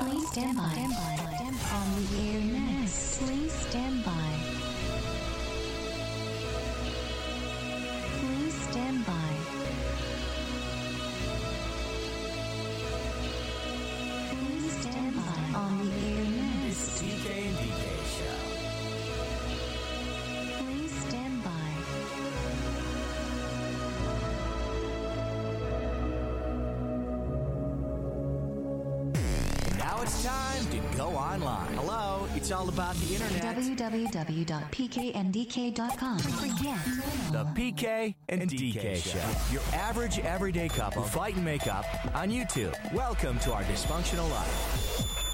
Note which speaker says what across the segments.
Speaker 1: stand by. Stand by. Stand by. On the air next. Please stand by. Please stand by. Please stand by. On the air next.
Speaker 2: TK and DK
Speaker 1: Please stand by.
Speaker 2: Show. Now it's time to go online. Hello, it's all about the internet.
Speaker 1: www.pkndk.com. Forget.
Speaker 2: The PK and, DK, Show. Your average everyday couple who fight and make up on YouTube. Welcome to our dysfunctional life.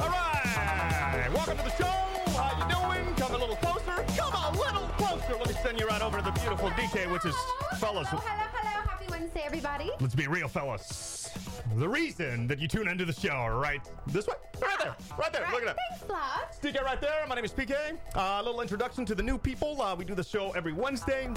Speaker 3: All right, welcome to the show. How you doing? Come a little closer. Come a little closer. Let me send you right over to the beautiful DK, which is fellas.
Speaker 4: Hello, hello, hello. Happy Wednesday, everybody.
Speaker 3: Let's be real, fellas. The reason that you tune into the show, right? This way, right there, right there. Look at that.
Speaker 4: Thanks, love.
Speaker 3: DK right there. My name is PK. Uh, a little introduction to the new people. Uh, we do the show every Wednesday.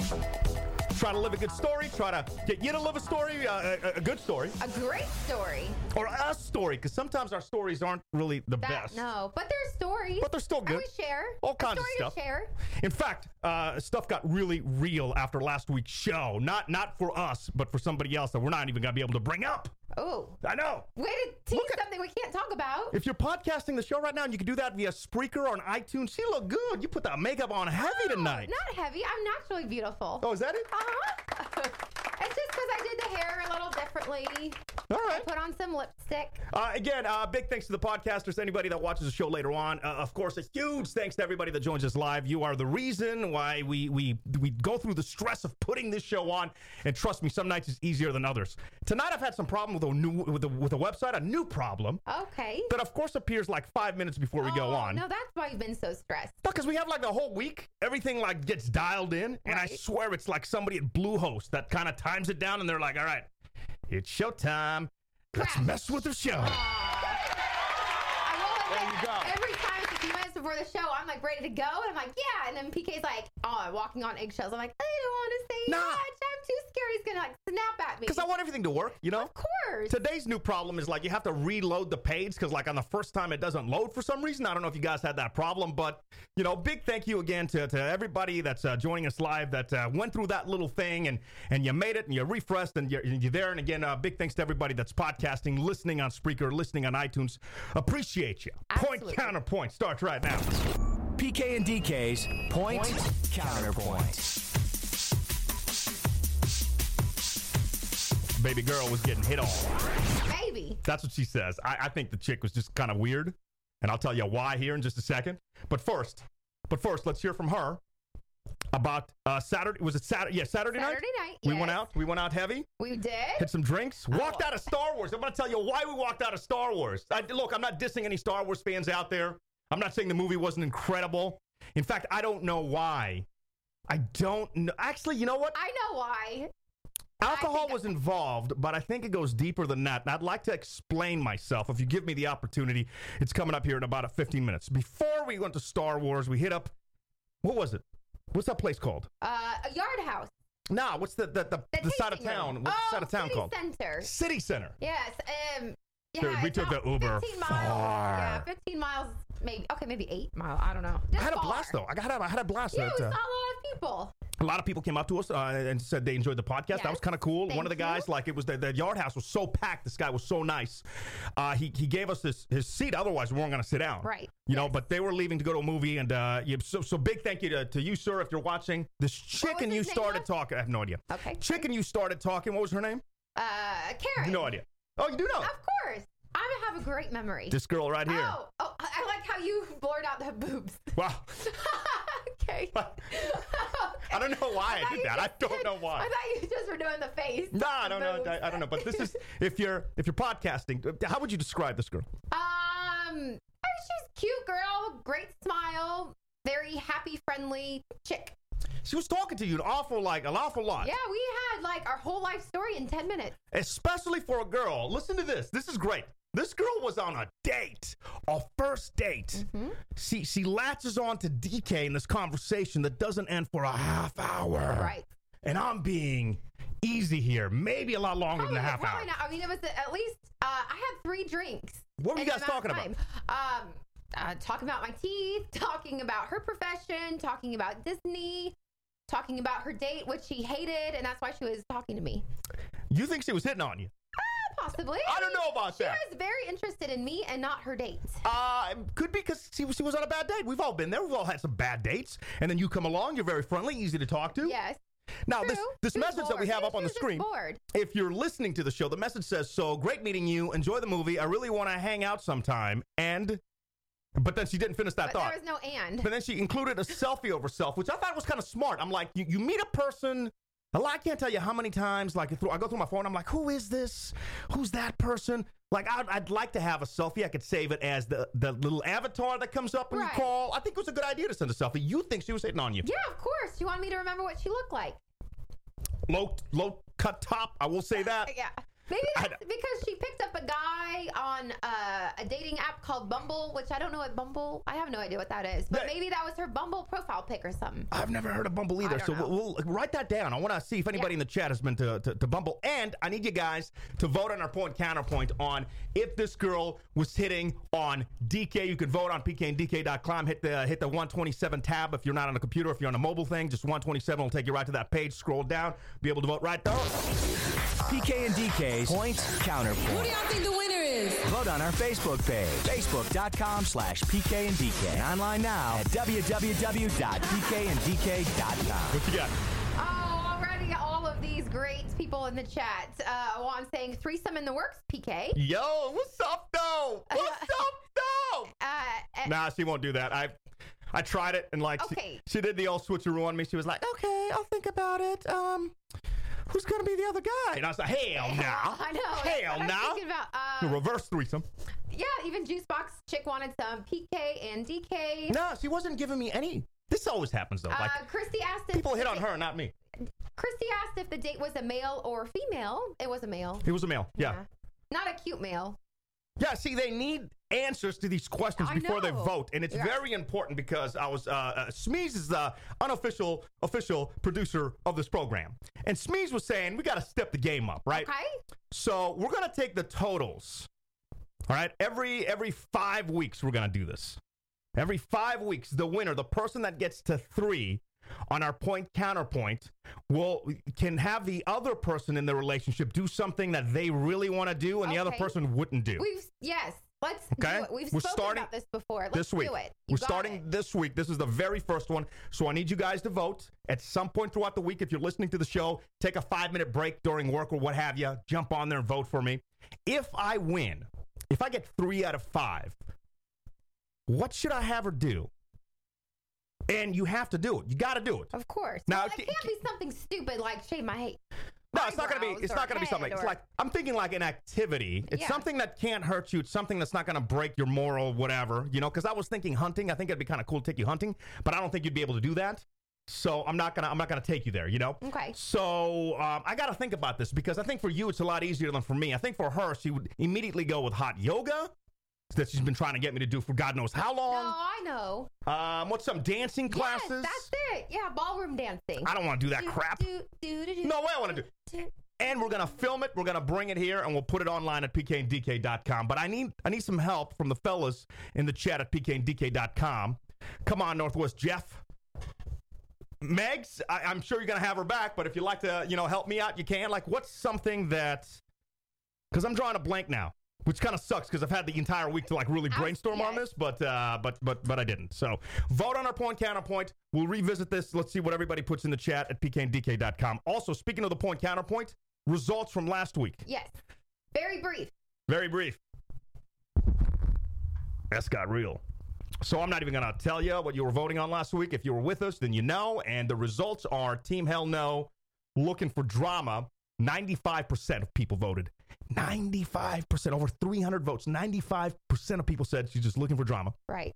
Speaker 3: Try to live a good story. Try to get you to live a story, uh, a, a good story,
Speaker 4: A great story.
Speaker 3: or a story, because sometimes our stories aren't really the
Speaker 4: That,
Speaker 3: best.
Speaker 4: No, but there's stories.
Speaker 3: But they're still
Speaker 4: I
Speaker 3: good.
Speaker 4: would share.
Speaker 3: All
Speaker 4: A
Speaker 3: kinds of
Speaker 4: story
Speaker 3: stuff.
Speaker 4: To share.
Speaker 3: In fact, uh, stuff got really real after last week's show. Not not for us, but for somebody else that we're not even going to be able to bring up.
Speaker 4: Oh,
Speaker 3: I know.
Speaker 4: way to tease something we can't talk about.
Speaker 3: If you're podcasting the show right now, and you can do that via Spreaker or on iTunes. She look good. You put that makeup on heavy tonight.
Speaker 4: Not heavy. I'm naturally beautiful.
Speaker 3: Oh, is that it?
Speaker 4: Uh-huh. it's just because I did the hair a little differently.
Speaker 3: All
Speaker 4: I
Speaker 3: right.
Speaker 4: put on some lipstick.
Speaker 3: Uh, again, uh, big thanks to the podcasters, anybody that watches the show later on. Uh, of course, a huge thanks to everybody that joins us live. You are the reason why we we we go through the stress of putting this show on. And trust me, some nights is easier than others. Tonight, I've had some problem with a new with a, with a website, a new problem
Speaker 4: Okay.
Speaker 3: that, of course, appears like five minutes before we go
Speaker 4: Oh,
Speaker 3: on.
Speaker 4: No, that's why you've been so stressed.
Speaker 3: Because we have like the whole week, everything like gets dialed in, and I
Speaker 4: Right.
Speaker 3: swear it's like somebody at Bluehost that kind of times it down, and they're like, "All right, it's showtime. Let's
Speaker 4: Crap.
Speaker 3: mess with the show."
Speaker 4: I will admit,
Speaker 3: There you go.
Speaker 4: Every time it's a few minutes before the show, I'm like ready to go, and I'm like, yeah. And then PK's like, oh, I'm walking on eggshells. I'm like, I don't want to say
Speaker 3: Nah.
Speaker 4: much. I'm too scared he's gonna like snap at me.
Speaker 3: Because I want everything to work, you know?
Speaker 4: of course.
Speaker 3: Today's new problem is like you have to reload the page because, like, on the first time it doesn't load for some reason. I don't know if you guys had that problem, but you know, big thank you again to, to everybody that's uh, joining us live that uh, went through that little thing and and you made it and you refreshed and you're, and you're there. And again, uh, big thanks to everybody that's podcasting, listening on Spreaker, listening on iTunes. Appreciate you.
Speaker 4: Absolutely.
Speaker 3: Point counterpoint starts right now.
Speaker 2: PK and DK's point, counterpoint.
Speaker 3: Baby girl was getting hit on.
Speaker 4: Maybe.
Speaker 3: That's what she says. I, I think the chick was just kind of weird, and I'll tell you why here in just a second. But first, but first, let's hear from her about uh, Saturday. Was it Saturday? Yeah, Saturday,
Speaker 4: Saturday night,
Speaker 3: We went
Speaker 4: yes.
Speaker 3: out. We went out heavy.
Speaker 4: We did.
Speaker 3: Had some drinks. Walked out of Star Wars. I'm gonna tell you why we walked out of Star Wars. I, look, I'm not dissing any Star Wars fans out there. I'm not saying the movie wasn't incredible. In fact, I don't know why. I don't know. Actually, you know what?
Speaker 4: I know why.
Speaker 3: Alcohol
Speaker 4: think-
Speaker 3: was involved, but I think it goes deeper than that. And I'd like to explain myself if you give me the opportunity. It's coming up here in about a 15 minutes. Before we went to Star Wars, we hit up what was it? What's that place called?
Speaker 4: Uh, a yard house.
Speaker 3: Nah, what's the the, the,
Speaker 4: The,
Speaker 3: the, side of
Speaker 4: tasting
Speaker 3: town?
Speaker 4: room.
Speaker 3: What's
Speaker 4: oh,
Speaker 3: the side of town
Speaker 4: city
Speaker 3: called?
Speaker 4: Center.
Speaker 3: City Center.
Speaker 4: Yes. Um. Yeah,
Speaker 3: Dude, we
Speaker 4: it's
Speaker 3: took
Speaker 4: about
Speaker 3: the Uber
Speaker 4: 15 miles.
Speaker 3: far.
Speaker 4: Yeah, 15 miles, maybe. Okay, maybe eight mile. I don't know. Just
Speaker 3: I had a
Speaker 4: far.
Speaker 3: blast though. I got I had a blast.
Speaker 4: Yeah,
Speaker 3: at,
Speaker 4: we saw a
Speaker 3: uh,
Speaker 4: lot of people.
Speaker 3: a lot of people came up to us uh, and said they enjoyed the podcast. That
Speaker 4: Yes.
Speaker 3: was kind of cool. One
Speaker 4: Thank
Speaker 3: of the
Speaker 4: you.
Speaker 3: guys, like it was the, the yard house was so packed. This guy was so nice. Uh, he he gave us this his seat. Otherwise, we weren't going to sit down.
Speaker 4: Right.
Speaker 3: You know, but they were leaving to go to a movie, and uh, yeah, so so big thank you to, to you, sir, if you're watching. This
Speaker 4: was
Speaker 3: chicken
Speaker 4: his
Speaker 3: you
Speaker 4: name
Speaker 3: started
Speaker 4: was?
Speaker 3: talking. I have no idea.
Speaker 4: Okay.
Speaker 3: Chicken you started talking. What was her name?
Speaker 4: Uh, Karen.
Speaker 3: No idea. Oh, you do know.
Speaker 4: Of course. I have a great memory.
Speaker 3: This girl right here.
Speaker 4: Oh, oh, I I like how you blurred out the boobs.
Speaker 3: Wow.
Speaker 4: okay.
Speaker 3: I don't know why I,
Speaker 4: thought
Speaker 3: did
Speaker 4: you
Speaker 3: that. I
Speaker 4: just
Speaker 3: don't
Speaker 4: did-
Speaker 3: know why.
Speaker 4: I thought you just were doing the face.
Speaker 3: no, I don't know.
Speaker 4: Boobs.
Speaker 3: I, I don't know. But this is if you're if you're podcasting. How would you describe this girl?
Speaker 4: Um, I mean, she's a cute girl, great smile, very happy, friendly chick.
Speaker 3: She was talking to you an awful like an awful lot.
Speaker 4: Yeah, we had like our whole life story in ten minutes.
Speaker 3: Especially for a girl. Listen to this. This is great. This girl was on a date, a first date.
Speaker 4: Mm-hmm.
Speaker 3: She she latches on to DK in this conversation that doesn't end for a half hour.
Speaker 4: Right.
Speaker 3: And I'm being easy here, maybe a lot longer than a half
Speaker 4: probably
Speaker 3: hour.
Speaker 4: not. I mean, it was at least Uh, I had three drinks.
Speaker 3: What were you
Speaker 4: in the
Speaker 3: guys
Speaker 4: amount of
Speaker 3: talking
Speaker 4: time. Um, uh, talking about my teeth, talking about her profession, talking about Disney, talking about her date, which she hated, and that's why she was talking to me.
Speaker 3: You think she was hitting on you?
Speaker 4: Possibly.
Speaker 3: I don't know about
Speaker 4: she
Speaker 3: that.
Speaker 4: was very interested in me and not her date.
Speaker 3: Uh, could be because she, was- she was on a bad date. We've all been there. We've all had some bad dates, and then you come along. You're very friendly, easy to talk to.
Speaker 4: Yes.
Speaker 3: Now
Speaker 4: True.
Speaker 3: Uh, this this
Speaker 4: She was
Speaker 3: message that we
Speaker 4: bored.
Speaker 3: have
Speaker 4: Maybe
Speaker 3: up on
Speaker 4: she
Speaker 3: the
Speaker 4: was just
Speaker 3: screen.
Speaker 4: Bored.
Speaker 3: If you're listening to the show, the message says, "So great meeting you. Enjoy the movie. I really want to hang out sometime." And, but then she didn't finish that
Speaker 4: But
Speaker 3: thought.
Speaker 4: there was no and.
Speaker 3: But then she included a selfie of herself, which I thought was kind of smart. I'm like, you, you meet a person. a lot- I can't tell you how many times, like, through, I go through my phone. I'm like, who is this? Who's that person? Like, I'd, I'd like to have a selfie. I could save it as the, the little avatar that comes up when
Speaker 4: Right.
Speaker 3: you call. I think it was a good idea to send a selfie. You think she was hitting on you?
Speaker 4: yeah, of course. She wanted me to remember what she looked like.
Speaker 3: Low, low cut top. I will say that.
Speaker 4: Yeah. Maybe
Speaker 3: I
Speaker 4: that's
Speaker 3: don't-
Speaker 4: because she picked up a guy on uh, a dating app called Bumble, which I don't know what Bumble. I have no idea what that is, but
Speaker 3: That-
Speaker 4: maybe that was her Bumble profile pic or something.
Speaker 3: I've never heard of Bumble either,
Speaker 4: don't
Speaker 3: so
Speaker 4: know.
Speaker 3: we'll, we'll write that down. I want to see if anybody
Speaker 4: Yeah.
Speaker 3: in the chat has been to, to, to Bumble, and I need you guys to vote on our point counterpoint on if this girl was hitting on DK. You can vote on pkndk.com. Hit the hit the 127 tab if you're not on a computer. If you're on a mobile thing, just 127 will take you right to that page. Scroll down, be able to vote right there.
Speaker 2: PK and DK's point counterpoint.
Speaker 5: Who do y'all think the winner is?
Speaker 2: Vote on our Facebook page, facebook.com slash PK and DK. And online now at www.pkanddk.com.
Speaker 3: What you got?
Speaker 4: Oh, already all of these great people in the chat. Uh, well, I'm saying threesome in the works, PK.
Speaker 3: Yo, what's up though? What's up though?
Speaker 4: Uh, and-
Speaker 3: Nah, she won't do that. I I tried it and like she-
Speaker 4: Okay.
Speaker 3: she, did the old switcheroo on me. She was like, "Okay, I'll think about it. Um, who's gonna be the other guy?" And I was like, "Hell no!
Speaker 4: I know. that's
Speaker 3: Hell
Speaker 4: what I'm
Speaker 3: no!"
Speaker 4: thinking about.
Speaker 3: The
Speaker 4: Uh,
Speaker 3: reverse threesome.
Speaker 4: yeah, even Juicebox chick wanted some PK and DK.
Speaker 3: No, she wasn't giving me any. This always happens though.
Speaker 4: Uh,
Speaker 3: Like
Speaker 4: Christy asked if
Speaker 3: people hit on her, not me.
Speaker 4: Christy asked if the date was a male or female. It was a male.
Speaker 3: It was a male. Yeah.
Speaker 4: Not a cute male.
Speaker 3: Yeah, see, they need answers to these questions
Speaker 4: I
Speaker 3: before they
Speaker 4: know.
Speaker 3: vote, and it's
Speaker 4: Yeah.
Speaker 3: very important because I was uh, uh, Smeeze is the unofficial official producer of this program, and Smeeze was saying we got to step the game up, right?
Speaker 4: Okay?
Speaker 3: So we're gonna take the totals. All right, every every five weeks we're gonna do this. Every five weeks, the winner, the person that gets to three on our point counterpoint, will can have the other person in the relationship do something that they really want to do, and the other
Speaker 4: Okay.
Speaker 3: person wouldn't do.
Speaker 4: We've yes. Let's
Speaker 3: Okay.
Speaker 4: do it. We've
Speaker 3: We're
Speaker 4: spoken
Speaker 3: starting
Speaker 4: about this before. Let's
Speaker 3: this week.
Speaker 4: do it. You
Speaker 3: We're
Speaker 4: got
Speaker 3: starting
Speaker 4: it.
Speaker 3: this week. This is the very first one. So I need you guys to vote at some point throughout the week. If you're listening to the show, take a five minute break during work or what have you. Jump on there and vote for me. If I win, if I get three out of five, what should I have her do? And you have to do it. You got to do it.
Speaker 4: Of course.
Speaker 3: Now,
Speaker 4: well, it
Speaker 3: c-
Speaker 4: can't be something stupid like shave my hate.
Speaker 3: No, it's not gonna be.
Speaker 4: eyebrows
Speaker 3: It's not
Speaker 4: or
Speaker 3: gonna be something.
Speaker 4: head
Speaker 3: It's
Speaker 4: or-
Speaker 3: like I'm thinking like an activity. It's
Speaker 4: Yeah.
Speaker 3: something that can't hurt you. It's something that's not gonna break your moral, whatever. You know, because I was thinking hunting. I think it'd be kind of cool to take you hunting, but I don't think you'd be able to do that. So I'm not gonna. I'm not gonna take you there. You know.
Speaker 4: Okay.
Speaker 3: So um, I gotta think about this because I think for you it's a lot easier than for me. I think for her she would immediately go with hot yoga that she's been trying to get me to do for God knows how
Speaker 4: No,
Speaker 3: long.
Speaker 4: I know.
Speaker 3: Um, what's some dancing classes?
Speaker 4: Yes, that's it. Yeah, ballroom dancing.
Speaker 3: I don't want to do that crap. No way I want to do.
Speaker 4: do.
Speaker 3: And we're gonna film it. We're gonna bring it here, and we'll put it online at pkndk.com. But I need I need some help from the fellas in the chat at pkndk.com. Come on, Northwest Jeff. Megs, I, I'm sure you're gonna have her back, but if you'd like to, you know, help me out, you can. Like, what's something that? Because I'm drawing a blank now, which kind of sucks because I've had the entire week to like really
Speaker 4: I-
Speaker 3: brainstorm on
Speaker 4: yes.
Speaker 3: this, but uh, but but but I didn't. So vote on our point counterpoint. We'll revisit this. Let's see what everybody puts in the chat at pkndk.com. Also, speaking of the point counterpoint, results from last week.
Speaker 4: Yes. Very brief.
Speaker 3: Very brief. That's got real. So I'm not even going to tell you what you were voting on last week. If you were with us, then you know. And the results are Team Hell No looking for drama. 95% of people voted. 95%, over 300 votes. 95% of people said she's just looking for drama.
Speaker 4: Right.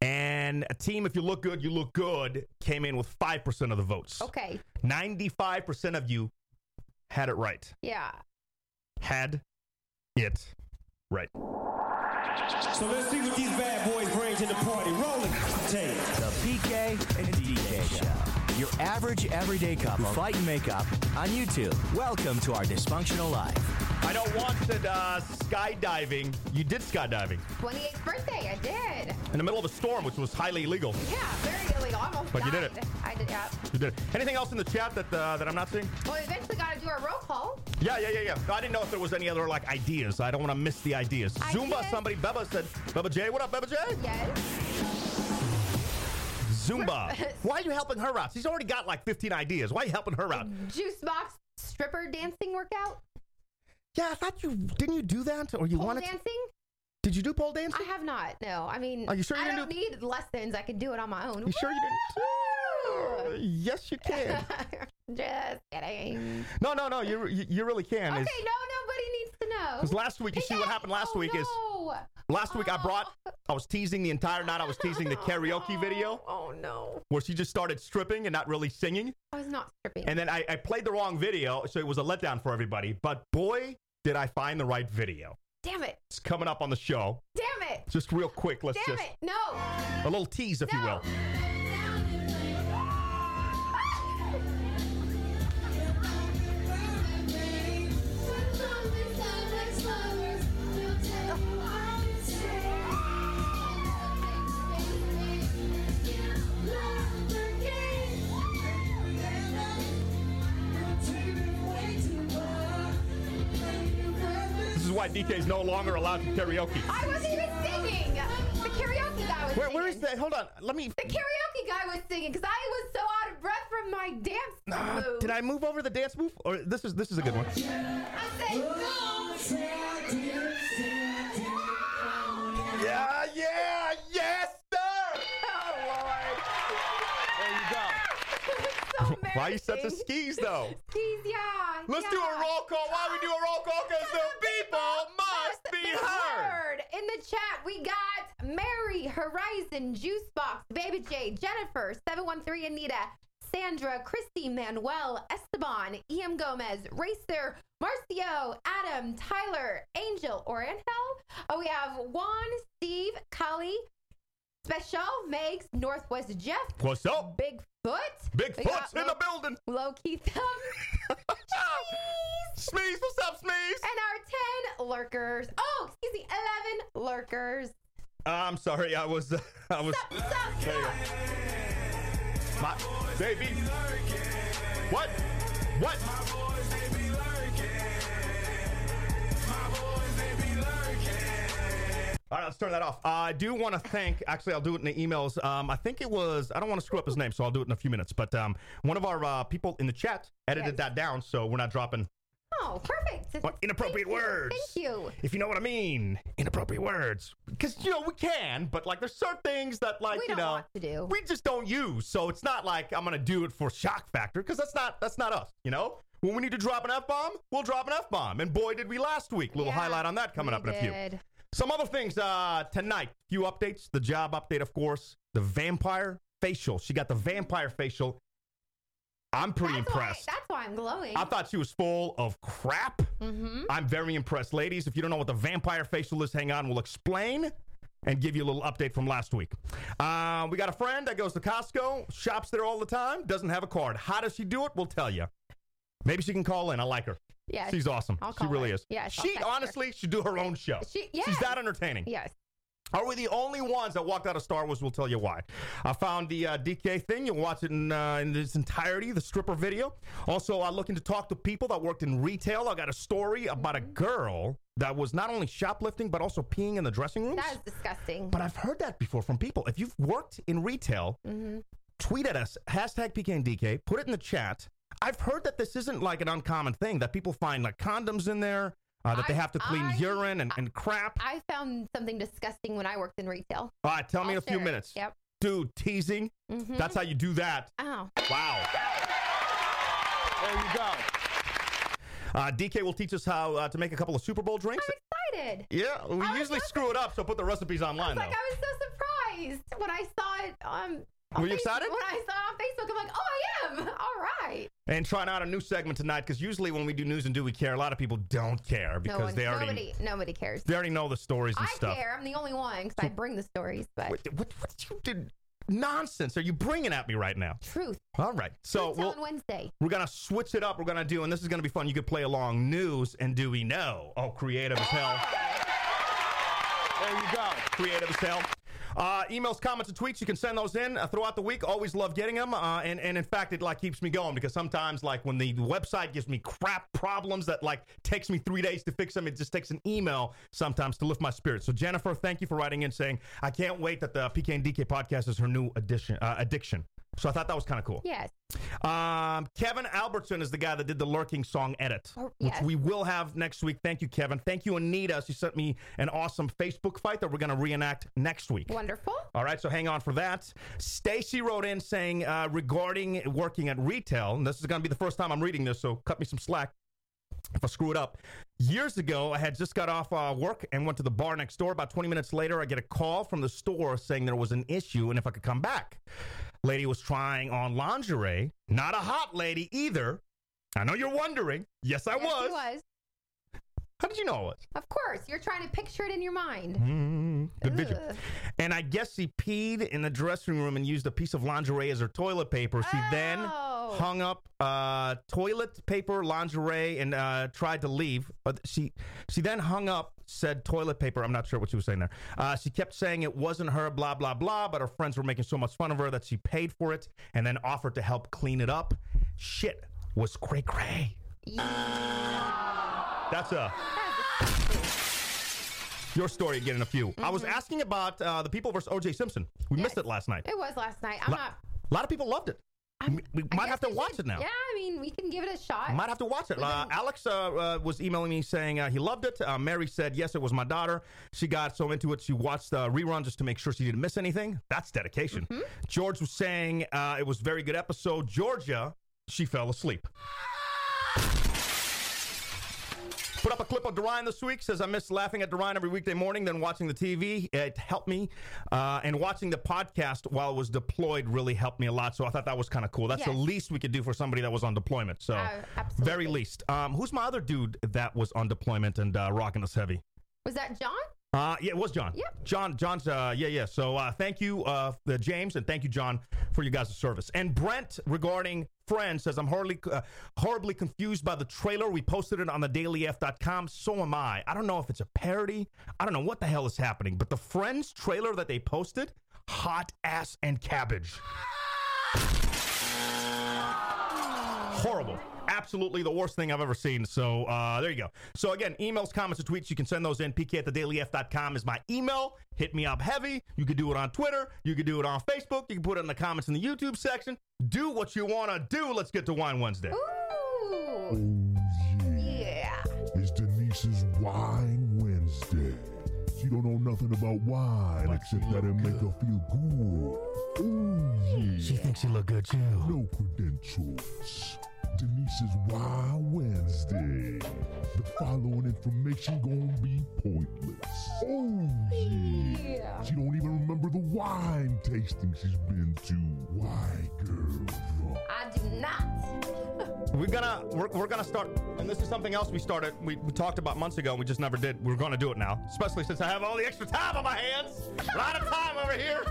Speaker 3: And a team, if you look good, you look good, came in with 5% of the votes.
Speaker 4: Okay.
Speaker 3: 95% of you had it right
Speaker 4: Yeah.
Speaker 3: had it right.
Speaker 6: So let's see what these bad boys bring to the party. Roll it, tape.
Speaker 2: The PK and DK Show. Your average everyday couple who fight and make up on YouTube. Welcome to our dysfunctional life.
Speaker 3: I know Juan said uh, skydiving. You did skydiving
Speaker 4: 28th birthday, I did.
Speaker 3: in the middle of a storm, which was highly illegal.
Speaker 4: Yeah, very illegal. I Almost
Speaker 3: But you
Speaker 4: died.
Speaker 3: did it.
Speaker 4: I did, yeah.
Speaker 3: You did. Anything else in the chat that uh, that I'm not seeing?
Speaker 4: Well, we eventually got to do a roll call.
Speaker 3: Yeah, yeah, yeah, yeah. No, I didn't know if there was any other like ideas. I don't want to miss the ideas. Zumba,
Speaker 4: Ideas?
Speaker 3: somebody. Beba said, Beba J, what up, Beba J?
Speaker 4: Yes.
Speaker 3: Zumba. Why are you helping her out? She's already got like 15 ideas. Why are you helping her out?
Speaker 4: Juice box stripper dancing workout.
Speaker 3: Yeah, I thought you didn't you do that or you
Speaker 4: Pole
Speaker 3: wanted?
Speaker 4: dancing?
Speaker 3: Did you do pole dancing?
Speaker 4: I have not. No, I mean,
Speaker 3: Are you sure you
Speaker 4: I
Speaker 3: didn't
Speaker 4: don't
Speaker 3: do-
Speaker 4: need lessons. I can do it on my own.
Speaker 3: you sure you
Speaker 4: Woo!
Speaker 3: didn't? Yes, you can.
Speaker 4: Just kidding.
Speaker 3: no, no, no. You you, you really can.
Speaker 4: Okay, no,
Speaker 3: It's-
Speaker 4: nobody needs to know.
Speaker 3: Because last week, you see what
Speaker 4: Yes!
Speaker 3: happened last
Speaker 4: Oh,
Speaker 3: week is
Speaker 4: no. Oh,
Speaker 3: last week I brought, I was teasing the entire night. I was teasing the karaoke video
Speaker 4: Oh no,
Speaker 3: where she just started stripping and not really singing.
Speaker 4: I was not stripping.
Speaker 3: And then I, I played the wrong video, so it was a letdown for everybody. But boy, did I find the right video.
Speaker 4: damn it!
Speaker 3: It's coming up on the show.
Speaker 4: Damn it!
Speaker 3: Just real quick, let's
Speaker 4: Damn
Speaker 3: just
Speaker 4: it! No!
Speaker 3: a little tease, if you
Speaker 4: No.
Speaker 3: will. This is why DK is no longer allowed to karaoke.
Speaker 4: I wasn't even singing. The karaoke guy was.
Speaker 3: Where, where is
Speaker 4: singing.
Speaker 3: that? Hold on, let me.
Speaker 4: The karaoke guy was singing because I was so out of breath from my dance
Speaker 3: Ah,
Speaker 4: move.
Speaker 3: did I move over the dance move? Or this is this is a good one.
Speaker 4: I said no.
Speaker 3: Yeah, yeah, yes, sir. Oh, There you
Speaker 4: So
Speaker 3: go. Why you such a
Speaker 4: embarrassing.
Speaker 3: skis though?
Speaker 4: Skis, yeah.
Speaker 3: Let's
Speaker 4: yeah.
Speaker 3: do a roll call. Why we do a roll call? Because the people must be heard.
Speaker 4: In the chat, we got Mary, Horizon, Juicebox, Baby J, Jennifer, 713 Anita, Sandra, Christy, Manuel, Esteban, EM Gomez, Racer, Marcio, Adam, Tyler, Angel, or Angel. Oh, we have Juan, Steve, Kali, Special, Megs, Northwest Jeff,
Speaker 3: What's up?
Speaker 4: Bigfoot. We got
Speaker 3: Bigfoot's in the
Speaker 4: Low-
Speaker 3: building.
Speaker 4: Low-key thumb.
Speaker 3: Smeeze, what's up, Smeeze?
Speaker 4: And our 10 lurkers. Oh, excuse me, 11 lurkers.
Speaker 3: I'm sorry, I was, uh, I was.
Speaker 4: Sup, sup,
Speaker 3: There you
Speaker 4: sup.
Speaker 3: go. My baby. What? What? All right, let's turn that off. Uh, I do want to thank. Actually, I'll do it in the emails. Um, I think it was. I don't want to screw up his name, so I'll do it in a few minutes. But um, one of our uh, people in the chat edited
Speaker 4: Yes.
Speaker 3: that down, so we're not dropping
Speaker 4: Oh, perfect.
Speaker 3: what inappropriate
Speaker 4: Thank you,
Speaker 3: words.
Speaker 4: Thank you.
Speaker 3: If you know what I mean, inappropriate words. Because you know we can, but like there's certain things that like
Speaker 4: We
Speaker 3: you
Speaker 4: don't
Speaker 3: know
Speaker 4: want to do.
Speaker 3: we just don't use. So it's not like I'm gonna do it for shock factor because that's not that's not us. You know. When we need to drop an F bomb, we'll drop an F bomb. And boy, did we last week. Little
Speaker 4: Yeah,
Speaker 3: highlight on that coming
Speaker 4: we
Speaker 3: up in a few.
Speaker 4: did.
Speaker 3: Some other things uh, tonight. Few updates. The job update, of course. The vampire facial. She got the vampire facial. I'm pretty
Speaker 4: that's
Speaker 3: impressed.
Speaker 4: Why, that's why I'm glowing.
Speaker 3: I thought she was full of crap.
Speaker 4: Mm-hmm.
Speaker 3: I'm very impressed. Ladies, if you don't know what the vampire facial is, hang on. We'll explain and give you a little update from last week. Uh, we got a friend that goes to Costco, shops there all the time, doesn't have a card. How does she do it? We'll tell you. Maybe she can call in. I like her.
Speaker 4: Yes.
Speaker 3: She's awesome.
Speaker 4: I'll
Speaker 3: she
Speaker 4: call
Speaker 3: really
Speaker 4: her.
Speaker 3: is.
Speaker 4: Yes, I'll
Speaker 3: She
Speaker 4: text her.
Speaker 3: honestly should do her own show.
Speaker 4: She-
Speaker 3: She's
Speaker 4: yes.
Speaker 3: that entertaining.
Speaker 4: yes.
Speaker 3: Are we the only ones that walked out of Star Wars? We'll tell you why. I found the uh, DK thing. You'll watch it in, uh, in its entirety, the stripper video. Also, I'm looking to talk to people that worked in retail. I got a story about a girl that was not only shoplifting, but also peeing in the dressing rooms.
Speaker 4: That is disgusting.
Speaker 3: But I've heard that before from people. If you've worked in retail,
Speaker 4: Mm-hmm.
Speaker 3: tweet at us, hashtag PKNDK, put it in the chat. I've heard that this isn't like an uncommon thing, that people find like condoms in there, uh, that they
Speaker 4: I-
Speaker 3: have to clean
Speaker 4: I-
Speaker 3: urine and, and crap.
Speaker 4: I found something disgusting when I worked in retail.
Speaker 3: All right, tell me in
Speaker 4: I'll
Speaker 3: a few
Speaker 4: share it.
Speaker 3: minutes.
Speaker 4: Yep.
Speaker 3: Dude, teasing.
Speaker 4: Mm-hmm.
Speaker 3: That's how you do that.
Speaker 4: Oh.
Speaker 3: Wow. There you go. Uh, DK will teach us how uh, to make a couple of Super Bowl drinks.
Speaker 4: Excited.
Speaker 3: Yeah, we
Speaker 4: I was
Speaker 3: usually
Speaker 4: so-
Speaker 3: screw it up, so put the recipes online,
Speaker 4: It's like
Speaker 3: though.
Speaker 4: I was so surprised when I saw it on. on
Speaker 3: Were you
Speaker 4: Facebook-
Speaker 3: excited?
Speaker 4: When I saw it on Facebook, I'm like, oh, I am. All right.
Speaker 3: And trying out a new segment tonight, because usually when we do news and do we care, a lot of people don't care
Speaker 4: No
Speaker 3: because
Speaker 4: one,
Speaker 3: they already
Speaker 4: nobody, nobody cares.
Speaker 3: they already know the stories and
Speaker 4: I
Speaker 3: stuff.
Speaker 4: care. I'm the only one because I bring the stories. But
Speaker 3: What, what, what you did? nonsense are you bringing at me right now?
Speaker 4: Truth.
Speaker 3: All right. So
Speaker 4: Truth
Speaker 3: Oh, we'll,
Speaker 4: on Wednesday.
Speaker 3: we're going to switch it up. We're going to do, and this is going to be fun. You could play along news and do we know? Oh, creative as hell. There you go. Creative as hell. Uh, emails, comments, and tweets. You can send those in uh, throughout the week. Always love getting them. Uh, and, and in fact, it like keeps me going because sometimes like when the website gives me crap problems that like takes me three days to fix them, it just takes an email sometimes to lift my spirits. So Jennifer, thank you for writing in saying, I can't wait that the PK and DK podcast is her new addition, uh, addiction. So I thought that was kind of cool.
Speaker 4: Yes.
Speaker 3: Um, Kevin Albertson is the guy that did the lurking song edit,
Speaker 4: Oh,
Speaker 3: which
Speaker 4: yes.
Speaker 3: we will have next week. Thank you, Kevin. Thank you, Anita. She sent me an awesome Facebook fight that we're going to reenact next week.
Speaker 4: Wonderful.
Speaker 3: All right, so hang on for that. Stacy wrote in saying uh, regarding working at retail, and this is going to be the first time I'm reading this, so cut me some slack if I screw it up. Years ago, I had just got off uh, work and went to the bar next door. About 20 minutes later, I get a call from the store saying there was an issue and if I could come back. Lady was trying on lingerie, not a hot lady either. I know you're wondering. Yes, I
Speaker 4: Yes,
Speaker 3: was.
Speaker 4: It was.
Speaker 3: How did you know I was?
Speaker 4: Of course. You're trying to picture it in your mind.
Speaker 3: Mm, good picture.
Speaker 4: Ugh.
Speaker 3: And I guess she peed in the dressing room and used a piece of lingerie as her toilet paper. She then
Speaker 4: Oh.
Speaker 3: hung up uh, toilet paper, lingerie, and uh, tried to leave. But she she then hung up said toilet paper. I'm not sure what she was saying there. Uh, she kept saying it wasn't her, blah blah blah. But her friends were making so much fun of her that she paid for it and then offered to help clean it up. Shit was cray cray. That's a. Your story again in a few. I was
Speaker 4: Mm-hmm.
Speaker 3: asking about uh, the people versus O.J. Simpson. We missed it last night.
Speaker 4: It was last night. I'm
Speaker 3: Lo-
Speaker 4: not.
Speaker 3: A lot of people loved it.
Speaker 4: I'm,
Speaker 3: we
Speaker 4: I
Speaker 3: might have to
Speaker 4: guess we
Speaker 3: watch
Speaker 4: should-
Speaker 3: it now.
Speaker 4: Yeah, I mean, we can give it a shot.
Speaker 3: Might have to watch it. Uh, Alex uh, uh, was emailing me saying uh, he loved it. Uh, Mary said, yes, it was my daughter. She got so into it, she watched the rerun just to make sure she didn't miss anything. That's dedication. George was saying uh, it was very good episode. Georgia, she fell asleep. Put up a clip of Derine this week. Says I miss laughing at Derine every weekday morning, then watching the TV. It helped me, uh, and watching the podcast while it was deployed really helped me a lot. So I thought that was kind of cool. That's the
Speaker 4: Yes.
Speaker 3: least we could do for somebody that was on deployment. So
Speaker 4: Oh, absolutely.
Speaker 3: very least. Um, who's my other dude that was on deployment and uh, rocking us heavy?
Speaker 4: was that John?
Speaker 3: Uh, yeah, it was John.
Speaker 4: Yep.
Speaker 3: John, John's, uh, yeah, yeah. So uh, thank you, uh, the James, and thank you, John, for your guys' service. And Brent, regarding Friends, says, I'm horribly, uh, horribly confused by the trailer. We posted it on the dailyf.com. So am I. I don't know if it's a parody. I don't know what the hell is happening, but the Friends trailer that they posted, hot ass and cabbage. horrible. Absolutely the worst thing I've ever seen. So uh, there you go. So again, emails, comments, and tweets, you can send those in. PK at thedailyf.com is my email. Hit me up heavy. You can do it on Twitter. You can do it on Facebook. You can put it in the comments in the YouTube section. Do what you want to do. Let's get to Wine Wednesday.
Speaker 4: Ooh.
Speaker 7: Oh
Speaker 4: Yeah.
Speaker 7: yeah, it's Denise's Wine Wednesday. She don't know nothing about wine except that it make her feel good. Oh yeah. She thinks she look good too. No credentials. Denise's Wine Wednesday. The following information gonna be pointless. Oh yeah. She don't even remember the wine tasting she's been to. Why, girl? Drunk.
Speaker 4: I do not.
Speaker 3: We're gonna we're, we're gonna start, and this is something else we started. We, we talked about months ago, and we just never did. We're gonna do it now, especially since I have all the extra time on my hands. A lot of time over here.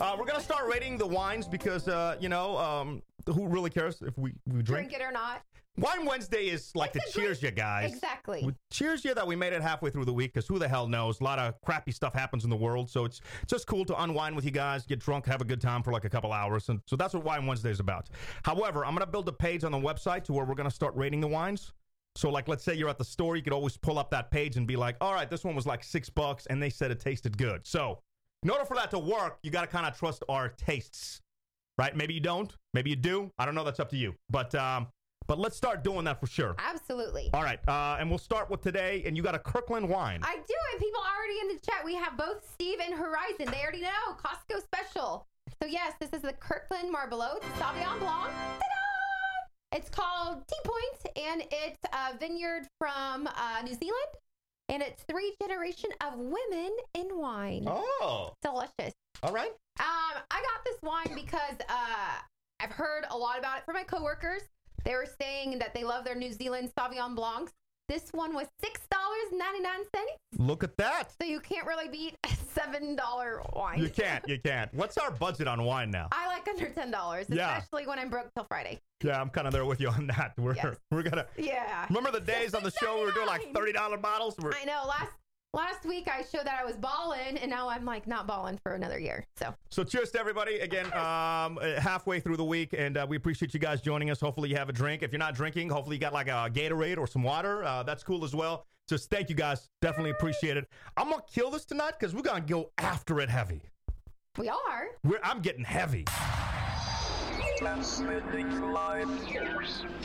Speaker 3: Uh, we're gonna start rating the wines because uh, you know um, who really cares if we we drink.
Speaker 4: Drink it or not.
Speaker 3: Wine Wednesday is like
Speaker 4: It's
Speaker 3: the
Speaker 4: a
Speaker 3: cheers
Speaker 4: great-
Speaker 3: you guys.
Speaker 4: Exactly.
Speaker 3: We cheers you that we made it halfway through the week because who the hell knows? A lot of crappy stuff happens in the world, so it's just cool to unwind with you guys, get drunk, have a good time for like a couple hours, and so that's what Wine Wednesday is about. However, I'm gonna build a page on the website to where we're gonna start rating the wines. So, like, let's say you're at the store, you could always pull up that page and be like, "All right, this one was like six bucks, and they said it tasted good." So, in order for that to work, you gotta kind of trust our tastes right? Maybe you don't. Maybe you do. I don't know. That's up to you. But um, but let's start doing that for sure.
Speaker 4: Absolutely.
Speaker 3: All right. Uh, and we'll start with today. And you got a Kirkland wine.
Speaker 4: I do, and people already in the chat. We have both Steve and Horizon. They already know Costco special. So yes, this is the Kirkland Marbleau Sauvignon Blanc. Ta-da! It's called Tea Point, and it's a vineyard from uh, New Zealand, and it's three generation of women in wine.
Speaker 3: oh,
Speaker 4: Delicious.
Speaker 3: all right.
Speaker 4: Um, I got this wine because uh, I've heard a lot about it from my coworkers. They were saying that they love their New Zealand Sauvignon Blancs. This one was six dollars ninety nine cents.
Speaker 3: Look at that.
Speaker 4: So you can't really beat seven dollar wine.
Speaker 3: You can't. You can't. What's our budget on wine now?
Speaker 4: I like under ten dollars,
Speaker 3: Yeah.
Speaker 4: especially when I'm broke till Friday.
Speaker 3: Yeah, I'm kind of there with you on that. We're
Speaker 4: Yes.
Speaker 3: we're gonna
Speaker 4: Yeah.
Speaker 3: remember the days on the show we were doing like
Speaker 4: $6.99.
Speaker 3: thirty dollar bottles. We're,
Speaker 4: I know. Last last week I showed that I was balling, and now I'm like not balling for another year. So
Speaker 3: so cheers to everybody again. Um, uh, halfway through the week, and uh, we appreciate you guys joining us. Hopefully you have a drink. If you're not drinking, hopefully you got like a Gatorade or some water. Uh, that's cool as well. Just thank you guys. Definitely appreciate it. I'm gonna kill this tonight because we're gonna go after it heavy.
Speaker 4: we are.
Speaker 3: We're, I'm getting heavy.
Speaker 8: Transmitting live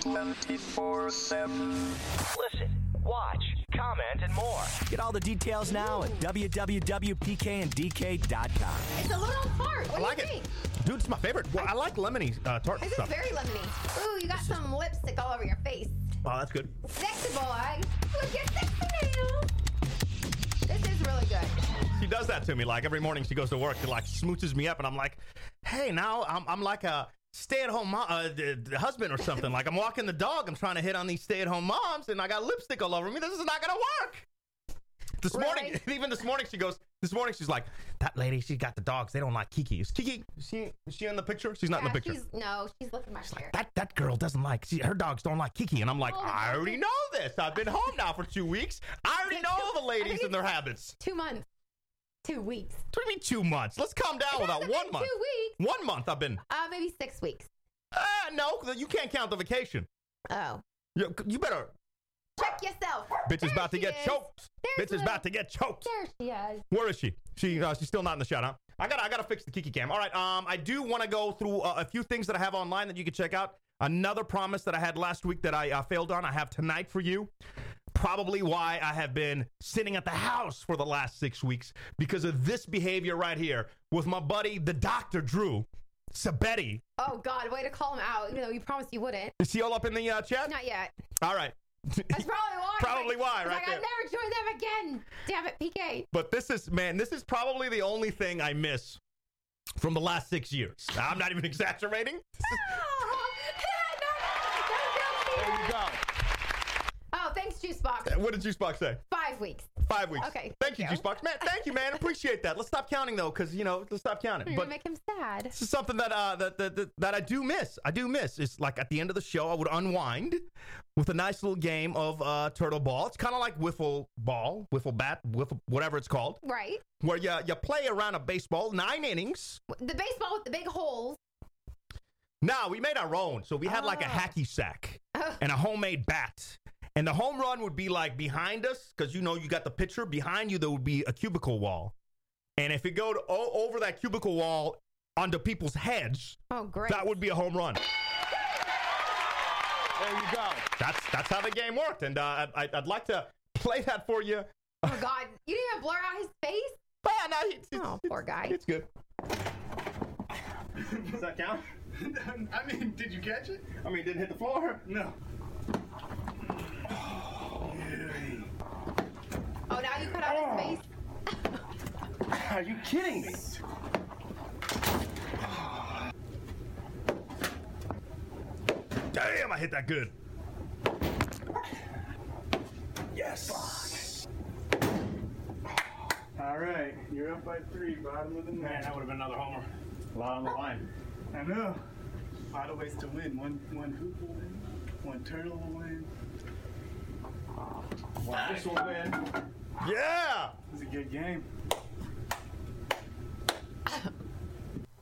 Speaker 8: 24 7.
Speaker 9: Listen, watch, comment, and more.
Speaker 2: Get all the details now at www.pkanddk.com.
Speaker 4: It's a little tart. What
Speaker 3: I
Speaker 4: do
Speaker 3: like
Speaker 4: you
Speaker 3: it,
Speaker 4: think?
Speaker 3: dude. It's my favorite. Well, I like lemony uh, tart
Speaker 4: This
Speaker 3: stuff.
Speaker 4: is very lemony. Ooh, you got some lipstick all over your face.
Speaker 3: oh, that's good.
Speaker 4: Sexy boy, look at sexy now. This is really good.
Speaker 3: She does that to me. Like every morning, she goes to work. She like smooches me up, and I'm like, "Hey, now I'm, I'm like a stay-at-home mom, uh, d- d- husband or something. Like I'm walking the dog. I'm trying to hit on these stay-at-home moms, and I got lipstick all over me. This is not gonna work." This morning, even this morning, she goes. This morning, she's like, "That lady, she got the dogs. They don't like Kiki. Is Kiki? Is she? Is she in the picture? She's not in
Speaker 4: Yeah,
Speaker 3: the picture.
Speaker 4: she's no, she's looking my hair.
Speaker 3: that that girl doesn't like she, her dogs don't like Kiki, and I'm like,
Speaker 4: Oh, the
Speaker 3: I
Speaker 4: dog-
Speaker 3: already know this. I've been home now for two weeks. I already
Speaker 4: Yeah,
Speaker 3: know
Speaker 4: two-
Speaker 3: the
Speaker 4: I
Speaker 3: ladies
Speaker 4: think
Speaker 3: and their habits.
Speaker 4: Two months, two weeks,
Speaker 3: What do you mean two months? Let's calm down with that
Speaker 4: hasn't
Speaker 3: one
Speaker 4: been
Speaker 3: month.
Speaker 4: two weeks.
Speaker 3: One month I've been.
Speaker 4: uh, maybe six weeks.
Speaker 3: Uh, no, you can't count the vacation.
Speaker 4: Oh,
Speaker 3: You, you better.
Speaker 4: check yourself.
Speaker 3: Bitch is
Speaker 4: There
Speaker 3: about to
Speaker 4: she
Speaker 3: get
Speaker 4: is.
Speaker 3: choked.
Speaker 4: There's
Speaker 3: Bitch is
Speaker 4: Lil-
Speaker 3: about to get choked.
Speaker 4: There she is.
Speaker 3: Where is she? She uh, she's still not in the shot, huh? I got to I gotta fix the Kiki cam. All right, um, I do want to go through uh, a few things that I have online that you can check out. Another promise that I had last week that I uh, failed on, I have tonight for you. Probably why I have been sitting at the house for the last six weeks because of this behavior right here with my buddy, the doctor Drew Sabetti.
Speaker 4: Oh God, way to call him out. You know, you promised you wouldn't.
Speaker 3: Is he all up in the uh, chat?
Speaker 4: Not yet.
Speaker 3: All right.
Speaker 4: That's probably why.
Speaker 3: Probably why,
Speaker 4: It's
Speaker 3: right
Speaker 4: like,
Speaker 3: there.
Speaker 4: I'll never join them again. Damn it, PK.
Speaker 3: But this is, man, this is probably the only thing I miss from the last six years. I'm not even exaggerating.
Speaker 4: Oh, no, no, no,
Speaker 3: There
Speaker 4: no,
Speaker 3: you
Speaker 4: no.
Speaker 3: go.
Speaker 4: Oh, thanks, Juicebox.
Speaker 3: Uh, What did Juicebox say?
Speaker 4: Five weeks.
Speaker 3: Five weeks.
Speaker 4: Okay,
Speaker 3: Thank you,
Speaker 4: thank you.
Speaker 3: Juicebox. Man, thank you, man. Appreciate that. Let's stop counting though, because you know, let's stop counting.
Speaker 4: You're
Speaker 3: But
Speaker 4: gonna make him sad.
Speaker 3: this is something that uh that, that that that I do miss. I do miss. It's like at the end of the show, I would unwind with a nice little game of uh turtle ball. It's kind of like wiffle ball, wiffle bat, wiffle whatever it's called,
Speaker 4: Right?
Speaker 3: where you you play around a baseball, nine innings.
Speaker 4: The baseball with the big holes.
Speaker 3: Now we made our own, so we had like a
Speaker 4: Oh.
Speaker 3: hacky sack
Speaker 4: Oh.
Speaker 3: and a homemade bat. And the home run would be like behind us, because you know you got the pitcher behind you. There would be a cubicle wall, and if it go to, o- over that cubicle wall onto people's heads,
Speaker 4: Oh, great.
Speaker 3: that would be a home run. There you go. That's that's how the game worked, and uh, I- I'd, I'd like to play that for you.
Speaker 4: oh, God. You didn't even blur out his face?
Speaker 3: But yeah, no, it's, it's-
Speaker 4: Oh, poor guy.
Speaker 3: it's good.
Speaker 10: Does that count? I mean, did you catch it? I mean, didn't hit the floor? No.
Speaker 4: Oh, now you cut out his face?
Speaker 10: Are you kidding me?
Speaker 3: Damn, I hit that good.
Speaker 10: Yes. All right, you're up by three, bottom of the ninth. Man, that would have been another homer. A lot on the line. I know. A lot of ways to win. One, one hoop will win. One turtle will win. One fish will win.
Speaker 3: Yeah.
Speaker 10: This is a good game.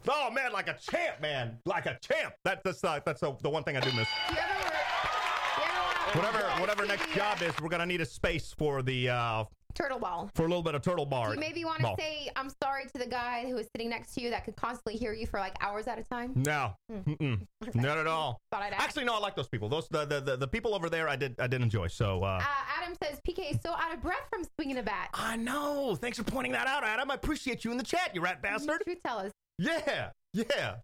Speaker 3: Oh man, like a champ, man, like a champ. That, that's uh, that's uh, the one thing I do miss.
Speaker 4: You ever were. You ever wanna-
Speaker 3: Whatever
Speaker 4: Yeah,
Speaker 3: whatever
Speaker 4: see
Speaker 3: next
Speaker 4: the, uh,
Speaker 3: job is, we're gonna need a space for the uh,
Speaker 4: Turtle ball.
Speaker 3: for a little bit of turtle bar.
Speaker 4: You maybe want to
Speaker 3: ball.
Speaker 4: say, I'm sorry to the guy who is sitting next to you that could constantly hear you for like hours at a time.
Speaker 3: no, Mm-mm. not at all.
Speaker 4: Hmm. Thought I'd ask.
Speaker 3: Actually, no, I like those people. Those the, the, the, the people over there, I did I did enjoy. So uh,
Speaker 4: Uh, Adam says, PK is so out of breath from swinging a bat.
Speaker 3: I know. Thanks for pointing that out, Adam. I appreciate you in the chat, you rat bastard.
Speaker 4: Truth tell us.
Speaker 3: Yeah, yeah.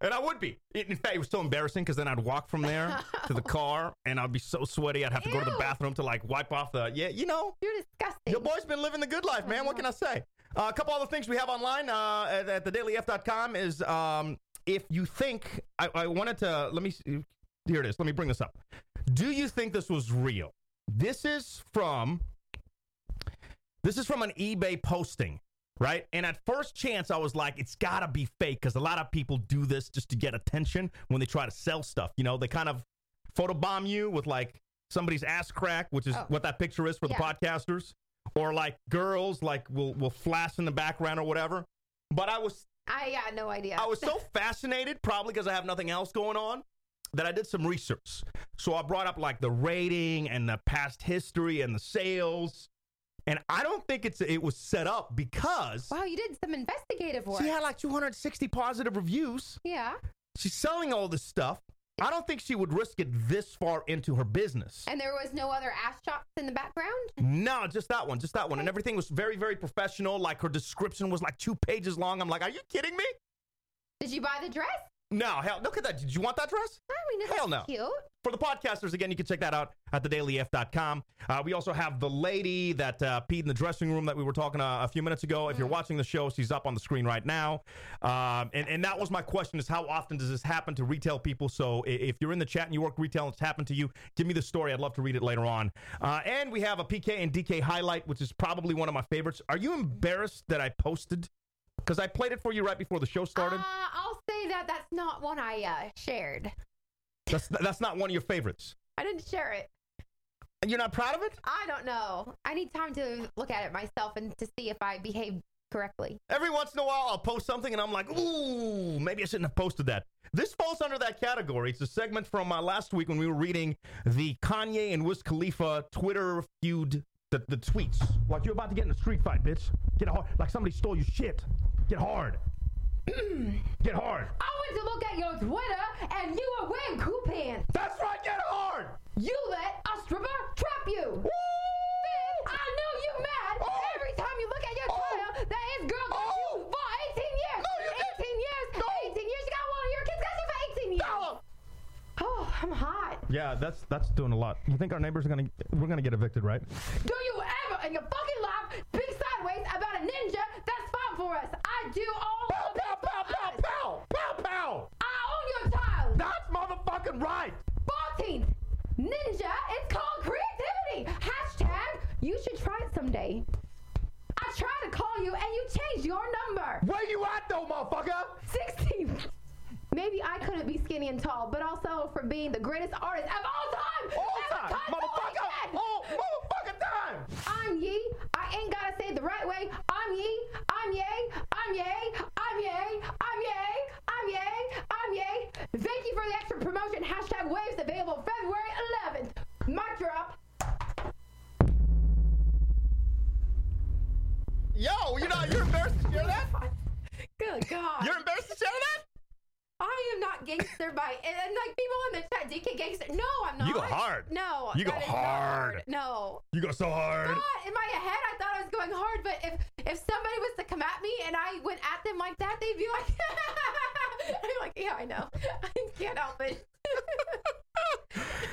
Speaker 3: And I would be. It- In fact, it was so embarrassing because then I'd walk from there to the car and I'd be so sweaty. I'd have to go to the
Speaker 4: Ew.
Speaker 3: bathroom to like wipe off the. Yeah, you know,
Speaker 4: You're disgusting.
Speaker 3: Your boy's been living the good life, man. What can I say? Uh, a couple other things we have online uh, at, at theDailyF.com is um, if you think I, I wanted to let me see- here it is. Let me bring this up. Do you think this was real? This is from this is from an eBay posting right? And at first chance, I was like, it's gotta be fake because a lot of people do this just to get attention when they try to sell stuff. You know, they kind of photobomb you with like somebody's ass crack, which is
Speaker 4: Oh.
Speaker 3: what that picture is for the
Speaker 4: Yeah.
Speaker 3: podcasters, or like girls like will will flash in the background or whatever. But I was
Speaker 4: I got no idea.
Speaker 3: I was so fascinated, probably because I have nothing else going on, that I did some research. So I brought up like the rating and the past history and the sales, and I don't think it's it was set up because
Speaker 4: wow, you did some investigative work.
Speaker 3: she had like 260 positive reviews.
Speaker 4: yeah.
Speaker 3: She's selling all this stuff. I don't think she would risk it this far into her business.
Speaker 4: And there was no other ass shots in the background?
Speaker 3: No, just that one, just that one. And everything was very, very professional. Like her description was like two pages long. I'm like, are you kidding me?
Speaker 4: Did you buy the dress?
Speaker 3: No, hell, look at that. Did you want that dress?
Speaker 4: I mean, that's
Speaker 3: Hell no.
Speaker 4: cute.
Speaker 3: for the podcasters again you can check that out at thedailyf.com uh, we also have the lady that uh, peed in the dressing room that we were talking uh, a few minutes ago if you're watching the show she's up on the screen right now um, and, and that was my question is how often does this happen to retail people so i- if you're in the chat and you work retail and it's happened to you give me the story i'd love to read it later on uh, and we have a pk and dk highlight which is probably one of my favorites are you embarrassed that i posted because i played it for you right before the show started
Speaker 4: Uh, I'll say that that's not one I uh, shared.
Speaker 3: that's, that's not one of your favorites
Speaker 4: I didn't share it.
Speaker 3: and you're not proud of it
Speaker 4: I don't know. I need time to look at it myself and to see if I behaved correctly.
Speaker 3: Every once in a while, I'll post something and I'm like, ooh, maybe I shouldn't have posted that. This falls under that category. It's a segment from uh, last week when we were reading the Kanye and Wiz Khalifa Twitter feud, the, the tweets. Like, you're about to get in a street fight, bitch. Get hard. Like, somebody stole your shit. Get hard. get hard.
Speaker 4: I went to look at your Twitter and you were wearing coupons.
Speaker 3: That's right, get hard.
Speaker 4: You let a stripper trap you. Fizz, I know you're mad
Speaker 3: Oh.
Speaker 4: every time you look at your Twitter that his girl got you for 18 years. 18 years. 18 years. You got one of your kids got you for 18 years. Oh, I'm hot.
Speaker 3: Yeah, that's that's doing a lot. You think our neighbors are gonna we're gonna get evicted, right?
Speaker 4: Do you ever in your fucking life speak sideways about a ninja? That's fine for us. I do all
Speaker 3: Pow pow
Speaker 4: of it
Speaker 3: pow
Speaker 4: for
Speaker 3: pow
Speaker 4: us.
Speaker 3: pow pow pow.
Speaker 4: I own your child.
Speaker 3: That's motherfucking right.
Speaker 4: 14th ninja it's called creativity hashtag you should try it someday i tried to call you and you changed your number
Speaker 3: Where you at though, motherfucker?
Speaker 4: 16th maybe i couldn't be skinny and tall but also for being the greatest artist of all time
Speaker 3: All
Speaker 4: Ever
Speaker 3: time,
Speaker 4: cut the
Speaker 3: motherfucker! Oh,
Speaker 4: weekend.
Speaker 3: All motherfucking time!
Speaker 4: i'm ye i ain't gotta say it the right way i'm ye i'm yay i'm yay i'm yay i'm yay i'm yay i'm yay thank you for the extra promotion hashtag waves available february 11th mic drop
Speaker 3: Yo, you know you're embarrassed to share that?
Speaker 4: Good God.
Speaker 3: You're embarrassed to share that?
Speaker 4: I am not gangster by and, and, like people in the chat, DK gangster. No, I'm not.
Speaker 3: You go hard.
Speaker 4: No,
Speaker 3: You go
Speaker 4: that is not
Speaker 3: hard.
Speaker 4: No.
Speaker 3: You go so hard.
Speaker 4: But in my head, I thought I was going hard, but if if somebody was to come at me and I went at them like that, they'd be like, I'm like, yeah, I know. I can't help it.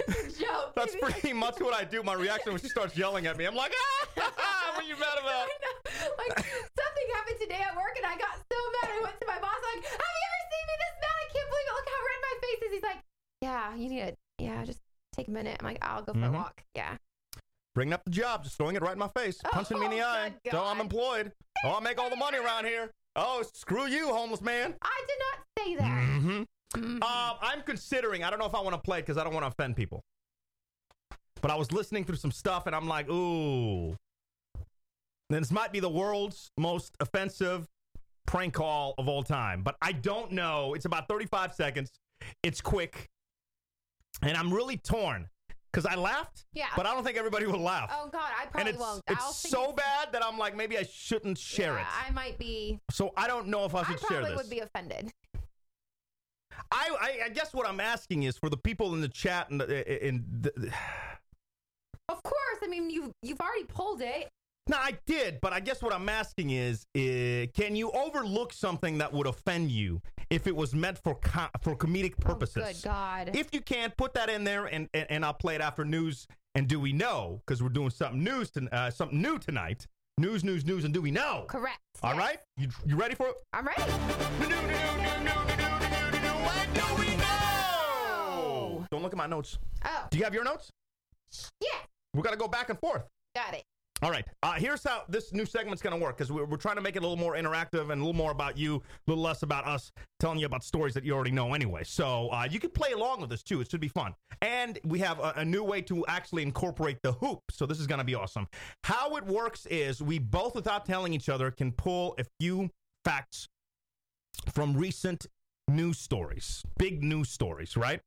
Speaker 4: It's a joke.
Speaker 3: That's
Speaker 4: They'd be like-
Speaker 3: pretty much what I do. My reaction when she starts yelling at me, I'm like, ah, what are you mad about?
Speaker 4: I know. Like something happened today at work, and I got so mad. I went to my boss. like, have you ever seen me this mad? I can't believe it. Look how red my face is. He's like, yeah, you need to, yeah, just take a minute. I'm like, I'll go for
Speaker 3: Mhm.
Speaker 4: a walk. Yeah.
Speaker 3: Bringing up the job, just throwing it right in my face, punching me in the
Speaker 4: Oh,
Speaker 3: eye.
Speaker 4: good
Speaker 3: So I'm
Speaker 4: God.
Speaker 3: employed. Oh, I make all the money around here. Oh, screw you, homeless man.
Speaker 4: I did not say that.
Speaker 3: Mm-hmm. Um, I'm considering. I don't know if I want to play it because I don't want to offend people. But I was listening through some stuff, and I'm like, ooh. Then this might be the world's most offensive prank call of all time. But I don't know. It's about 35 seconds. It's quick, and I'm really torn because I laughed.
Speaker 4: Yeah.
Speaker 3: But I don't think everybody will laugh.
Speaker 4: Oh God, I
Speaker 3: and
Speaker 4: probably
Speaker 3: it's
Speaker 4: won't. I'll
Speaker 3: it's
Speaker 4: think
Speaker 3: so
Speaker 4: it's-
Speaker 3: bad that I'm like, maybe I shouldn't share
Speaker 4: yeah,
Speaker 3: it.
Speaker 4: I might be.
Speaker 3: so I don't know if I
Speaker 4: I
Speaker 3: should share
Speaker 4: probably
Speaker 3: this.
Speaker 4: would be offended.
Speaker 3: I, I, I guess what I'm asking is for the people in the chat and the, in the,
Speaker 4: Of course. I mean, you you've already pulled it. Oh,
Speaker 3: no, I did, but I guess what I'm asking is, uh, can you overlook something that would offend you if it was meant for co- for comedic purposes?
Speaker 4: Oh, good God.
Speaker 3: If you can, put that in there, and and, and I'll play it after news. And do we know? Because we're doing something news, to, uh, something new tonight. News, news, news, and do we know?
Speaker 4: Correct.
Speaker 3: All
Speaker 4: Yes.
Speaker 3: right, you you ready for it?
Speaker 4: I'm ready.
Speaker 3: What do we know? Don't look at my notes.
Speaker 4: Oh,
Speaker 3: Do you have your notes?
Speaker 4: yeah.
Speaker 3: We're gonna go back and forth.
Speaker 4: Got it.
Speaker 3: All right. Uh, here's how this new segment's going to work because we're, we're trying to make it a little more interactive and a little more about you, a little less about us telling you about stories that you already know anyway. So uh, you can play along with this too. It should be fun. And we have a, a new way to actually incorporate the hoop. So this is going to be awesome. How it works is we both, without telling each other, can pull a few facts from recent news stories, big news stories, right?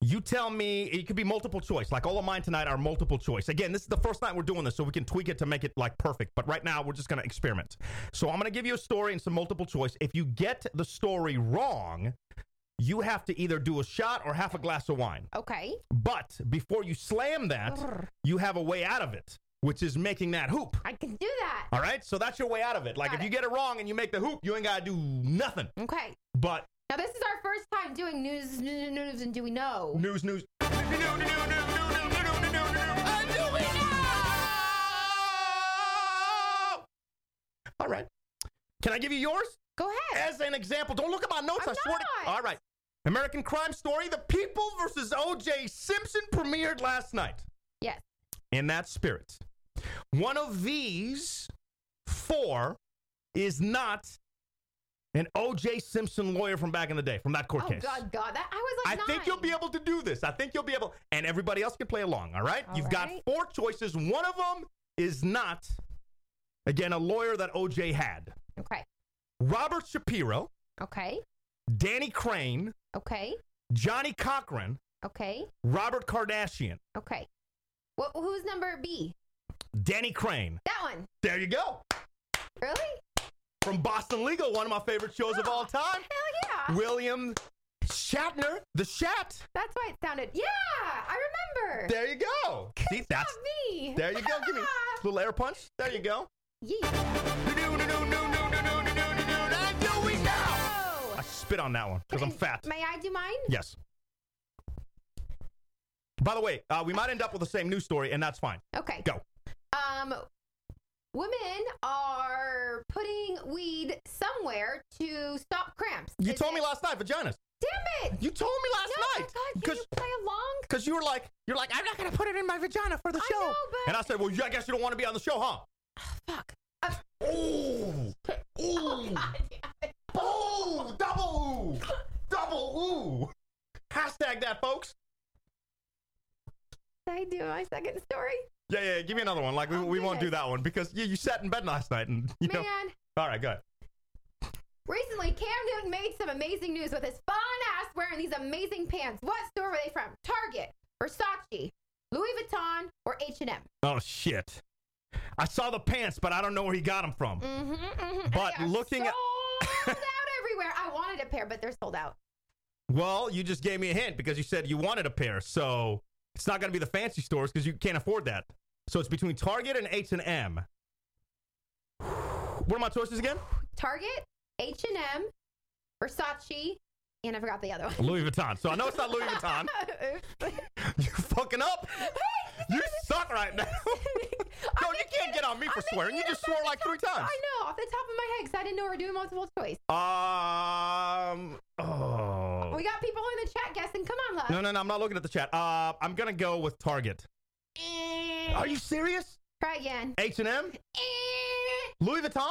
Speaker 3: You tell me, it could be multiple choice. Like all of mine tonight are multiple choice. Again, this is the first night we're doing this, so we can tweak it to make it like perfect. But right now, we're just going to experiment. So I'm going to give you a story and some multiple choice. If you get the story wrong, you have to either do a shot or half a glass of wine.
Speaker 4: Okay.
Speaker 3: But before you slam that, you have a way out of it, which is making that hoop.
Speaker 4: I can do that.
Speaker 3: All right? So that's your way out of it. Like
Speaker 4: Got
Speaker 3: if you
Speaker 4: it.
Speaker 3: get it wrong and you make the hoop, you ain't got to do nothing.
Speaker 4: Okay.
Speaker 3: But
Speaker 4: Now this is our first time doing news, news, news and do we know?
Speaker 3: News, news. All right. Can I give you yours
Speaker 4: Go ahead.
Speaker 3: as an example? Don't look at my notes. i
Speaker 4: I'm
Speaker 3: swear to.
Speaker 4: not.
Speaker 3: All right. American Crime Story: The People versus O.J. Simpson premiered last night.
Speaker 4: Yes.
Speaker 3: In that spirit, one of these four is not an O.J. Simpson lawyer from back in the day, from that court
Speaker 4: Oh
Speaker 3: case.
Speaker 4: God, God, that I was
Speaker 3: I
Speaker 4: like nine.
Speaker 3: think you'll be able to do this. I think you'll be able, and everybody else can play along. All right,
Speaker 4: All
Speaker 3: you've
Speaker 4: right.
Speaker 3: got four choices. One of them is not, again, a lawyer that OJ had.
Speaker 4: Okay.
Speaker 3: Robert Shapiro,
Speaker 4: Okay.
Speaker 3: Danny Crane,
Speaker 4: Okay.
Speaker 3: Johnny Cochran,
Speaker 4: Okay.
Speaker 3: Robert Kardashian,
Speaker 4: Okay. What? Who's number B?
Speaker 3: Danny Crane.
Speaker 4: That one.
Speaker 3: There you go.
Speaker 4: Really?
Speaker 3: From Boston Legal, one of my favorite shows of all time.
Speaker 4: Hell yeah.
Speaker 3: William Shatner, the Shat.
Speaker 4: That's why it sounded. Yeah, I remember.
Speaker 3: There you go. See, that's
Speaker 4: Not me.
Speaker 3: there. You go. Give me a little air punch. There you go.
Speaker 4: yeah.
Speaker 3: I spit on that one because I'm fat.
Speaker 4: Oh! May I do mine?
Speaker 3: Yes. By the way, uh, we might end up with the same news story, and that's fine.
Speaker 4: Okay.
Speaker 3: Go.
Speaker 4: Um, women are putting weed somewhere to stop cramps.
Speaker 3: You
Speaker 4: Is
Speaker 3: told
Speaker 4: it-
Speaker 3: me last night, vaginas.
Speaker 4: Damn it!
Speaker 3: You told me last
Speaker 4: no,
Speaker 3: night
Speaker 4: God, can
Speaker 3: because
Speaker 4: you play along?
Speaker 3: because you were like you're like I'm not gonna put it in my vagina for the
Speaker 4: I
Speaker 3: show.
Speaker 4: know, but-
Speaker 3: And I said, well, you- I guess you don't want to be on the show, huh?
Speaker 4: Fuck. Uh,
Speaker 3: Ooh, ooh,
Speaker 4: God, yeah.
Speaker 3: ooh, double ooh, double ooh. Hashtag that, folks.
Speaker 4: Did I do my second story?
Speaker 3: Yeah, yeah. Give me another one. Like we,
Speaker 4: I'll
Speaker 3: we
Speaker 4: do
Speaker 3: won't do
Speaker 4: this.
Speaker 3: that one because you, you sat in bed last night and you know.
Speaker 4: Man,
Speaker 3: All right, go ahead.
Speaker 4: recently Cam Newton made some amazing news with his fine ass wearing these amazing pants. What store were they from? Target, Versace, Louis Vuitton, or H&M?
Speaker 3: Oh shit! I saw the pants, but I don't know where he got them from.
Speaker 4: Mm-hmm, mm-hmm.
Speaker 3: But looking at-
Speaker 4: sold out everywhere. I wanted a pair, but they're sold out.
Speaker 3: Well, you just gave me a hint because you said you wanted a pair, so it's not going to be the fancy stores because you can't afford that. So it's between Target and H and M. What are my choices again?
Speaker 4: Target, H&M, Versace, and I forgot the other one.
Speaker 3: Louis Vuitton. So I know it's not Louis Vuitton. You're fucking up. You suck right now. No, you can't get on me for swearing. You just swore like three times.
Speaker 4: I know, off the top of my head, because I didn't know we were doing multiple choice.
Speaker 3: Um. Oh.
Speaker 4: We got people in the chat guessing. Come on, love.
Speaker 3: No, no, no. I'm not looking at the chat. Uh, I'm gonna go with Target. Are you serious?
Speaker 4: Eh. Try again. Eh.
Speaker 3: H and M. Louis Vuitton.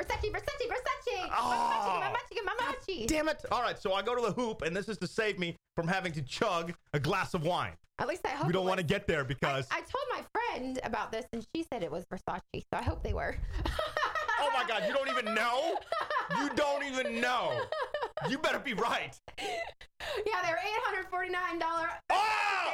Speaker 4: Versace, Versace, Versace.
Speaker 3: Oh.
Speaker 4: Mamachi, mamachi, mamachi.
Speaker 3: Damn it! All right, so I go to the hoop, and this is to save me from having to chug a glass of wine.
Speaker 4: At least I hope
Speaker 3: We
Speaker 4: it
Speaker 3: don't want to
Speaker 4: was.
Speaker 3: get there because.
Speaker 4: I told my friend about this, and she said it was Versace, so I hope they were.
Speaker 3: Oh my God! You don't even know. You don't even know. You better be right.
Speaker 4: Yeah, they were eight hundred forty-nine dollar.
Speaker 3: Oh!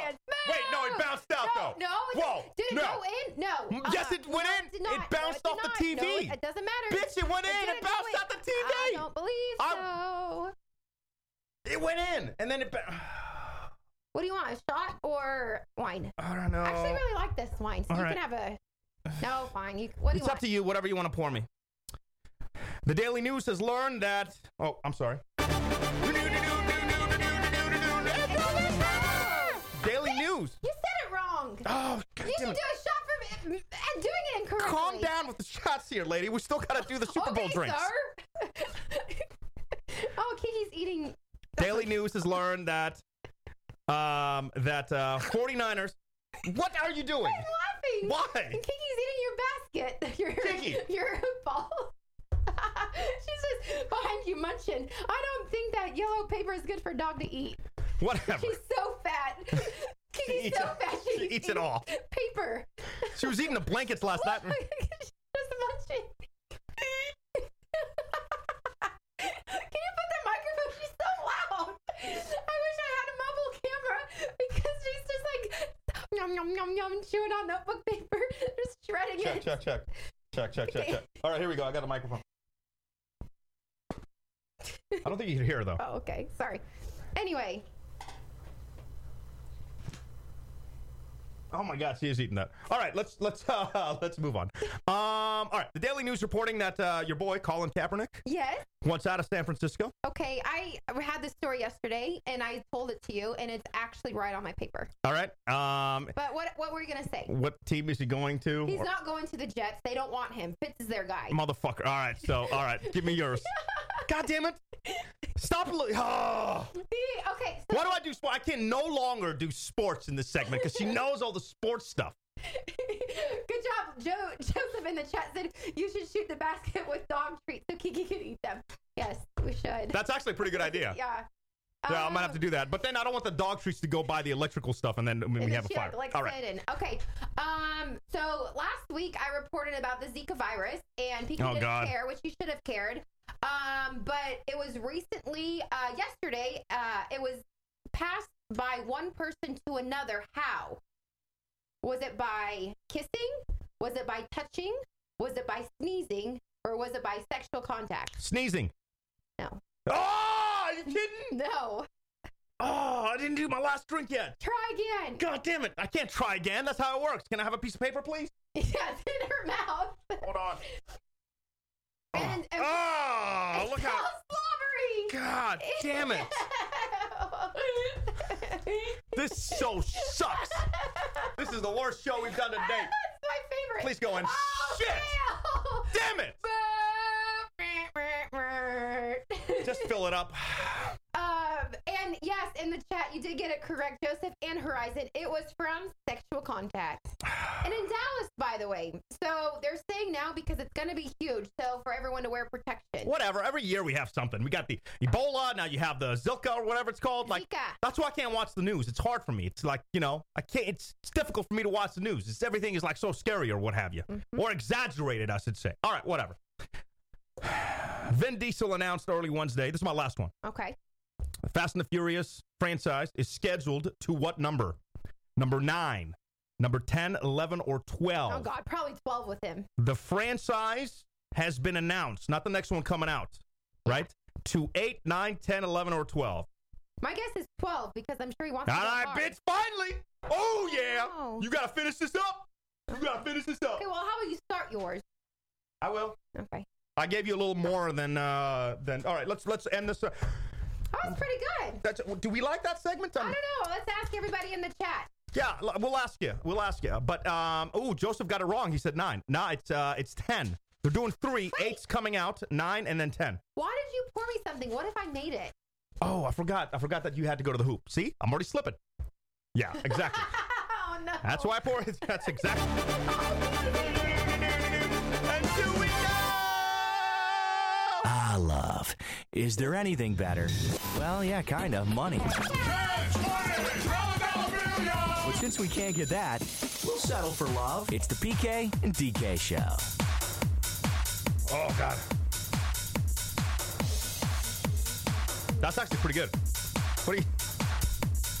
Speaker 3: Wait, no, it bounced out,
Speaker 4: no,
Speaker 3: though.
Speaker 4: No, it
Speaker 3: Whoa,
Speaker 4: did it
Speaker 3: no.
Speaker 4: go in? No. Uh-uh.
Speaker 3: Mm, yes, it went
Speaker 4: no,
Speaker 3: in.
Speaker 4: did
Speaker 3: It
Speaker 4: not. No,
Speaker 3: bounced
Speaker 4: did
Speaker 3: off the
Speaker 4: not.
Speaker 3: TV.
Speaker 4: No, it doesn't matter.
Speaker 3: Bitch, it went in. It
Speaker 4: didn't go
Speaker 3: bounced
Speaker 4: in.
Speaker 3: off the TV.
Speaker 4: I don't believe
Speaker 3: I-
Speaker 4: so.
Speaker 3: It went in, and then it. Ba-
Speaker 4: What do you want, a shot or wine?
Speaker 3: I don't know.
Speaker 4: I actually really like this wine, so
Speaker 3: All
Speaker 4: you
Speaker 3: right.
Speaker 4: can have a. No, fine. You, what do you
Speaker 3: it's
Speaker 4: want?
Speaker 3: up to you. Whatever you want to pour me. The Daily News has learned that. Oh, I'm sorry. Daily News.
Speaker 4: You said it wrong.
Speaker 3: Oh, God
Speaker 4: you
Speaker 3: damn
Speaker 4: should do a
Speaker 3: it.
Speaker 4: shot from and doing it incorrectly.
Speaker 3: Calm down with the shots here, lady. We still gotta do the Super Bowl
Speaker 4: okay,
Speaker 3: drinks.
Speaker 4: Sir? oh, Kiki's eating.
Speaker 3: Daily News has learned that um that uh 49ers What are you doing?
Speaker 4: I doing?
Speaker 3: Why?
Speaker 4: And Kiki's eating your basket. Your,
Speaker 3: Kiki.
Speaker 4: Your ball. She's just behind you munching. I don't think that yellow paper is good for a dog to eat.
Speaker 3: Whatever.
Speaker 4: She's so fat. Kiki's
Speaker 3: eats
Speaker 4: so
Speaker 3: it-
Speaker 4: fat.
Speaker 3: she
Speaker 4: she's
Speaker 3: eats it
Speaker 4: eating
Speaker 3: all.
Speaker 4: Paper.
Speaker 3: She was eating the blankets last night.
Speaker 4: She's just munching. Can you put the microphone? She's so loud. I wish I had a mobile camera because she's just like yum yum yum yum chewing on notebook paper, just shredding it.
Speaker 3: check, check. Check, check, check, check. All right, here we go. I got a microphone. I don't think you can hear her, though.
Speaker 4: Oh, okay. Sorry. Anyway,
Speaker 3: Oh my God, she is eating that. All right, let's let's uh, let's move on. Um, all right, the Daily News reporting that uh, your boy Colin Kaepernick
Speaker 4: yes.
Speaker 3: wants out of San Francisco.
Speaker 4: Okay, I had this story yesterday and I told it to you, and it's actually right on my paper.
Speaker 3: All right, um,
Speaker 4: But what what were you gonna say?
Speaker 3: what team is he going to?
Speaker 4: He's
Speaker 3: Or-
Speaker 4: not going to the Jets. They don't want him. Fitz is their guy.
Speaker 3: Motherfucker. All right, so all right, give me yours. God damn it! Stop! Lo- oh.
Speaker 4: He- okay, so
Speaker 3: Why do I do sports? I can no longer do sports in this segment because she knows all the sports stuff.
Speaker 4: Good job, Joe. Joseph in the chat said you should shoot the basket with dog treats so Kiki can eat them. Yes, we should.
Speaker 3: That's actually a pretty good idea. Yeah,
Speaker 4: yeah. Um,
Speaker 3: I might have to do that. But then I don't want the dog treats to go buy the electrical stuff and then when we have a fire.
Speaker 4: Like
Speaker 3: all
Speaker 4: I
Speaker 3: right.
Speaker 4: said, and- Okay. Um. So last week I reported about the Zika virus, and people
Speaker 3: Oh,
Speaker 4: didn't
Speaker 3: God.
Speaker 4: care, which you should have cared. Um. But it was recently, uh, yesterday. Uh, it was passed by one person to another. How? Was it by kissing? Was it by touching? Was it by sneezing? Or was it by sexual contact?
Speaker 3: Sneezing.
Speaker 4: No.
Speaker 3: Oh, are you kidding?
Speaker 4: No.
Speaker 3: Oh, I didn't do my last drink yet.
Speaker 4: Try again.
Speaker 3: God damn it. I can't try again. That's how it works. Can I have a piece of paper, please?
Speaker 4: Yes, in her mouth.
Speaker 3: Hold on.
Speaker 4: And, and
Speaker 3: Oh,
Speaker 4: it's
Speaker 3: look
Speaker 4: so
Speaker 3: how.
Speaker 4: slobbery.
Speaker 3: God damn it.
Speaker 4: That's
Speaker 3: This so sucks. This is the worst show we've done to date.
Speaker 4: my favorite.
Speaker 3: Please go and
Speaker 4: Oh,
Speaker 3: shit. Damn it.
Speaker 4: fail.
Speaker 3: Just fill it up.
Speaker 4: um, and yes, in the chat, you did get it correct, Joseph and Horizon. It was from sexual contact. And in Dallas, by the way. So they're saying now because it's going to be huge. So for everyone to wear protection.
Speaker 3: Whatever. Every year we have something. We got the Ebola. Now you have the Zilka or whatever it's called. Like
Speaker 4: Zika.
Speaker 3: that's why I can't watch the news. It's hard for me. It's like you know I can't. It's, it's difficult for me to watch the news. It's everything is like so scary or what have you,
Speaker 4: Mm-hmm.
Speaker 3: or exaggerated. I should say. All right, whatever. Vin Diesel announced early Wednesday. This is my last one.
Speaker 4: Okay.
Speaker 3: The Fast and the Furious franchise is scheduled to what number? Number nine, number 10, 11, or 12.
Speaker 4: Oh, God. Probably 12 with him.
Speaker 3: The franchise has been announced, not the next one coming out, right? To 8, 9, 10, 11, or 12.
Speaker 4: My guess is 12 because I'm sure he wants
Speaker 3: All
Speaker 4: to. go
Speaker 3: right,
Speaker 4: hard.
Speaker 3: bitch, finally. Oh, yeah.
Speaker 4: Oh.
Speaker 3: You got to finish this up. You got to finish this up.
Speaker 4: Okay, well, how will you start yours?
Speaker 3: I will.
Speaker 4: Okay.
Speaker 3: I gave you a little more than, uh, than, all right, let's, let's end this. Uh,
Speaker 4: That was pretty good.
Speaker 3: that's, do we like that segment?
Speaker 4: I
Speaker 3: I'm-
Speaker 4: don't know. Let's ask everybody in the chat.
Speaker 3: Yeah, l- we'll ask you. We'll ask you. But um, oh, Joseph got it wrong. He said nine. No, it's uh, it's ten. They're doing three. Eight's coming out. Nine and then ten.
Speaker 4: Why did you pour me something? What if I made it?
Speaker 3: Oh, I forgot. I forgot that you had to go to the hoop. See, I'm already slipping. Yeah, exactly.
Speaker 4: Oh, no.
Speaker 3: That's why I pour. That's exactly. and do we go?
Speaker 2: Ah, love. Is there anything better? Well, yeah, kind of. Money. But since we can't get that, we'll settle for love. It's the PK and DK show.
Speaker 3: Oh God. That's actually pretty good. What do you?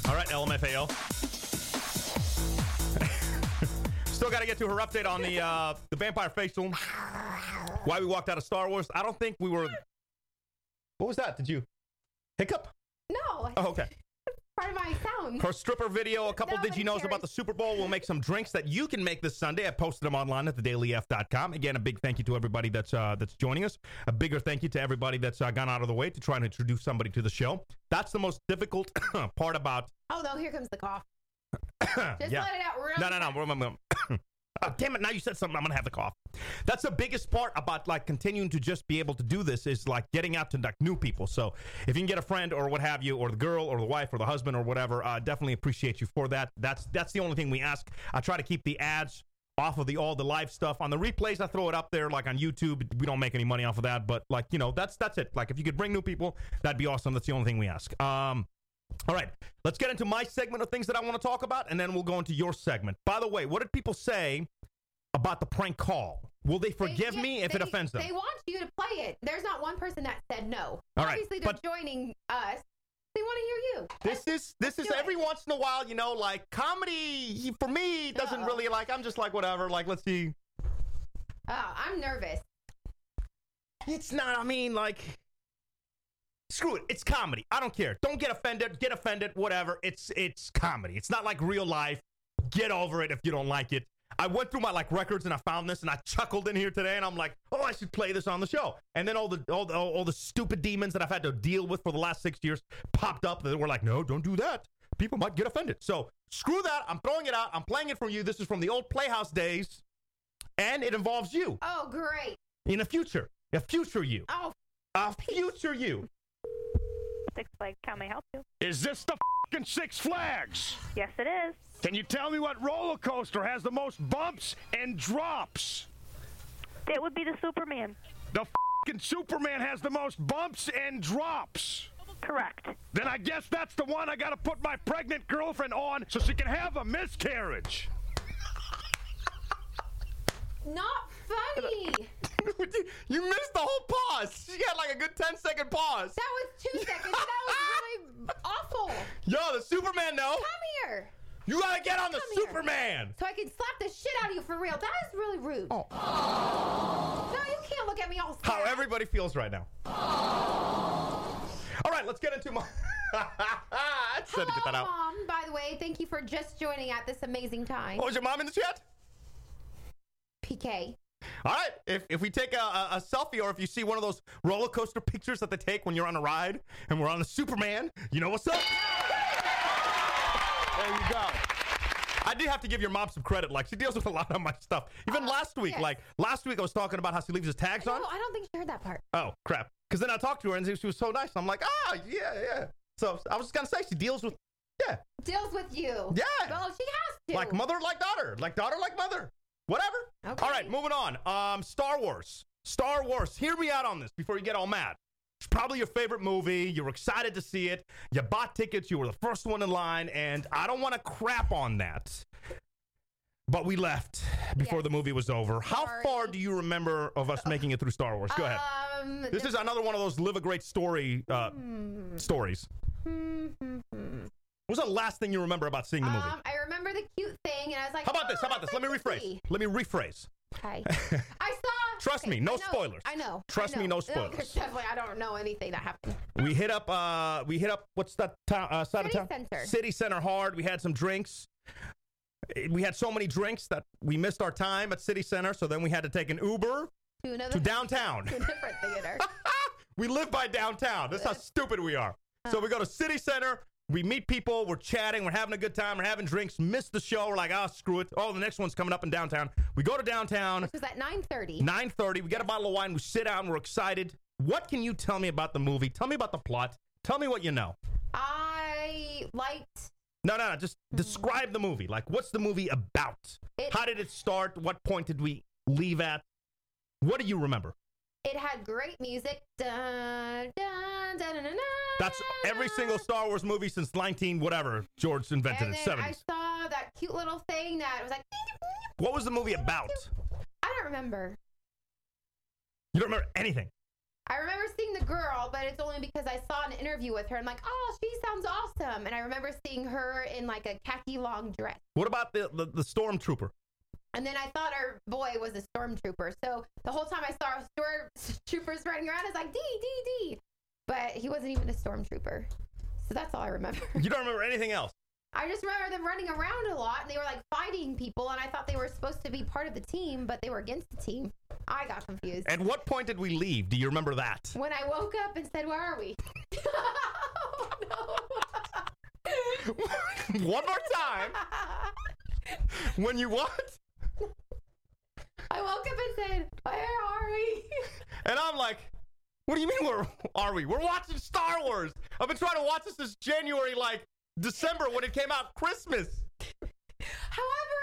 Speaker 3: All right, LMFAO. Still got to get to her update on the uh, the vampire facial. Why we walked out of Star Wars? I don't think we were. What was that? Did you hiccup?
Speaker 4: No,
Speaker 3: Oh, okay.
Speaker 4: part of my sound.
Speaker 3: Her stripper video, a couple
Speaker 4: Nobody
Speaker 3: did you knows
Speaker 4: cares.
Speaker 3: about the Super Bowl. We'll make some drinks that you can make this Sunday. I posted them online at thedailyf.com. Again, a big thank you to everybody that's uh, that's joining us. A bigger thank you to everybody that's uh, gone out of the way to try and introduce somebody to the show. That's the most difficult part about.
Speaker 4: Oh, no, here comes the cough. Just
Speaker 3: yeah.
Speaker 4: let it out real
Speaker 3: No, no, no. we're- we're- we're- Oh, damn it! Now you said something. I'm gonna have the cough. That's the biggest part about like continuing to just be able to do this is like getting out to like new people. So if you can get a friend or what have you, or the girl or the wife or the husband or whatever, uh, definitely appreciate you for that. That's that's the only thing we ask. I try to keep the ads off of the all the live stuff. On the replays, I throw it up there like on YouTube. We don't make any money off of that, but like you know, that's that's it. Like if you could bring new people, that'd be awesome. That's the only thing we ask. Um, all right, let's get into my segment of things that I want to talk about, and then we'll go into your segment. By the way, what did people say about the prank call? Will they
Speaker 4: They-
Speaker 3: forgive
Speaker 4: yeah,
Speaker 3: me if
Speaker 4: they-
Speaker 3: it offends them?
Speaker 4: They want you to play it. There's not one person that said no.
Speaker 3: All right,
Speaker 4: Obviously, they're
Speaker 3: but-
Speaker 4: joining us. They want to hear you.
Speaker 3: this is this is
Speaker 4: do it.
Speaker 3: every once in a while, you know, like comedy for me doesn't
Speaker 4: Uh-oh.
Speaker 3: really like. I'm just like whatever. Like let's see.
Speaker 4: Oh, I'm nervous.
Speaker 3: It's not. I mean, like, screw it. It's comedy. I don't care. Don't get offended. Get offended. Whatever. It's it's comedy. It's not like real life. Get over it if you don't like it. I went through my like records and I found this and I chuckled in here today and I'm like, oh, I should play this on the show. And then all the all the, all the stupid demons that I've had to deal with for the last six years popped up that were like, no, don't do that. People might get offended. So screw that. I'm throwing it out. I'm playing it for you. This is from the old Playhouse days, and it involves you
Speaker 4: Oh, great.
Speaker 3: in the future, a future you.
Speaker 4: Oh,
Speaker 3: A future you.
Speaker 8: Six Flags, how may I help you?
Speaker 11: Is this the fing Six Flags?
Speaker 8: Yes, it is.
Speaker 11: Can you tell me what roller coaster has the most bumps and drops?
Speaker 8: It would be the Superman.
Speaker 11: The fing Superman has the most bumps and drops.
Speaker 8: Correct.
Speaker 11: Then I guess that's the one I gotta put my pregnant girlfriend on so she can have a miscarriage.
Speaker 4: not funny.
Speaker 3: you missed the whole pause. She had like a good 10 second pause.
Speaker 4: That was two seconds. That was really awful.
Speaker 3: Yo, the Superman, no.
Speaker 4: Come here.
Speaker 3: You gotta get on the
Speaker 4: Come here.
Speaker 3: Superman.
Speaker 4: So I can slap the shit out of you for real. That is really rude. Oh. No, you can't look at me all
Speaker 3: How
Speaker 4: sad.
Speaker 3: everybody feels right now. All right, let's get into my. I just had to get that
Speaker 4: Hello,
Speaker 3: out.
Speaker 4: Mom, by the way. Thank you for just joining at this amazing time.
Speaker 3: Oh, is your mom in the chat?
Speaker 4: PK.
Speaker 3: All right, if, if we take a, a, a selfie or if you see one of those roller coaster pictures that they take when you're on a ride and we're on the Superman, you know what's up. There you go. I did have to give your mom some credit. Like, she deals with a lot of my stuff. Even last week,
Speaker 4: yes.
Speaker 3: like, last week I was talking about how she leaves his tags
Speaker 4: No,
Speaker 3: on.
Speaker 4: I don't think she heard that part.
Speaker 3: Oh, crap. Because then I talked to her and she was so nice. I'm like, ah, yeah, yeah. So I was just going to say, she deals with, yeah,
Speaker 4: Deals with you.
Speaker 3: Yeah.
Speaker 4: Well, she has to.
Speaker 3: like mother, like daughter, like daughter, like mother. Whatever.
Speaker 4: Okay.
Speaker 3: All right, moving on. Um, Star Wars. Star Wars. Hear me out on this before you get all mad. It's probably your favorite movie. You're excited to see it. You bought tickets. You were the first one in line, and I don't want to crap on that. But we left before
Speaker 4: Yes.
Speaker 3: the movie was over. How
Speaker 4: Sorry. Uh,
Speaker 3: far do you remember of us making it through Star Wars? Go ahead.
Speaker 4: Um,
Speaker 3: This is another one of those live a great story uh,
Speaker 4: Hmm.
Speaker 3: stories. What was the last thing you remember about seeing the movie?
Speaker 4: mm-hmm. Um, I remember the cute thing, and I was like,
Speaker 3: How about this?
Speaker 4: "Oh,
Speaker 3: How about this? Let me
Speaker 4: that's
Speaker 3: rephrase.
Speaker 4: pretty."
Speaker 3: Let me rephrase.
Speaker 4: Okay. I saw.
Speaker 3: Trust me, no
Speaker 4: I know-
Speaker 3: spoilers.
Speaker 4: I know.
Speaker 3: Trust
Speaker 4: I
Speaker 3: me,
Speaker 4: know.
Speaker 3: no spoilers.
Speaker 4: 'cause definitely, I don't know anything that happened.
Speaker 3: We hit up. Uh, we hit up. What's that town? Uh, side
Speaker 4: City
Speaker 3: of town?
Speaker 4: Center.
Speaker 3: City Center. Hard. We had some drinks. Eh, We had so many drinks that we missed our time at City Center. So then we had to take an Uber
Speaker 4: To another.
Speaker 3: to downtown.
Speaker 4: to a different theater.
Speaker 3: we live by downtown. That's how stupid we are.
Speaker 4: Uh.
Speaker 3: So we go to City Center. We meet people. We're chatting. We're having a good time. We're having drinks. Miss the show. We're like, ah, screw it. Oh, the next one's coming up in downtown. We go to downtown.
Speaker 4: It was at 9:30.
Speaker 3: 9.30 we get a bottle of wine we sit down we're excited what can you tell me about the movie tell me about the plot tell me what you know
Speaker 4: I liked.
Speaker 3: no no no just describe the movie like what's the movie about
Speaker 4: Mm-hmm. It-
Speaker 3: how did it start what point did we leave at what do you remember
Speaker 4: It had great music. Dun, dun, dun, dun, dun, dun,
Speaker 3: that's every single star wars movie since 19 whatever george invented
Speaker 4: And
Speaker 3: it
Speaker 4: then
Speaker 3: 70s
Speaker 4: I saw that cute little thing that was like.
Speaker 3: what was the movie about
Speaker 4: I don't remember.
Speaker 3: you don't remember anything
Speaker 4: I remember seeing the girl, but it's only because I saw an interview with her. I'm like, oh, she sounds awesome. And I remember seeing her in like a khaki long dress.
Speaker 3: what about the, the, the stormtrooper
Speaker 4: And then I thought our boy was a stormtrooper. So the whole time I saw stormtroopers running around, I was like, D, D, D. But he wasn't even a stormtrooper. So that's all I remember.
Speaker 3: you don't remember anything else
Speaker 4: I just remember them running around a lot and they were like fighting people. And I thought they were supposed to be part of the team, but they were against the team. I got confused.
Speaker 3: at what point did we leave do you remember that
Speaker 4: when I woke up and said, Where are we? oh, no.
Speaker 3: one more time when you what
Speaker 4: I woke up and said, Where are we?
Speaker 3: And I'm like, what do you mean we're are we? We're watching Star Wars. I've been trying to watch this since January, like December when it came out, Christmas.
Speaker 4: However,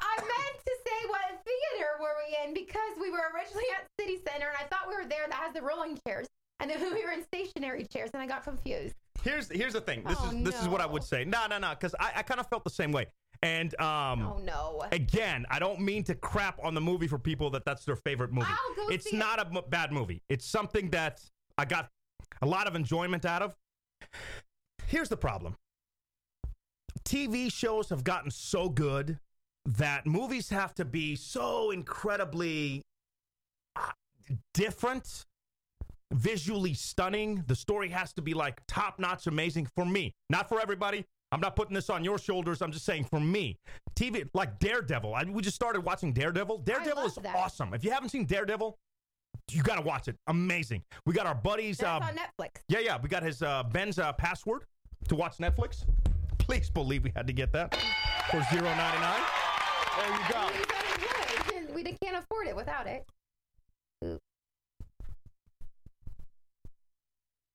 Speaker 4: I meant to say originally at City Center, and I thought we were there that has the rolling chairs, and then we were in stationary chairs, and I got confused.
Speaker 3: Here's here's the thing. This
Speaker 4: Oh,
Speaker 3: is this is what I would say. No, no, no, because I, I kind of felt the same way. And um,
Speaker 4: Oh, no.
Speaker 3: Again, I don't mean to crap on the movie for people that that's their favorite movie.
Speaker 4: I'll go
Speaker 3: it's
Speaker 4: see it.
Speaker 3: not a m- bad movie. It's something that I got a lot of enjoyment out of. Here's the problem. TV shows have gotten so good that movies have to be so incredibly uh, different, visually stunning. The story has to be like top notch amazing for me, not for everybody. I'm not putting this on your shoulders. I'm just saying for me. TV, like Daredevil. I, we just started watching Daredevil. Daredevil is awesome. If you haven't seen Daredevil, you got to watch it. Amazing. We got our buddies.
Speaker 4: That's
Speaker 3: uh,
Speaker 4: on Netflix.
Speaker 3: yeah, yeah. We got his uh, Ben's uh, password to watch Netflix. Please believe we had to get that for zero ninety nine. There you go.
Speaker 4: We don't enjoy it. We can't afford it without it.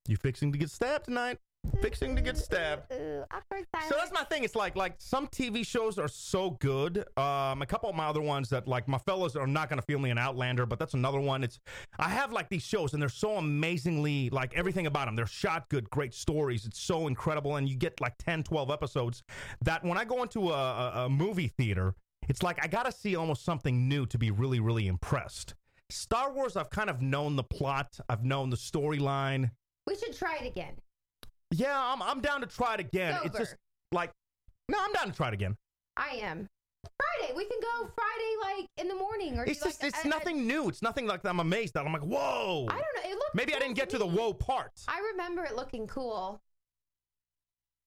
Speaker 3: You fixing to get stabbed tonight? Fixing to get stabbed.
Speaker 4: Ooh, awkward
Speaker 3: So that's my thing. It's like like some TV shows are so good. Um, a couple of my other ones that like my fellows are not gonna feel me an Outlander, but that's another one. It's I have like these shows and they're so amazingly like everything about them. They're shot good, great stories. It's so incredible, and you get like 10, 12 episodes. That when I go into a, a, a movie theater, it's like I gotta see almost something new to be really, really impressed. Star Wars, I've kind of known the plot, I've known the storyline.
Speaker 4: We should try it again.
Speaker 3: Yeah, I'm I'm down to try it again. It's
Speaker 4: Sober.
Speaker 3: just like no, I'm down to try it again.
Speaker 4: I am. Friday, we can go Friday, like in the morning, or
Speaker 3: It's
Speaker 4: do, like,
Speaker 3: just it's
Speaker 4: a- a-
Speaker 3: nothing new. It's nothing like that. I'm amazed that I'm like, whoa.
Speaker 4: I don't know. It looked.
Speaker 3: Maybe I
Speaker 4: cool
Speaker 3: didn't get to the
Speaker 4: me.
Speaker 3: whoa part.
Speaker 4: I remember it looking cool.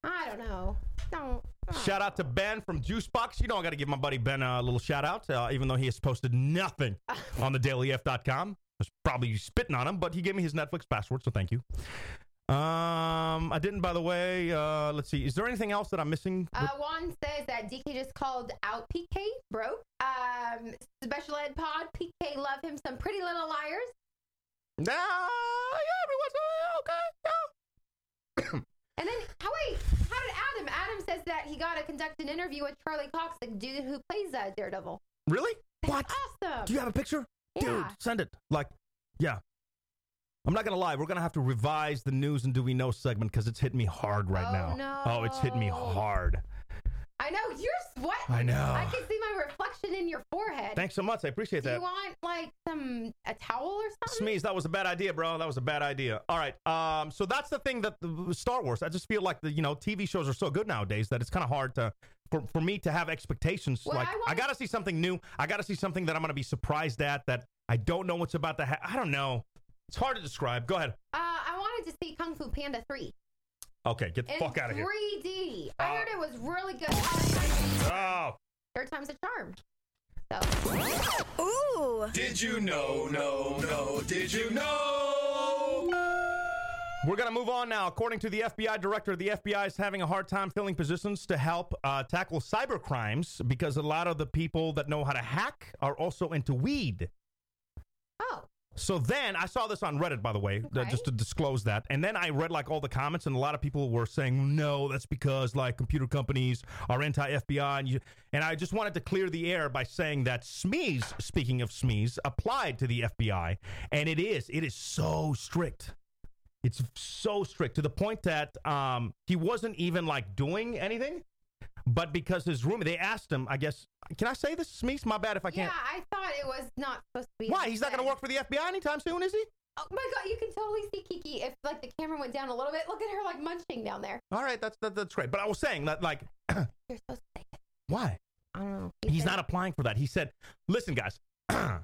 Speaker 4: I don't know. Don't.
Speaker 3: Shout out to Ben from Juicebox. You know, I got to give my buddy Ben a little shout out, uh, even though he has posted nothing on the dailyf.com. I was probably spitting on him, but he gave me his Netflix password, so thank you. Um, I didn't, by the way. Uh, let's see. Is there anything else that I'm missing?
Speaker 4: Uh, Juan says that DK just called out PK, bro. Um, special ed pod. PK love him some pretty little liars.
Speaker 3: Nah, yeah, every once in a while, okay.
Speaker 4: And then, oh wait, how did Adam? Adam says that he got to conduct an interview with Charlie Cox, the dude who plays uh, Daredevil.
Speaker 3: Really? What?
Speaker 4: Awesome.
Speaker 3: Do you have a picture? Dude,
Speaker 4: Yeah.
Speaker 3: send it. Like, yeah. I'm not gonna lie, we're gonna have to revise the news and do we know segment because it's hitting me hard right now.
Speaker 4: Oh, no.
Speaker 3: Oh, it's hitting me hard.
Speaker 4: I know you're sweating.
Speaker 3: I know.
Speaker 4: I can see my reflection in your forehead.
Speaker 3: Thanks so much. I appreciate
Speaker 4: Do
Speaker 3: that.
Speaker 4: you want like some a towel or something?
Speaker 3: Smeeze, that was a bad idea, bro. That was a bad idea. All right. Um, so that's the thing that the, Star Wars. I just feel like the you know TV shows are so good nowadays that it's kind of hard to for, for me to have expectations.
Speaker 4: Well,
Speaker 3: like
Speaker 4: I
Speaker 3: I,
Speaker 4: wanna-
Speaker 3: gotta see something new. I gotta see something that I'm gonna be surprised at that I don't know what's about to. Ha- I don't know. It's hard to describe. Go ahead.
Speaker 4: Uh, I wanted to see Kung Fu Panda three.
Speaker 3: Okay, get the
Speaker 4: In
Speaker 3: fuck out of here. Uh,
Speaker 4: 3D. I heard it was really good.
Speaker 3: Oh.
Speaker 4: Third time's a charm.
Speaker 12: Ooh.
Speaker 9: Did you know, no, no, did you know?
Speaker 3: We're going to move on now. According to the FBI director, the FBI is having a hard time filling positions to help uh, tackle cyber crimes because a lot of the people that know how to hack are also into weed.
Speaker 4: Oh.
Speaker 3: So then I saw this on Reddit, by the way, uh, just to disclose that. And then I read like all the comments, and a lot of people were saying, no, that's because like computer companies are anti FBI. And, you, and I just wanted to clear the air by saying that Smeeze, speaking of Smeeze, applied to the FBI. And it is, it is so strict. It's so strict to the point that um, he wasn't even like doing anything. But because his roommate, they asked him, I guess, can I say this, Smeeze? My bad if I
Speaker 4: Yeah,
Speaker 3: can't.
Speaker 4: I thought it was not supposed to be.
Speaker 3: Why? He's not going
Speaker 4: said.
Speaker 3: to work for the FBI anytime soon, is he?
Speaker 4: Oh my god, you can totally see Kiki if like the camera went down a little bit. Look at her like munching down there.
Speaker 3: All right, that's that, that's great. But I was saying that, like,
Speaker 4: You're supposed to say it.
Speaker 3: why?
Speaker 4: I don't know.
Speaker 3: He's not applying for that. He said, "Listen, guys, I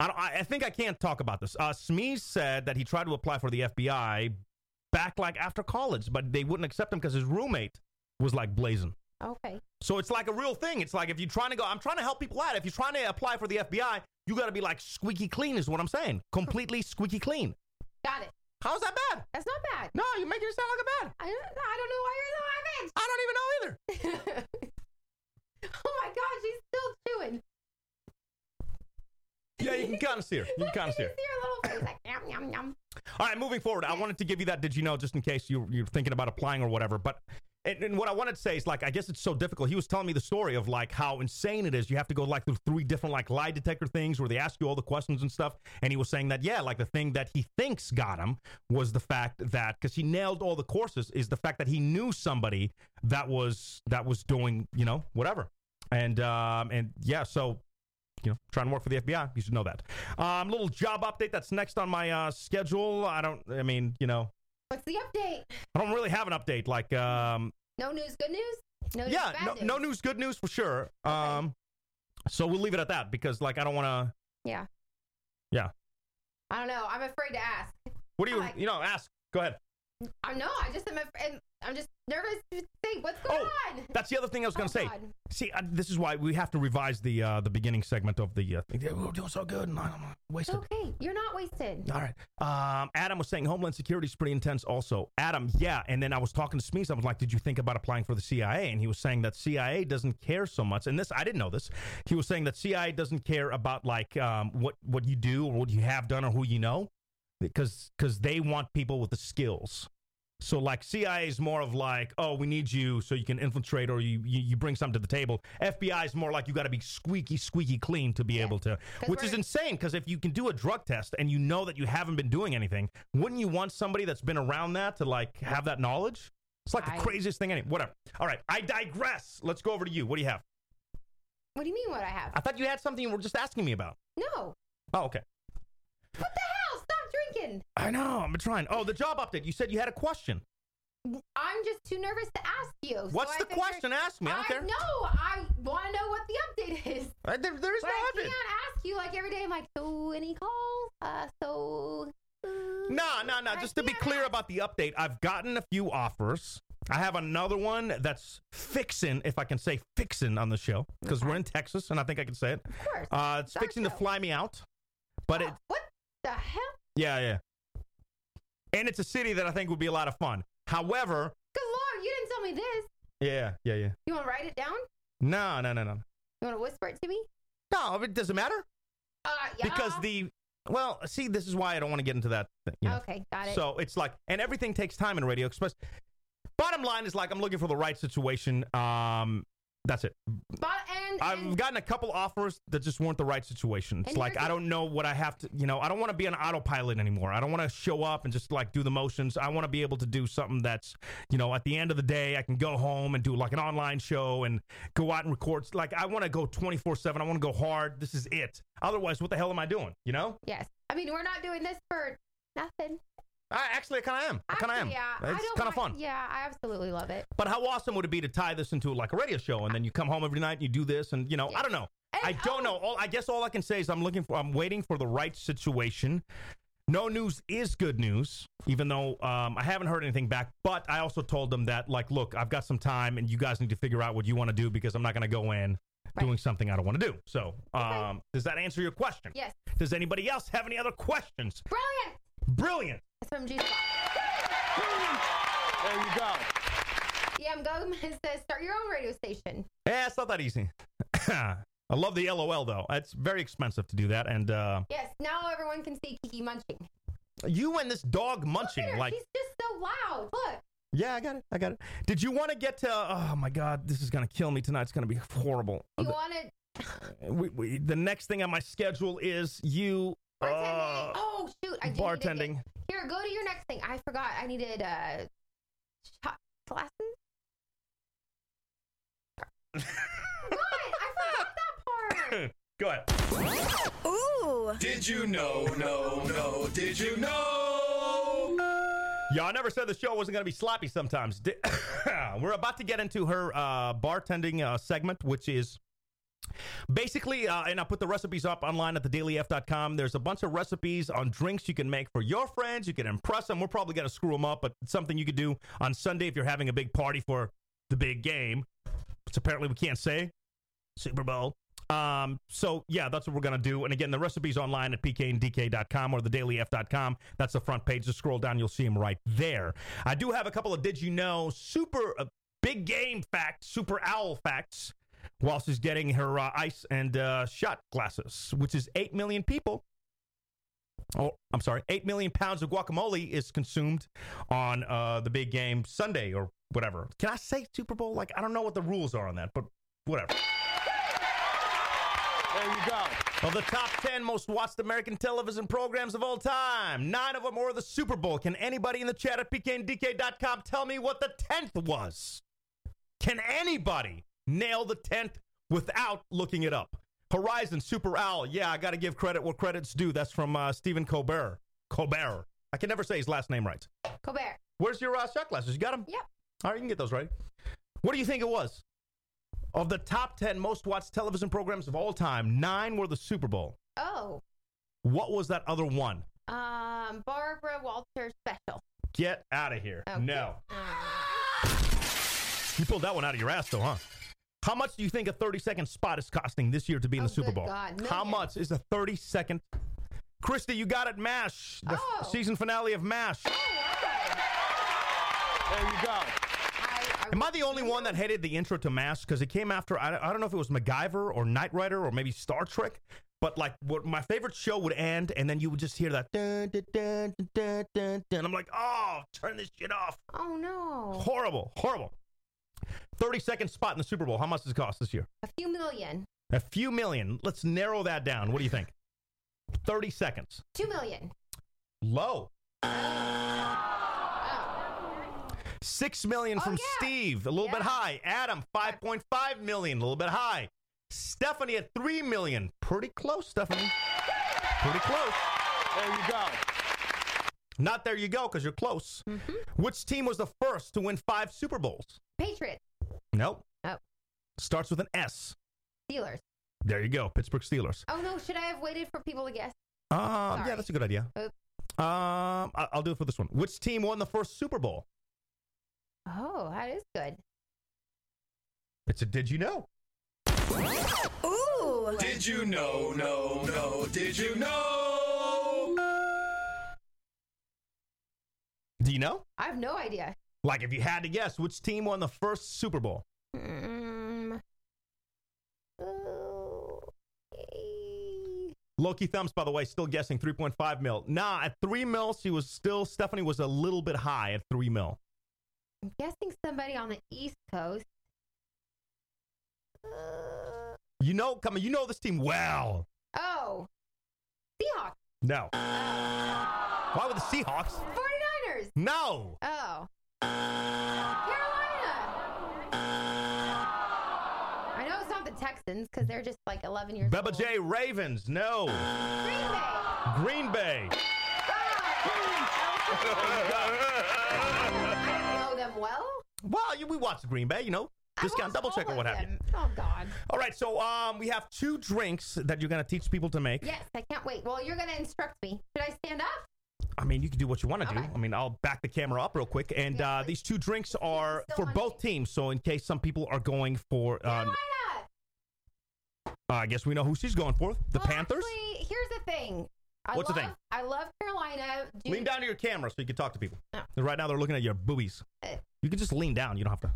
Speaker 3: don't. I, I think I can't talk about this." Uh, Smeeze said that he tried to apply for the FBI back like after college, but they wouldn't accept him because his roommate was like blazing.
Speaker 4: Okay.
Speaker 3: So it's like a real thing. It's like if you're trying to go, I'm trying to help people out. If you're trying to apply for the FBI, you got to be like squeaky clean, is what I'm saying. Completely squeaky clean.
Speaker 4: Got it.
Speaker 3: How's that bad?
Speaker 4: That's not bad.
Speaker 3: No, you're making it sound like a bad.
Speaker 4: I don't, I don't know why you're so high
Speaker 3: I don't even know either.
Speaker 4: Oh my god, she's still chewing.
Speaker 3: Yeah, you can kind of see her. You can kind of see her.
Speaker 4: See her little face like yum yum yum.
Speaker 3: All right, moving forward, I wanted to give you that. Did you know, just in case you, you're thinking about applying or whatever? But And, and what I wanted to say is like, I guess it's so difficult. He was telling me the story of like how insane it is. You have to go like through three different like lie detector things where they ask you all the questions and stuff. And he was saying that yeah, like the thing that he thinks got him was the fact that because he nailed all the courses is the fact that he knew somebody that was that was doing you know whatever. And um and yeah, so you know, trying to work for the FBI. You should know that. Um, little job update that's next on my uh, schedule. I don't. I mean, you know,
Speaker 4: What's the update?
Speaker 3: I don't really have an update. Like, um,
Speaker 4: No news, good news? No news,
Speaker 3: yeah,
Speaker 4: bad
Speaker 3: no,
Speaker 4: news.
Speaker 3: no news, good news for sure. Um, so we'll leave it at that because, like, I don't want to.
Speaker 4: Yeah.
Speaker 3: Yeah.
Speaker 4: I don't know. I'm afraid to ask.
Speaker 3: What do you?
Speaker 4: Like-
Speaker 3: you know, ask. Go ahead.
Speaker 4: I know. I just am. af- and I'm just nervous to think
Speaker 3: Oh!
Speaker 4: what's going on.
Speaker 3: That's the other thing I was going to say.
Speaker 4: God.
Speaker 3: See, uh, this is why we have to revise the uh, the beginning segment of the. Uh, thing. Yeah, we We're doing so good, and I'm uh, wasted.
Speaker 4: Okay, you're not wasted.
Speaker 3: All right. Um, Adam was saying Homeland Security is pretty intense, also. Adam, yeah. And then I was talking to Smeeze. I was like, Did you think about applying for the CIA? And he was saying that CIA doesn't care so much. And this, I didn't know this. He was saying that CIA doesn't care about like um, what, what you do or what you have done or who you know because cause they want people with the skills. So like CIA is more of like, oh, we need you so you can infiltrate or you, you, you bring something to the table. FBI is more like you got to be squeaky, squeaky clean to be able to, which is insane because if you can do a drug test and you know that you haven't been doing anything, wouldn't you want somebody that's been around that to like have that knowledge? It's like the craziest thing. Any whatever. All right, I digress. Let's go over to you. What do you have?
Speaker 4: What do you mean? What I have?
Speaker 3: I thought you had something you were just asking me about.
Speaker 4: No.
Speaker 3: Oh, okay.
Speaker 4: What the hell? Stop drinking.
Speaker 3: I know. I'm trying. Oh, the job update. You said you had a question.
Speaker 4: I'm just too nervous to ask you. so
Speaker 3: What's
Speaker 4: I
Speaker 3: the
Speaker 4: figured-
Speaker 3: question? Ask me. I don't care.
Speaker 4: know. I want to know what the update is.
Speaker 3: Uh, there- there is
Speaker 4: but
Speaker 3: no
Speaker 4: I
Speaker 3: update.
Speaker 4: can't ask you like every day. I'm like, so any calls? Uh, so uh,
Speaker 3: No, no, no. Just to be clear about the update, I've gotten a few offers. I have another one that's fixin', if I can say fixin' on the show, because we're in Texas, and I think I can say it. Of
Speaker 4: course. Oh.
Speaker 3: Uh, it's
Speaker 4: It's our
Speaker 3: fixing to
Speaker 4: show.
Speaker 3: fly me out, but it,
Speaker 4: what the hell?
Speaker 3: yeah, yeah. And it's a city that I think would be a lot of fun. However,
Speaker 4: Good lord, you didn't tell me this.
Speaker 3: yeah, yeah, yeah.
Speaker 4: You want to write it down?
Speaker 3: No, no, no, no.
Speaker 4: You want to whisper it to me?
Speaker 3: No, it doesn't matter.
Speaker 4: Uh, yeah.
Speaker 3: Because the well, see, this is why I don't want to get into that. Thing, you know?
Speaker 4: Okay, got it.
Speaker 3: So it's like, and everything takes time in radio express. Bottom line is like, I'm looking for the right situation. Um, that's it.
Speaker 4: But, and,
Speaker 3: I've gotten a couple offers that just weren't the right situation. It's
Speaker 4: And
Speaker 3: like
Speaker 4: here's
Speaker 3: I don't know what I have to. You know, I don't want to be an autopilot anymore. I don't want to show up and just like do the motions. I want to be able to do something that's, you know, at the end of the day, I can go home and do like an online show and go out and record. Like I want to go 24 seven. I want to go hard. This is it. Otherwise, what the hell am I doing? You know?
Speaker 4: yes. I mean, we're not doing this for nothing.
Speaker 3: I actually I kind of am. I kind of am.
Speaker 4: Yeah, I
Speaker 3: it's
Speaker 4: don't
Speaker 3: kind of
Speaker 4: mind-
Speaker 3: fun.
Speaker 4: Yeah, I absolutely love it.
Speaker 3: But how awesome would it be to tie this into like a radio show, and then you come home every night and you do this, and you know, I don't know. I don't know. All I guess all I can say is I'm looking for, I'm waiting for the right situation. No news is good news, even though um, I haven't heard anything back. But I also told them that, like, look, I've got some time, and you guys need to figure out what you want to do because I'm not going to go in doing something I don't want to do. So, um, does that answer your question?
Speaker 4: Yes.
Speaker 3: Does anybody else have any other questions?
Speaker 4: Brilliant.
Speaker 3: Brilliant.
Speaker 4: It's from Juice
Speaker 3: There you go.
Speaker 4: Yeah, I'm going. It says start your own radio station.
Speaker 3: Yeah, it's not that easy. I love the LOL though. It's very expensive to do that, and uh,
Speaker 4: Yes, now everyone can see Kiki munching.
Speaker 3: you and this dog munching like.
Speaker 4: She's just so loud. Look.
Speaker 3: Yeah, I got it. I got it. Did you want to get to? Oh my God, this is gonna kill me tonight. It's gonna be horrible.
Speaker 4: You want to
Speaker 3: We, we, the next thing on my schedule is you. uh,
Speaker 4: bartending? oh shoot! I do need to get-
Speaker 3: bartending.
Speaker 4: Here, go to your next thing. I forgot. I needed uh, shot glasses. God, I forgot that part.
Speaker 3: Go ahead.
Speaker 9: Ooh. Did you know? No, no. Did you know?
Speaker 3: Yeah, I never said the show wasn't going to be sloppy sometimes. Di- We're about to get into her uh, bartending uh, segment, which is basically, uh, and I put the recipes up online at thedailyf.com. There's a bunch of recipes on drinks you can make for your friends. You can impress them. We're probably going to screw them up, but it's something you could do on Sunday if you're having a big party for the big game, which apparently we can't say. Super Bowl. Um, so yeah, that's what we're gonna do. And again, the recipe's online at pkndk.com or thedailyf.com. That's the front page. Just scroll down, you'll see them right there. I do have a couple of did you know super uh, big game facts, super owl facts, while she's getting her uh, ice and uh, shot glasses, which is eight million people Oh, I'm sorry. Eight million pounds of guacamole is consumed on uh, the big game Sunday or whatever. Can I say Super Bowl? Like I don't know what the rules are on that, but whatever. There you go. Of the top 10 most watched American television programs of all time, nine of them are the Super Bowl. Can anybody in the chat at pkndk.com tell me what the 10th was? Can anybody nail the 10th without looking it up? Horizon Super Owl. Yeah, I got to give credit where credit's due. That's from uh, Stephen Colbert. Colbert. I can never say his last name right.
Speaker 4: Colbert.
Speaker 3: Where's your uh, shot glasses? You got them?
Speaker 4: Yep.
Speaker 3: All right, you can get those right. What do you think it was? Of the top 10 most watched television programs of all time, nine were the Super Bowl.
Speaker 4: Oh,
Speaker 3: What was that other one?
Speaker 4: um, Barbara Walters special.
Speaker 3: Get out of here.
Speaker 4: Okay.
Speaker 3: No. You pulled that one out of your ass, though, huh? How much do you think a 30 second spot is costing this year to be in the Super
Speaker 4: Oh,
Speaker 3: Bowl?
Speaker 4: good God,
Speaker 3: How much
Speaker 4: millions.
Speaker 3: is a 30 second? Christy, you got it, MASH. The f-
Speaker 4: Oh.
Speaker 3: season finale of MASH. There you go. Am I the only one that hated the intro to MASH? Because it came after, I, I don't know if it was MacGyver or Knight Rider or maybe Star Trek, but like what my favorite show would end and then you would just hear that dun dun dun dun dun dun. dun. I'm like, oh, turn this shit off.
Speaker 4: Oh no.
Speaker 3: Horrible, horrible. 30 second spot in the Super Bowl. How much does it cost this year?
Speaker 4: A few million.
Speaker 3: A few million. Let's narrow that down. What do you think? 30 seconds.
Speaker 4: Two million.
Speaker 3: Low. Six million from Steve, a little bit high. Adam, 5.5 million, a little bit high. Stephanie at 3 million. Pretty close, Stephanie. Pretty close. There you go. Not there you go, because you're close. Which team was the first to win five Super Bowls?
Speaker 4: Patriots.
Speaker 3: Nope.
Speaker 4: Oh.
Speaker 3: Starts with an S.
Speaker 4: Steelers.
Speaker 3: There you go, Pittsburgh Steelers.
Speaker 4: Oh no, should I have waited for people to guess?
Speaker 3: Um, yeah, that's a good idea.
Speaker 4: Oops.
Speaker 3: Um, I- I'll do it for this one. Which team won the first Super Bowl?
Speaker 4: Oh, that is good.
Speaker 3: It's a did you know?
Speaker 9: Ooh.
Speaker 6: Did you know, no, no, did you know?
Speaker 3: Do you know?
Speaker 4: I have no idea.
Speaker 3: Like, if you had to guess, which team won the first Super Bowl?
Speaker 4: Mm. Okay.
Speaker 3: Loki Thumbs, by the way, still guessing 3.5 mil. Nah, at 3 mil, she was still, Stephanie was a little bit high at 3 mil.
Speaker 4: I'm guessing somebody on the East Coast.
Speaker 3: You know, come on, you know this team well.
Speaker 4: Oh, Seahawks.
Speaker 3: No. Why would the Seahawks?
Speaker 4: 49ers.
Speaker 3: No.
Speaker 4: Oh. Carolina. I know it's not the Texans because they're just like 11 years
Speaker 3: Beba J. Ravens. No. Green Bay.
Speaker 4: know them well.
Speaker 3: Well, you- we watched Green Bay, you know. Discount double check or what have you.
Speaker 4: Oh, God.
Speaker 3: All right, so um, we have two drinks that you're gonna teach people to make.
Speaker 4: Yes, I can't wait. Well, you're going to instruct me. Should I stand up?
Speaker 3: I mean, you can do what you want to do. I mean, I'll back the camera up real quick. And uh, these two drinks are for both teams. So in case some people are going for, um, uh, I guess we know who she's going for. The Panthers.
Speaker 4: Actually, here's the thing. I
Speaker 3: What's the
Speaker 4: love,
Speaker 3: thing?
Speaker 4: I love Carolina. Do
Speaker 3: lean down to your camera so you can talk to people.
Speaker 4: Oh.
Speaker 3: Right now they're looking at your boobies.
Speaker 4: Uh.
Speaker 3: You can just lean down. You don't have to.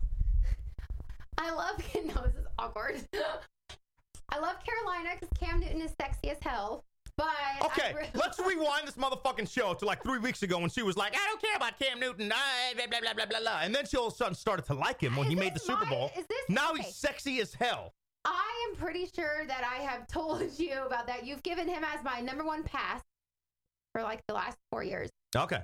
Speaker 4: I love. No, this is awkward. I love Carolina because Cam Newton is sexy as hell. But I
Speaker 3: Okay,
Speaker 4: re-
Speaker 3: let's rewind this motherfucking show to like three weeks ago when she was like, I don't care about Cam Newton, I- blah, blah, blah, blah, blah, blah. And then she all of a sudden started to like him when he made the Super Bowl.
Speaker 4: is this-
Speaker 3: now
Speaker 4: okay.
Speaker 3: he's sexy as hell.
Speaker 4: I am pretty sure that I have told you about that. You've given him as my number one pass for like the last four years.
Speaker 3: Okay.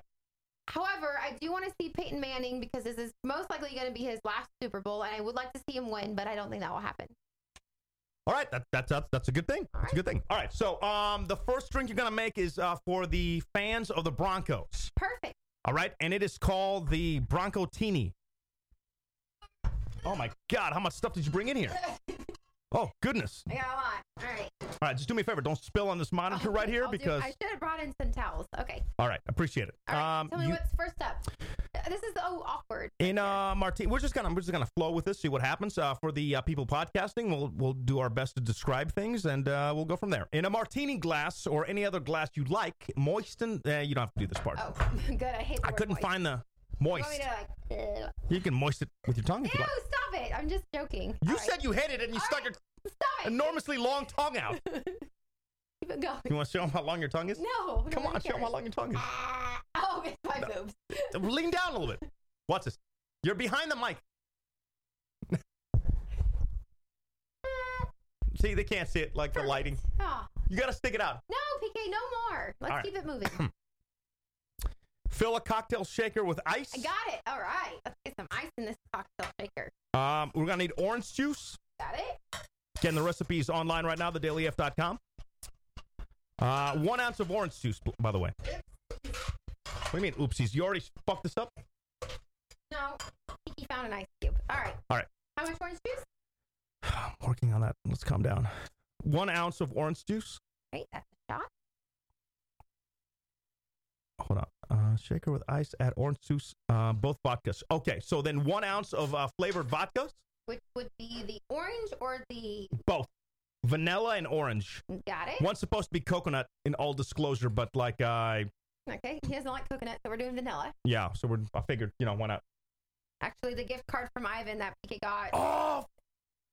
Speaker 4: However, I do want to see Peyton Manning because this is most likely going to be his last Super Bowl, and I would like to see him win, but I don't think that will happen.
Speaker 3: All right, that, that's that's that's a good thing. That's a good thing. All right, so um, the first drink you're gonna make is uh, for the fans of the Broncos.
Speaker 4: Perfect.
Speaker 3: All right, and it is called the Bronco Tini. Oh my God, how much stuff did you bring in here? Oh goodness!
Speaker 4: I got a lot. All right.
Speaker 3: All right, just do me a favor, don't spill on this monitor right here
Speaker 4: Oh, I'll do-
Speaker 3: because.
Speaker 4: I should have brought in some towels. Okay.
Speaker 3: All right, appreciate it. um,
Speaker 4: Tell me
Speaker 3: you-
Speaker 4: what's first up. This is oh awkward.
Speaker 3: in uh, Martin, we're just gonna we're just gonna flow with this, see what happens. Uh, for the uh, people podcasting, we'll we'll do our best to describe things, and uh, we'll go from there. In a martini glass or any other glass you like, moisten. Uh, you don't have to do this part.
Speaker 4: Good. I hate. The
Speaker 3: I
Speaker 4: word
Speaker 3: couldn't
Speaker 4: Oh, moist.
Speaker 3: find the
Speaker 4: You
Speaker 3: moist.
Speaker 4: want me to, like, ugh.
Speaker 3: You can moist it with your tongue if you
Speaker 4: Ew,
Speaker 3: like.
Speaker 4: stop it! I'm just joking.
Speaker 3: You
Speaker 4: All right.
Speaker 3: said you hated it, and you stuck your enormously long tongue out.
Speaker 4: Keep Keep going.
Speaker 3: You want to show them how long your tongue is?
Speaker 4: No.
Speaker 3: Come
Speaker 4: nobody
Speaker 3: on, show them how
Speaker 4: cares.
Speaker 3: long your tongue is.
Speaker 4: Oh, it's my boobs.
Speaker 3: Lean down a little bit. Watch this. You're behind the mic. see, they can't see it like the lighting.
Speaker 4: Oh.
Speaker 3: You got to stick it out.
Speaker 4: No, PK, no more. Let's
Speaker 3: All right.
Speaker 4: keep it moving.
Speaker 3: Fill a cocktail shaker with ice.
Speaker 4: I got it. All right. Let's get some ice in this cocktail shaker.
Speaker 3: Um, we're gonna need orange juice.
Speaker 4: Got it?
Speaker 3: Again, the recipe is online right now, thedailyf.com. Uh, one ounce of orange juice, b- by the way. What do you mean, oopsies? You already fucked this up?
Speaker 4: No. He found an ice cube. All right.
Speaker 3: All right,
Speaker 4: How much orange juice?
Speaker 3: I'm working on that. Let's calm down. One ounce of orange juice.
Speaker 4: Great. That's a shot.
Speaker 3: Hold on. Uh, shaker with ice, add orange juice, uh, both vodkas. Okay, so then one ounce of uh, flavored vodkas,
Speaker 4: Which would be the orange or the.
Speaker 3: both vanilla and orange.
Speaker 4: Got it?
Speaker 3: One's supposed to be coconut in all disclosure, but like I,
Speaker 4: Okay. He doesn't like coconut, so we're doing vanilla.
Speaker 3: yeah, so we're, I figured, you know, why not?
Speaker 4: Actually, the gift card from Ivan that PK got.
Speaker 3: Oh,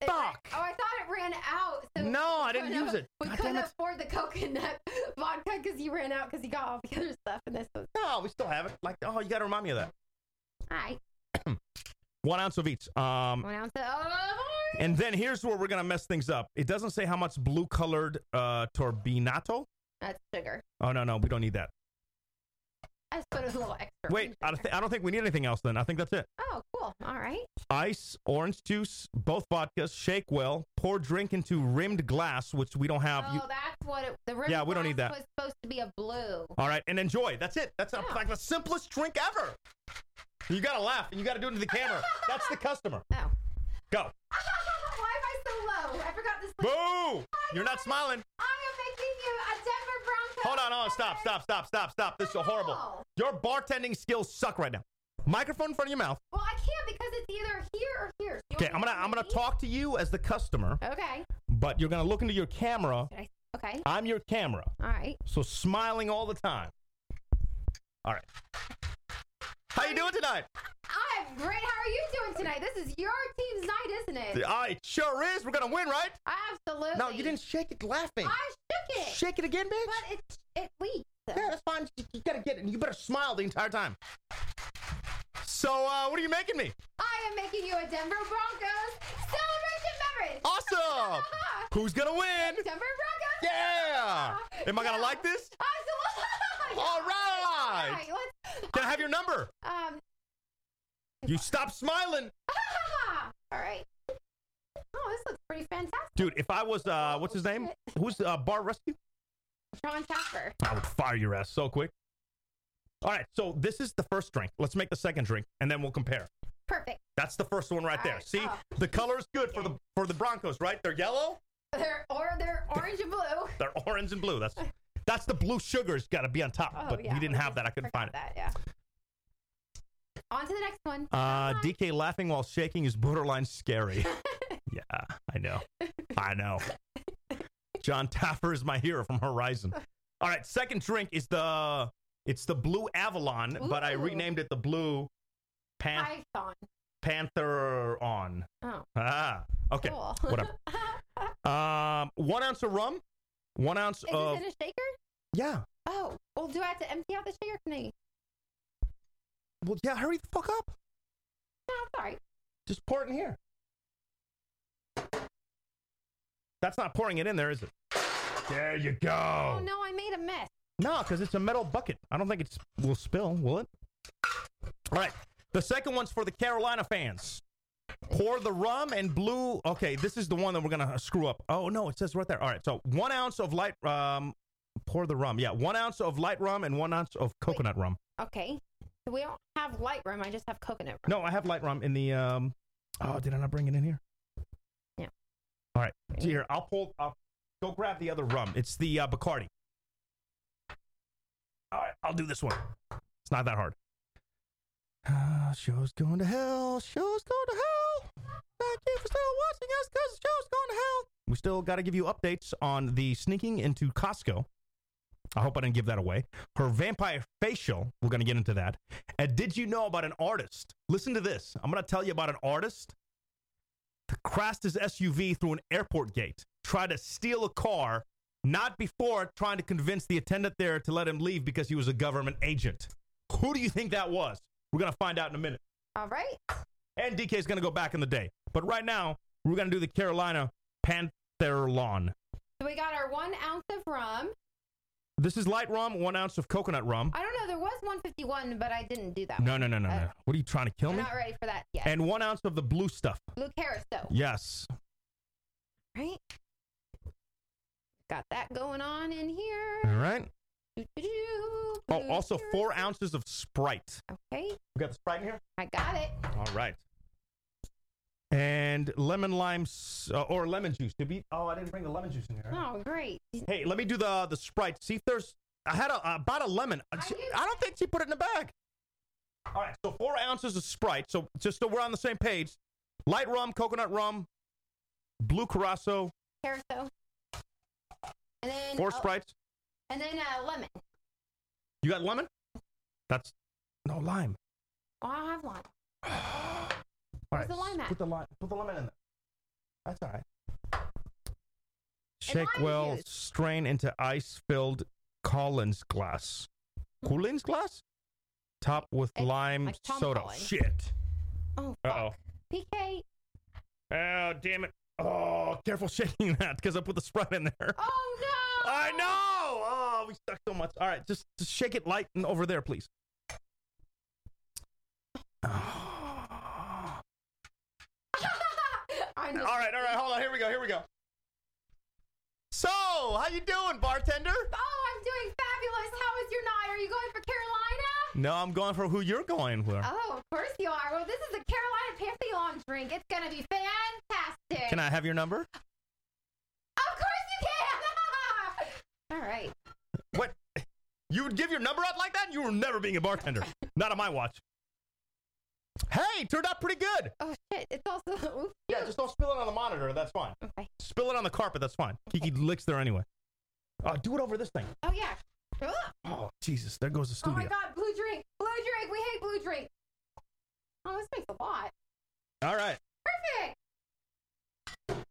Speaker 4: fuck! oh, I thought it ran out. So
Speaker 3: No, I
Speaker 4: we
Speaker 3: didn't
Speaker 4: couldn't-
Speaker 3: use it.
Speaker 4: We
Speaker 3: God damn
Speaker 4: couldn't
Speaker 3: it.
Speaker 4: afford the coconut vodka because he ran out because he got all the other stuff, and this was
Speaker 3: No, we still have it. Like, oh, you got to remind me of that.
Speaker 4: hi.
Speaker 3: One ounce of each. Um,
Speaker 4: One ounce of orange.
Speaker 3: and then here's where we're gonna mess things up. It doesn't say how much blue-colored uh, turbinato.
Speaker 4: That's sugar.
Speaker 3: Oh no, no, we don't need that.
Speaker 4: I just put a little extra.
Speaker 3: Wait,
Speaker 4: orange
Speaker 3: I
Speaker 4: in
Speaker 3: don't,
Speaker 4: there.
Speaker 3: thi- I don't think we need anything else. Then I think that's it.
Speaker 4: Oh, cool. All right.
Speaker 3: Ice, orange juice, both vodkas. Shake well. Pour drink into rimmed glass, which we don't have.
Speaker 4: oh,
Speaker 3: Uh, You-
Speaker 4: that's what it, the rim
Speaker 3: Yeah, we don't need
Speaker 4: glass
Speaker 3: that.
Speaker 4: Was supposed to be a blue.
Speaker 3: all right, and enjoy. That's it. That's uh, like the simplest drink ever. You gotta laugh and you gotta do it to the camera. That's the customer.
Speaker 4: Oh.
Speaker 3: Go.
Speaker 4: Why am I so low? I forgot this.
Speaker 3: Boo!
Speaker 4: was-
Speaker 3: You're not smiling.
Speaker 4: I am making you a Denver Bronco.
Speaker 3: Hold on, hold on, stop, stop, stop, stop, stop. This is horrible. Your bartending skills suck right now. Microphone in front of your mouth.
Speaker 4: Well, I can't because it's either here or here. So you
Speaker 3: Okay,
Speaker 4: want
Speaker 3: I'm
Speaker 4: me
Speaker 3: gonna I'm gonna talk to you as the customer,
Speaker 4: Okay.
Speaker 3: but you're gonna look into your camera.
Speaker 4: Did I- Okay.
Speaker 3: I'm your camera,
Speaker 4: All right.
Speaker 3: so smiling all the time. All right. How you doing tonight?
Speaker 4: I'm great. How are you doing tonight? This is your team's night, isn't it?
Speaker 3: All right, sure is. We're gonna win, right?
Speaker 4: Absolutely.
Speaker 3: No, you didn't shake it laughing.
Speaker 4: I shook it.
Speaker 3: Shake it again, bitch.
Speaker 4: But it's it leaked.
Speaker 3: Yeah, that's fine. You, you gotta get it. You better smile the entire time. So, uh, what are you making me?
Speaker 4: I am making you a Denver Broncos celebration beverage.
Speaker 3: Awesome. Who's gonna win?
Speaker 4: Denver Broncos.
Speaker 3: Yeah! Am I gonna like this?
Speaker 4: Absolutely.
Speaker 3: All
Speaker 4: All
Speaker 3: right!
Speaker 4: right. Let's.
Speaker 3: Can I have your number?
Speaker 4: Um.
Speaker 3: You stop smiling!
Speaker 4: All right. Oh, this looks pretty fantastic.
Speaker 3: Dude, if I was, uh, what's his name? Who's uh, Bar Rescue?
Speaker 4: Sean Tapper.
Speaker 3: I would fire your ass so quick. All right, so this is the first drink. Let's make the second drink, and then we'll compare.
Speaker 4: Perfect.
Speaker 3: That's the first one right there.
Speaker 4: right,
Speaker 3: See,
Speaker 4: oh.
Speaker 3: the color is good for the for the Broncos, right? They're yellow,
Speaker 4: They're or they're orange and blue.
Speaker 3: they're orange and blue. That's that's the blue sugar's got to be on top,
Speaker 4: Oh,
Speaker 3: but
Speaker 4: yeah,
Speaker 3: we didn't
Speaker 4: we
Speaker 3: have that. I couldn't find it.
Speaker 4: That yeah. On to the next one.
Speaker 3: Uh, DK laughing while shaking is borderline scary. yeah, I know. I know. John Taffer is my hero from Horizon. All right, second drink is the it's the Blue Avalon, but I
Speaker 4: Ooh.
Speaker 3: renamed it the Blue Pan-
Speaker 4: Python.
Speaker 3: Panther on.
Speaker 4: Oh.
Speaker 3: Ah, okay,
Speaker 4: Cool.
Speaker 3: whatever. Um, one ounce of rum, one ounce
Speaker 4: Is
Speaker 3: of
Speaker 4: this in a shaker?
Speaker 3: yeah.
Speaker 4: Oh, well, do I have to empty out the shaker for me?
Speaker 3: Well, yeah, hurry the fuck up.
Speaker 4: No, I'm sorry.
Speaker 3: Just pour it in here. That's not pouring it in there, is it? There you go.
Speaker 4: Oh. no, I made a mess.
Speaker 3: No, because it's a metal bucket. I don't think it will spill, will it? All right. The second one's for the Carolina fans. Pour the rum and blue. Okay, this is the one that we're gonna screw up. Oh no, it says right there. All right, so one ounce of light um, pour the rum. Yeah, one ounce of light rum and one ounce of coconut rum.
Speaker 4: Okay. So we don't have light rum. I just have coconut rum.
Speaker 3: No, I have light rum in the. Um, oh, did I not bring it in here?
Speaker 4: Yeah.
Speaker 3: All right, here I'll pull. I'll go grab the other rum. It's the uh, Bacardi. All right, I'll do this one. It's not that hard. Uh, show's going to hell. Show's going to hell. Thank you for still watching us because the show's going to hell. We still got to give you updates on the sneaking into Costco. I hope I didn't give that away. Her vampire facial, we're going to get into that. And did you know about an artist? Listen to this. I'm going to tell you about an artist that crashed his SUV through an airport gate, tried to steal a car, not before trying to convince the attendant there to let him leave because he was a government agent. Who do you think that was? We're going to find out in a minute.
Speaker 4: All right.
Speaker 3: And DK is going to go back in the day. But right now, we're going to do the Carolina Pantherlon.
Speaker 4: So we got our one ounce of rum.
Speaker 3: This is light rum, one ounce of coconut rum.
Speaker 4: I don't know. There was 151, but I didn't do that.
Speaker 3: No, no, no, no, no. What are you trying to kill
Speaker 4: I'm
Speaker 3: me?
Speaker 4: not ready for that yet.
Speaker 3: And one ounce of the blue stuff.
Speaker 4: blue carousel.
Speaker 3: Yes.
Speaker 4: Right. Got that going on in here.
Speaker 3: All right.
Speaker 4: Doo-doo-doo.
Speaker 3: Oh, also four ounces of Sprite.
Speaker 4: Okay.
Speaker 3: We got the Sprite in here?
Speaker 4: I got it.
Speaker 3: All right. And lemon lime s- uh, or lemon juice. Did we? Oh, I didn't bring the lemon juice in here.
Speaker 4: Oh, great.
Speaker 3: Hey, let me do the the Sprite. See if there's. I had a, about a lemon. Uh, she- I don't think she put it in the bag. All right, so four ounces of Sprite. So just so we're on the same page, light rum, coconut rum, blue Carasso,
Speaker 4: Carousel. And then
Speaker 3: four
Speaker 4: oh,
Speaker 3: Sprites.
Speaker 4: And then uh, lemon.
Speaker 3: You got lemon? That's no lime.
Speaker 4: Oh, I don't have lime.
Speaker 3: All
Speaker 4: Where's the lime at?
Speaker 3: Put the lime. Put the lemon in there. That's all right.
Speaker 4: And lime
Speaker 3: Shake well,
Speaker 4: juice.
Speaker 3: strain into ice-filled Collins glass. Collins glass? Top with lime
Speaker 4: like Tom
Speaker 3: soda.
Speaker 4: Collins.
Speaker 3: Shit.
Speaker 4: Oh,
Speaker 3: Uh-oh.
Speaker 4: PK.
Speaker 3: Oh, damn it. Oh, careful shaking that because I put the Sprite in there.
Speaker 4: Oh no!
Speaker 3: I know. Oh, we suck so much. All right, just, just shake it light and over there, please.
Speaker 4: I'm just-
Speaker 3: All right, all right, hold on. Here we go. Here we go. So, how you doing, bartender?
Speaker 4: Oh, I'm doing fabulous. How is your night? Are you going for Carolina?
Speaker 3: No, I'm going for who you're going with.
Speaker 4: Oh, of course you are. Well, this is a Carolina Pantheon drink. It's gonna be fantastic.
Speaker 3: Can I have your number?
Speaker 4: Of course you can. All right.
Speaker 3: What? You would give your number out like that? You were never being a bartender. Not on my watch. Hey, turned out pretty good.
Speaker 4: Oh shit! It's also. Oops.
Speaker 3: Yeah, just don't spill it on the monitor. That's fine. Spill it on the carpet. That's fine. Kiki licks there anyway. Uh, do it over this thing.
Speaker 4: Oh yeah. Ugh.
Speaker 3: Oh, Jesus. There goes the
Speaker 4: Oh
Speaker 3: studio.
Speaker 4: my god! Blue drink. Blue drink. We hate blue drink. Oh, this makes a lot.
Speaker 3: All right.
Speaker 4: Perfect.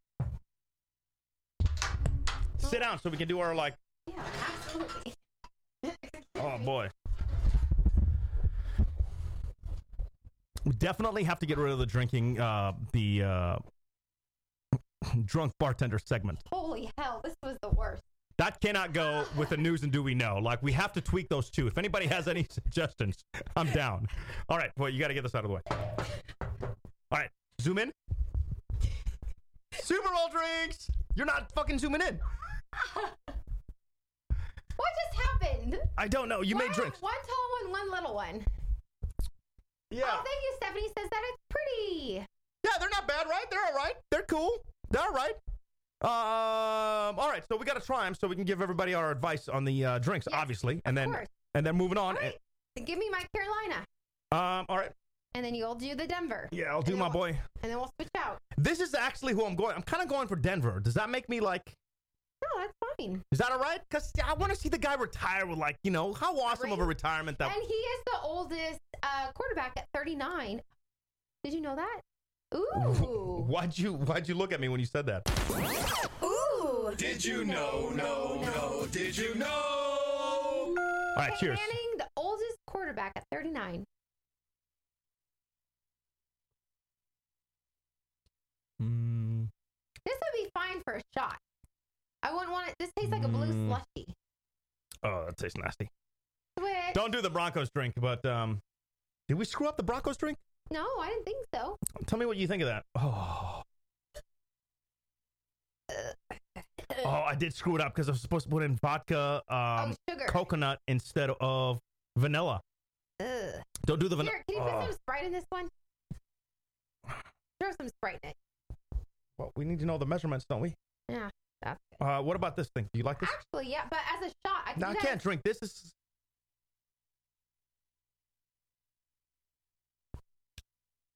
Speaker 3: Sit down so we can do our, like,
Speaker 4: Yeah, absolutely.
Speaker 3: oh, boy. We definitely have to get rid of the drinking, uh, the uh, drunk bartender segment.
Speaker 4: Holy hell! This was the worst.
Speaker 3: That cannot go with the news and do we know. Like we have to tweak those two. If anybody has any suggestions, I'm down. All right, well, you got to get this out of the way. All right, zoom in. Super Bowl drinks. You're not fucking zooming in.
Speaker 4: What just happened?
Speaker 3: I don't know. You
Speaker 4: Why
Speaker 3: made
Speaker 4: are-
Speaker 3: drinks.
Speaker 4: One tall one, one little one.
Speaker 3: Yeah. Ah.
Speaker 4: Oh, thank you, Stephanie. Says that it's pretty.
Speaker 3: Yeah, they're not bad, right? They're all right. They're cool. They're all right. Um. All right, so we got to try them so we can give everybody our advice on the uh, drinks, obviously, and then
Speaker 4: course.
Speaker 3: and then moving on. Eh.
Speaker 4: Then Give me my Carolina,
Speaker 3: Um. All right.
Speaker 4: and then you'll do the Denver.
Speaker 3: Yeah, I'll do my boy.
Speaker 4: And then we'll switch out.
Speaker 3: This is actually who I'm going. I'm kind of going for Denver. Does that make me like?
Speaker 4: No, that's fine.
Speaker 3: Is that all right? Because I want to see the guy retire with like, you know, how awesome of a retirement that.
Speaker 4: and he is the oldest uh, quarterback at 39. Did you know that? Ooh.
Speaker 3: Why'd you Why'd you look at me when you said that?
Speaker 4: Ooh.
Speaker 9: Did you know, no, no, did you know?
Speaker 3: All right, cheers.
Speaker 4: Manning, the oldest quarterback at 39.
Speaker 3: Mm,
Speaker 4: This would be fine for a shot. I wouldn't want it. This tastes like a blue
Speaker 3: Mm.
Speaker 4: slushy.
Speaker 3: oh, that tastes nasty.
Speaker 4: Switch.
Speaker 3: Don't do the Broncos drink, but um, did we screw up the Broncos drink?
Speaker 4: No, I didn't think so.
Speaker 3: Tell me what you think of that. Oh. Oh, I did screw it up because I was supposed to put in vodka, um,
Speaker 4: Oh, sugar.
Speaker 3: coconut instead of vanilla.
Speaker 4: Ugh.
Speaker 3: Don't do the Oh. vanilla.
Speaker 4: Here, can you put some Sprite in this one? Throw some Sprite in it.
Speaker 3: Well, we need to know the measurements, don't we?
Speaker 4: Yeah, that's good.
Speaker 3: Uh, what about this thing? Do you like this?
Speaker 4: Well, yeah, but as a shot, I can
Speaker 3: No,
Speaker 4: do
Speaker 3: I
Speaker 4: that
Speaker 3: can't drink. This is.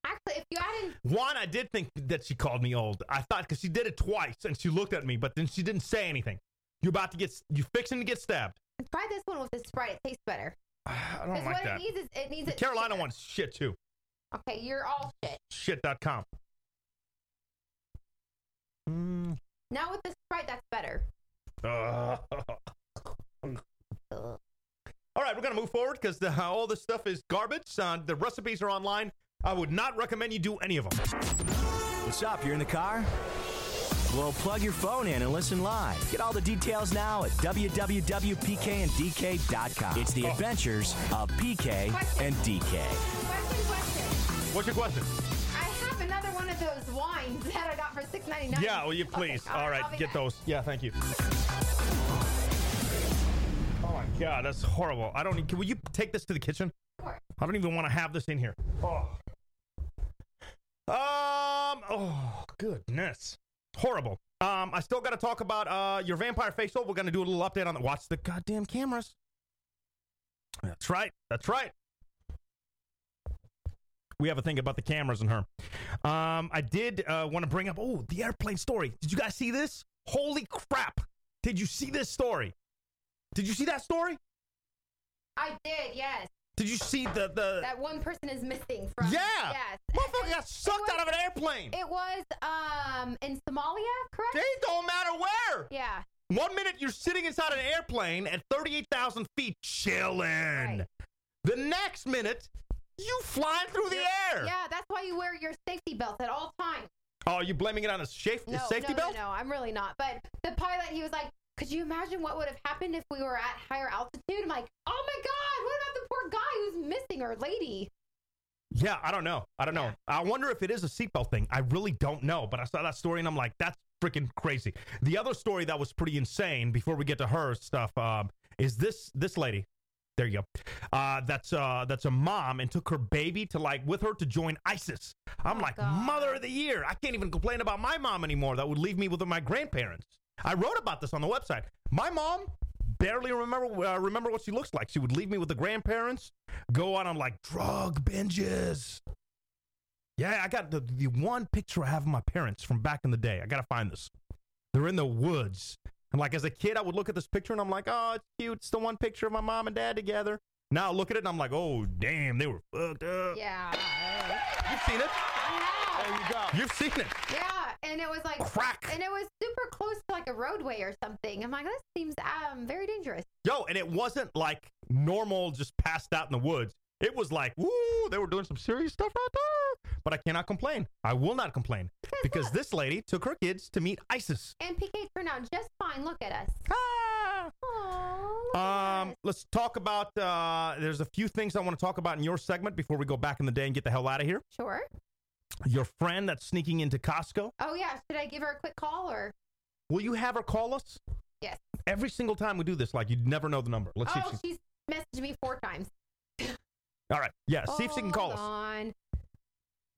Speaker 4: Actually, if you add in,
Speaker 3: One, I did think that she called me old. I thought because she did it twice and she looked at me, but then she didn't say anything. You're about to get, s- you're fixing to get stabbed.
Speaker 4: try this one with the Sprite. It tastes better.
Speaker 3: I
Speaker 4: Because
Speaker 3: don't
Speaker 4: what
Speaker 3: like that.
Speaker 4: it needs is it needs
Speaker 3: The
Speaker 4: it.
Speaker 3: Carolina one's shit too.
Speaker 4: Okay, you're all shit.
Speaker 3: Shit.com.
Speaker 4: Now with the Sprite, that's better.
Speaker 3: All right, we're going to move forward because uh, all this stuff is garbage. Uh, the recipes are online. I would not recommend you do any of them.
Speaker 2: What's up? You're in the car? Well, plug your phone in and listen live. Get all the details now at www.pkanddk.com. It's the adventures of PK and DK.
Speaker 4: Question, question.
Speaker 3: What's your question?
Speaker 4: I have another one of those wines that I got for six ninety nine.
Speaker 3: Yeah, will you please? all right, get those. Yeah, thank you. Oh my god, that's horrible. I don't. e, Can will you take this to the kitchen? I don't even want to have this in here. Oh. Um. Oh goodness, horrible. Um. I still got to talk about uh your vampire facial. We're gonna do a little update on the. Watch the goddamn cameras. That's right. That's right. We have a thing about the cameras and her. Um, I did uh, want to bring up. Oh, the airplane story. Did you guys see this? Holy crap! Did you see this story? Did you see that story?
Speaker 4: I did, yes.
Speaker 3: Did you see the the?
Speaker 4: that one person is missing from.
Speaker 3: Yeah!
Speaker 4: Yes.
Speaker 3: Motherfucker got sucked out of an airplane.
Speaker 4: It was um in Somalia, correct?
Speaker 3: It don't matter where.
Speaker 4: Yeah.
Speaker 3: One minute you're sitting inside an airplane at 38,000 feet chilling. The next minute you flying through the air.
Speaker 4: Yeah, that's why you wear your safety belt at all times.
Speaker 3: Oh, you blaming it on a shaf-
Speaker 4: No,
Speaker 3: safety
Speaker 4: no,
Speaker 3: belt?
Speaker 4: No, no, I'm really not. But the pilot, he was like, "Could you imagine what would have happened if we were at higher altitude?" I'm like, "Oh my god, what about the poor guy who's missing or lady?"
Speaker 3: Yeah, I don't know. I don't know. I wonder if it is a seatbelt thing. I really don't know. But I saw that story and I'm like, that's freaking crazy. The other story that was pretty insane. Before we get to her stuff, um, is this this lady? There you go. Uh, that's uh, that's a mom and took her baby to like with her to join ISIS. I'm like, mother of the year. I can't even complain about my mom anymore. That would leave me with my grandparents. I wrote about this on the website. My mom barely remember uh, remember what she looks like. She would leave me with the grandparents, go out on like drug binges. Yeah, I got the, the one picture I have of my parents from back in the day. I gotta find this. They're in the woods. And like as a kid, I would look at this picture and I'm like, oh, it's cute. It's the one picture of my mom and dad together. Now I look at it and I'm like, oh damn, they were fucked up.
Speaker 4: Yeah.
Speaker 3: You've seen it. There you go. You've seen it.
Speaker 4: Yeah, and it was like
Speaker 3: Crack.
Speaker 4: and it was super close to like a roadway or something. I'm like, this seems um very dangerous.
Speaker 3: Yo, and it wasn't like normal, just passed out in the woods. It was like, woo, they were doing some serious stuff out there. But I cannot complain. I will not complain because this lady took her kids to meet ISIS. Ah!
Speaker 4: And PK turned out just fine. Look at us.
Speaker 3: Um, let's talk about. Uh, there's a few things I want to talk about in your segment before we go back in the day and get the hell out of here.
Speaker 4: Sure.
Speaker 3: Your friend that's sneaking into Costco.
Speaker 4: Oh yeah. Should I give her a quick call or?
Speaker 3: Will you have her call us?
Speaker 4: Yes.
Speaker 3: Every single time we do this, like you'd never know the number. Let's see if
Speaker 4: oh,
Speaker 3: she's.
Speaker 4: she's messaged me four times.
Speaker 3: All right. Yeah. See if she can call
Speaker 4: Hold
Speaker 3: us.
Speaker 4: on.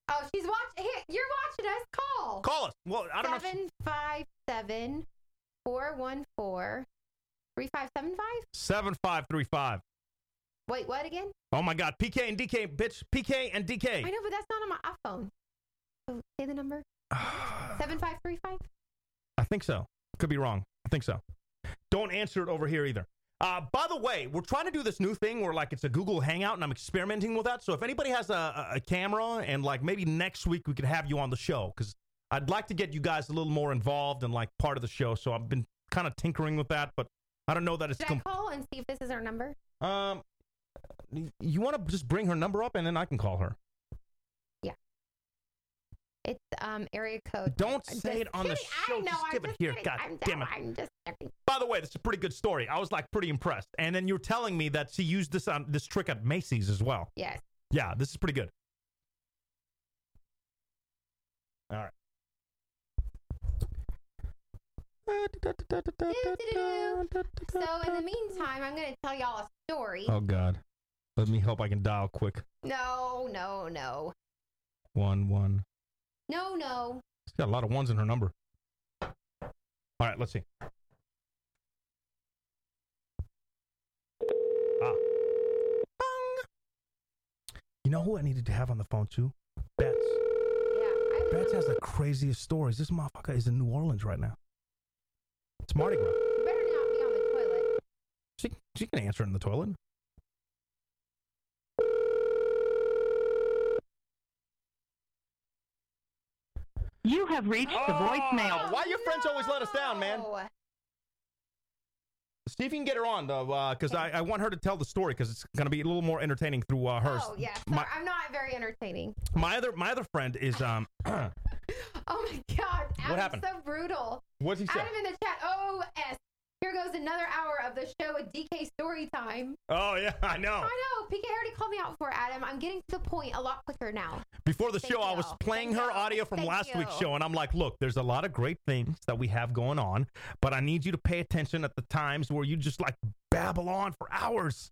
Speaker 4: Oh, she's watching. Hey, you're watching us. Call.
Speaker 3: Call us. Well, I don't know. if she-
Speaker 4: Seven five seven four one four three five seven five.
Speaker 3: 7535.
Speaker 4: Wait, what again?
Speaker 3: Oh my God. PK and DK, bitch. PK and DK.
Speaker 4: I know, but that's not on my iPhone. So say the number. Seven five three five.
Speaker 3: I think so. Could be wrong. I think so. Don't answer it over here either. Uh, by the way, we're trying to do this new thing where like it's a Google Hangout, and I'm experimenting with that. So if anybody has a, a- a camera, and like maybe next week we could have you on the show because I'd like to get you guys a little more involved and like part of the show. So I've been kind of tinkering with that, but I don't know that it's.
Speaker 4: Should
Speaker 3: Com-
Speaker 4: I call and see if this is her number?
Speaker 3: um, you want to just bring her number up, and then I can call her.
Speaker 4: It's um area code.
Speaker 3: Don't
Speaker 4: I'm
Speaker 3: say it
Speaker 4: just
Speaker 3: on the
Speaker 4: kidding.
Speaker 3: show.
Speaker 4: I know.
Speaker 3: Just
Speaker 4: I'm
Speaker 3: give it
Speaker 4: just
Speaker 3: here.
Speaker 4: kidding.
Speaker 3: God
Speaker 4: I'm,
Speaker 3: damn it.
Speaker 4: I'm just kidding.
Speaker 3: By the way, this is a pretty good story. I was like pretty impressed. And then you're telling me that she used this on this trick at Macy's as well.
Speaker 4: Yes.
Speaker 3: Yeah, this is pretty good. All right.
Speaker 4: So in the meantime, I'm gonna tell y'all a story.
Speaker 3: Oh God. Let me hope I can dial quick.
Speaker 4: No, no, no,
Speaker 3: One one.
Speaker 4: no, no.
Speaker 3: She's got a lot of ones in her number. All right, let's see. Ah. Bong. You know who I needed to have on the phone too? Bets. Bets has the craziest stories. This motherfucker is in New Orleans right now. It's Mardi Gras.
Speaker 4: Better not be on the toilet.
Speaker 3: She, she can answer in the toilet.
Speaker 12: You have reached the voicemail.
Speaker 3: Why your friends always let us down, man? See if you can get her on, though, because I, I want her to tell the story because it's going to be a little more entertaining through uh, hers.
Speaker 4: Oh yeah, sorry,
Speaker 3: My,
Speaker 4: I'm not very entertaining.
Speaker 3: my other my other friend is um.
Speaker 4: Oh my god, Adam's
Speaker 3: happened?
Speaker 4: so brutal.
Speaker 3: What'd he say?
Speaker 4: Adam in the chat. Oh s. Here goes another hour of the show with DK story time.
Speaker 3: oh yeah, I know.
Speaker 4: I know. PK already called me out for it, Adam. I'm getting to the point a lot quicker now.
Speaker 3: Before the show, I was playing her audio from
Speaker 4: Thank
Speaker 3: last week's
Speaker 4: you.
Speaker 3: show, and I'm like, look, there's a lot of great things that we have going on, but I need you to pay attention at the times where you just like babble on for hours.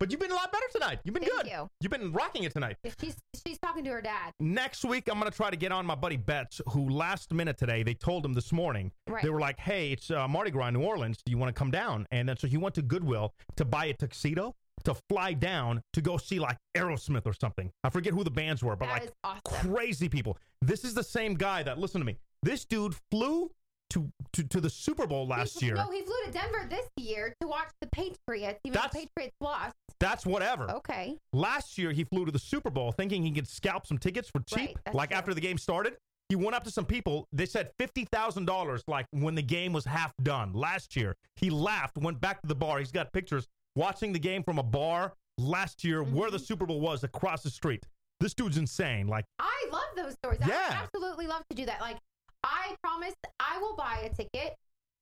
Speaker 3: But you've been a lot better tonight. You've been
Speaker 4: Thank
Speaker 3: good.
Speaker 4: you.
Speaker 3: have been rocking it tonight.
Speaker 4: She's she's talking to her dad.
Speaker 3: Next week, I'm going to try to get on my buddy Betts, who last minute today, they told him this morning,
Speaker 4: Right.
Speaker 3: they were like, hey, it's uh, Mardi Gras in New Orleans. Do you want to come down? And then so he went to Goodwill to buy a tuxedo to fly down to go see like Aerosmith or something. I forget who the bands were, but
Speaker 4: That
Speaker 3: like
Speaker 4: is awesome.
Speaker 3: crazy people. This is the same guy that, listen to me, this dude flew to, to, to the Super Bowl last year.
Speaker 4: No, he flew to Denver this year to watch the Patriots, even though the Patriots lost.
Speaker 3: That's whatever.
Speaker 4: Okay.
Speaker 3: Last year, he flew to the Super Bowl thinking he could scalp some tickets for cheap. like after the game started, he went up to some people. They said fifty thousand dollars. Like when the game was half done last year, he laughed, went back to the bar. He's got pictures watching the game from a bar last year where
Speaker 4: Mm-hmm.
Speaker 3: the Super Bowl was across the street. This dude's insane. Like
Speaker 4: I love those stories. I
Speaker 3: Yeah.
Speaker 4: would absolutely love to do that. Like, I promise I will buy a ticket.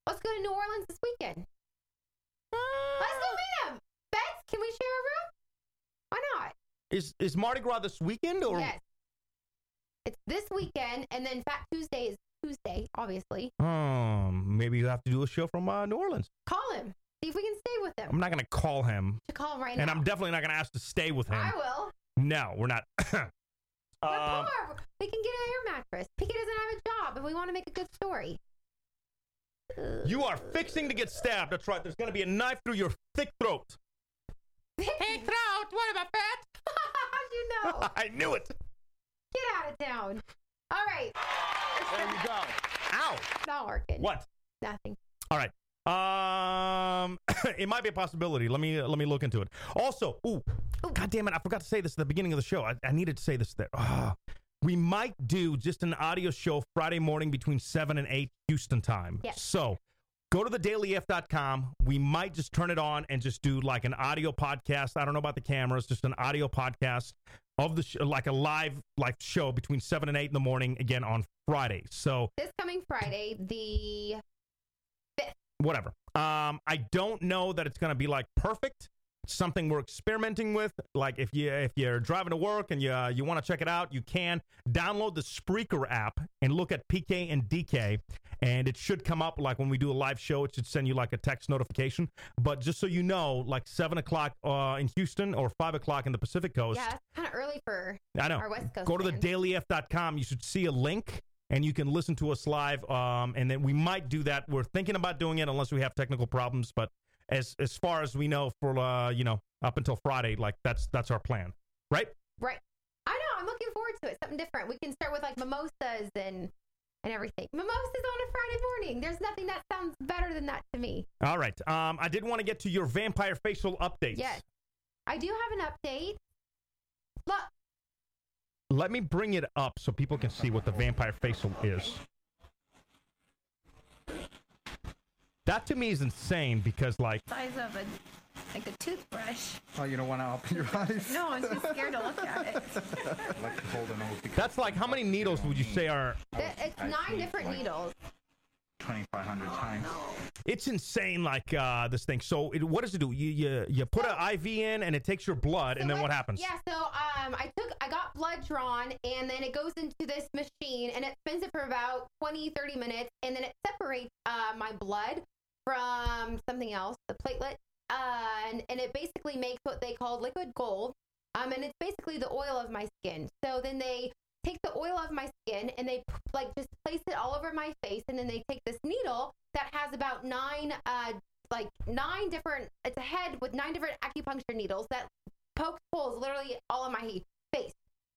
Speaker 4: Let's go to New Orleans this weekend. Let's
Speaker 3: Ah.
Speaker 4: go meet him. Bets, can we share a room? Why not?
Speaker 3: is is Mardi Gras this weekend or?
Speaker 4: yes. It's this weekend, and then Fat Tuesday is Tuesday, obviously.
Speaker 3: Um, maybe you have to do a show from uh, New Orleans.
Speaker 4: Call him. See if we can stay with him.
Speaker 3: I'm not gonna call him,
Speaker 4: to call him right
Speaker 3: and
Speaker 4: now.
Speaker 3: I'm definitely not gonna ask to stay with him.
Speaker 4: I will.
Speaker 3: No, we're not. Um,
Speaker 4: Or we can get an air mattress. PK doesn't have a job, and we want to make a good story.
Speaker 3: You are fixing to get stabbed. That's right. There's going to be a knife through your thick throat.
Speaker 4: Hey, throat, what about that? How'd you know?
Speaker 3: I knew it.
Speaker 4: Get out of town. All right.
Speaker 3: There you go. Ow.
Speaker 4: It's not working.
Speaker 3: What?
Speaker 4: Nothing.
Speaker 3: All right. Um, it might be a possibility. Let me let me look into it. Also, ooh, god damn it! I forgot to say this at the beginning of the show. I, I needed to say this there. Ah. we might do just an audio show Friday morning between seven and eight Houston time.
Speaker 12: Yes.
Speaker 3: So. Go to thedailyf.com. We might just turn it on and just do like an audio podcast. I don't know about the cameras, just an audio podcast of the sh- like a live like show between seven and eight in the morning again on Friday. So
Speaker 4: This coming Friday, the
Speaker 3: whatever. Um, I don't know that it's gonna be like perfect. It's something we're experimenting with. Like if you if you're driving to work and you uh, you want to check it out, you can download the Spreaker app and look at PK and DK, and it should come up like when we do a live show. It should send you like a text notification. But just so you know, like seven o'clock uh, in Houston or five o'clock in the Pacific Coast.
Speaker 4: yeah, that's kind of early for
Speaker 3: I know.
Speaker 4: our West Coast.
Speaker 3: Go to the
Speaker 4: fans.
Speaker 3: dailyf.com. You should see a link and you can listen to us live. Um, and then we might do that. We're thinking about doing it unless we have technical problems. But as as far as we know, for uh, you know, up until Friday, like that's that's our plan, right?
Speaker 4: right. I know. I'm looking forward to it. Something different. We can start with like mimosas and and everything. Mimosas on a Friday morning. There's nothing that sounds better than that to me.
Speaker 3: All right. Um, I did want to get to your vampire facial updates.
Speaker 4: Yes. I do have an update. Look,
Speaker 3: Let me bring it up so people can see what the vampire facial is. That to me is insane because like
Speaker 13: size of a like a toothbrush.
Speaker 14: Oh, you don't want to open your eyes?
Speaker 13: No, I'm too scared to look at it.
Speaker 3: that's like how many needles would you say are
Speaker 4: th- it's
Speaker 14: I
Speaker 4: nine
Speaker 14: think,
Speaker 4: different
Speaker 14: like-
Speaker 4: needles.
Speaker 14: 2,500 times.
Speaker 3: It's insane, like uh, this thing. So, it, what does it do? You you, you put an IV in, and it takes your blood, and then what happens?
Speaker 4: Yeah, so um, I took, I got blood drawn, and then it goes into this machine, and it spins it for about 20, 30 minutes, and then it separates uh, my blood from something else, the platelet, uh, and, and it basically makes what they call liquid gold, um, and it's basically the oil of my skin. So then they take the oil of my skin, and they p- like just place it all over my face, and then they take this needle that has about nine, uh, like nine different, it's a head with nine different acupuncture needles that pokes holes literally all in my he- face.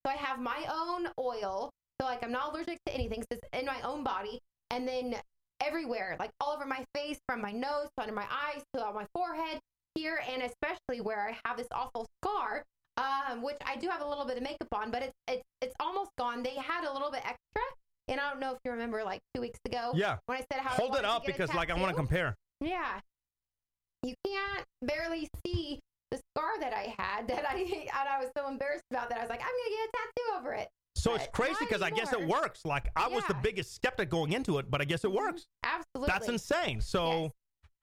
Speaker 4: So I have my own oil. So like I'm not allergic to anything. So it's in my own body, and then everywhere, like all over my face, from my nose to under my eyes to on my forehead, here, and especially where I have this awful scar, um, which I do have a little bit of makeup on, but it's it's it's almost gone. They had a little bit extra, and I don't know if you remember, like two weeks ago,
Speaker 3: Yeah.
Speaker 4: when I said how I
Speaker 3: Hold it
Speaker 4: wanted to
Speaker 3: up
Speaker 4: get a
Speaker 3: because, like, I want to
Speaker 4: tattoo.
Speaker 3: compare.
Speaker 4: Yeah. you can't barely see the scar that I had that I and I was so embarrassed about that I was like, I'm gonna get a tattoo over it.
Speaker 3: So
Speaker 4: But
Speaker 3: it's crazy
Speaker 4: not
Speaker 3: because I guess it
Speaker 4: anymore.
Speaker 3: works. Like I was the
Speaker 4: Yeah.
Speaker 3: biggest skeptic going into it, but I guess it works.
Speaker 4: Absolutely.
Speaker 3: That's insane. So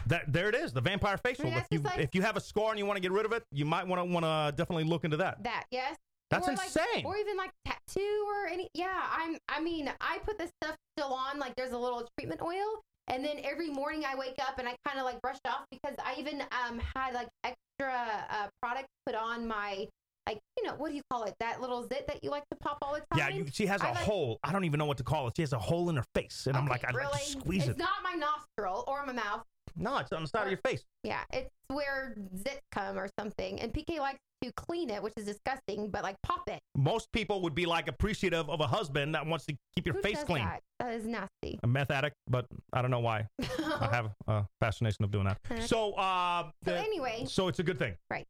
Speaker 3: that there it is, the vampire facial.
Speaker 4: that's
Speaker 3: if you
Speaker 4: just like-
Speaker 3: if you have a scar and you want to get rid of it, you might want to want to definitely look into that.
Speaker 4: That yes.
Speaker 3: That's
Speaker 4: or like-
Speaker 3: insane.
Speaker 4: or even like tattoo or any. Yeah, I'm. I mean, I put this stuff still on. Like there's a little treatment oil, and then every morning I wake up and I kind of like brush it off because I even um had like extra uh, product put on my like you know what do you call it that little zit that you like to pop all the time.
Speaker 3: yeah, you, she has a
Speaker 4: I like-
Speaker 3: hole. I don't even know what to call it. She has a hole in her face, and I'm like, I'd like to squeeze
Speaker 4: it's
Speaker 3: it.
Speaker 4: not my nostril or my mouth.
Speaker 3: no, it's on the side of your face.
Speaker 4: Yeah, it's where zits come or something. And PK likes to clean it, which is disgusting, but like pop it.
Speaker 3: Most people would be like appreciative of a husband that wants to keep your
Speaker 4: Who
Speaker 3: face
Speaker 4: does
Speaker 3: clean.
Speaker 4: That? that is nasty.
Speaker 3: A meth addict, but I don't know why. I have a fascination of doing that.
Speaker 4: Okay.
Speaker 3: So, uh,
Speaker 4: So anyway.
Speaker 3: so it's a good thing.
Speaker 4: Right.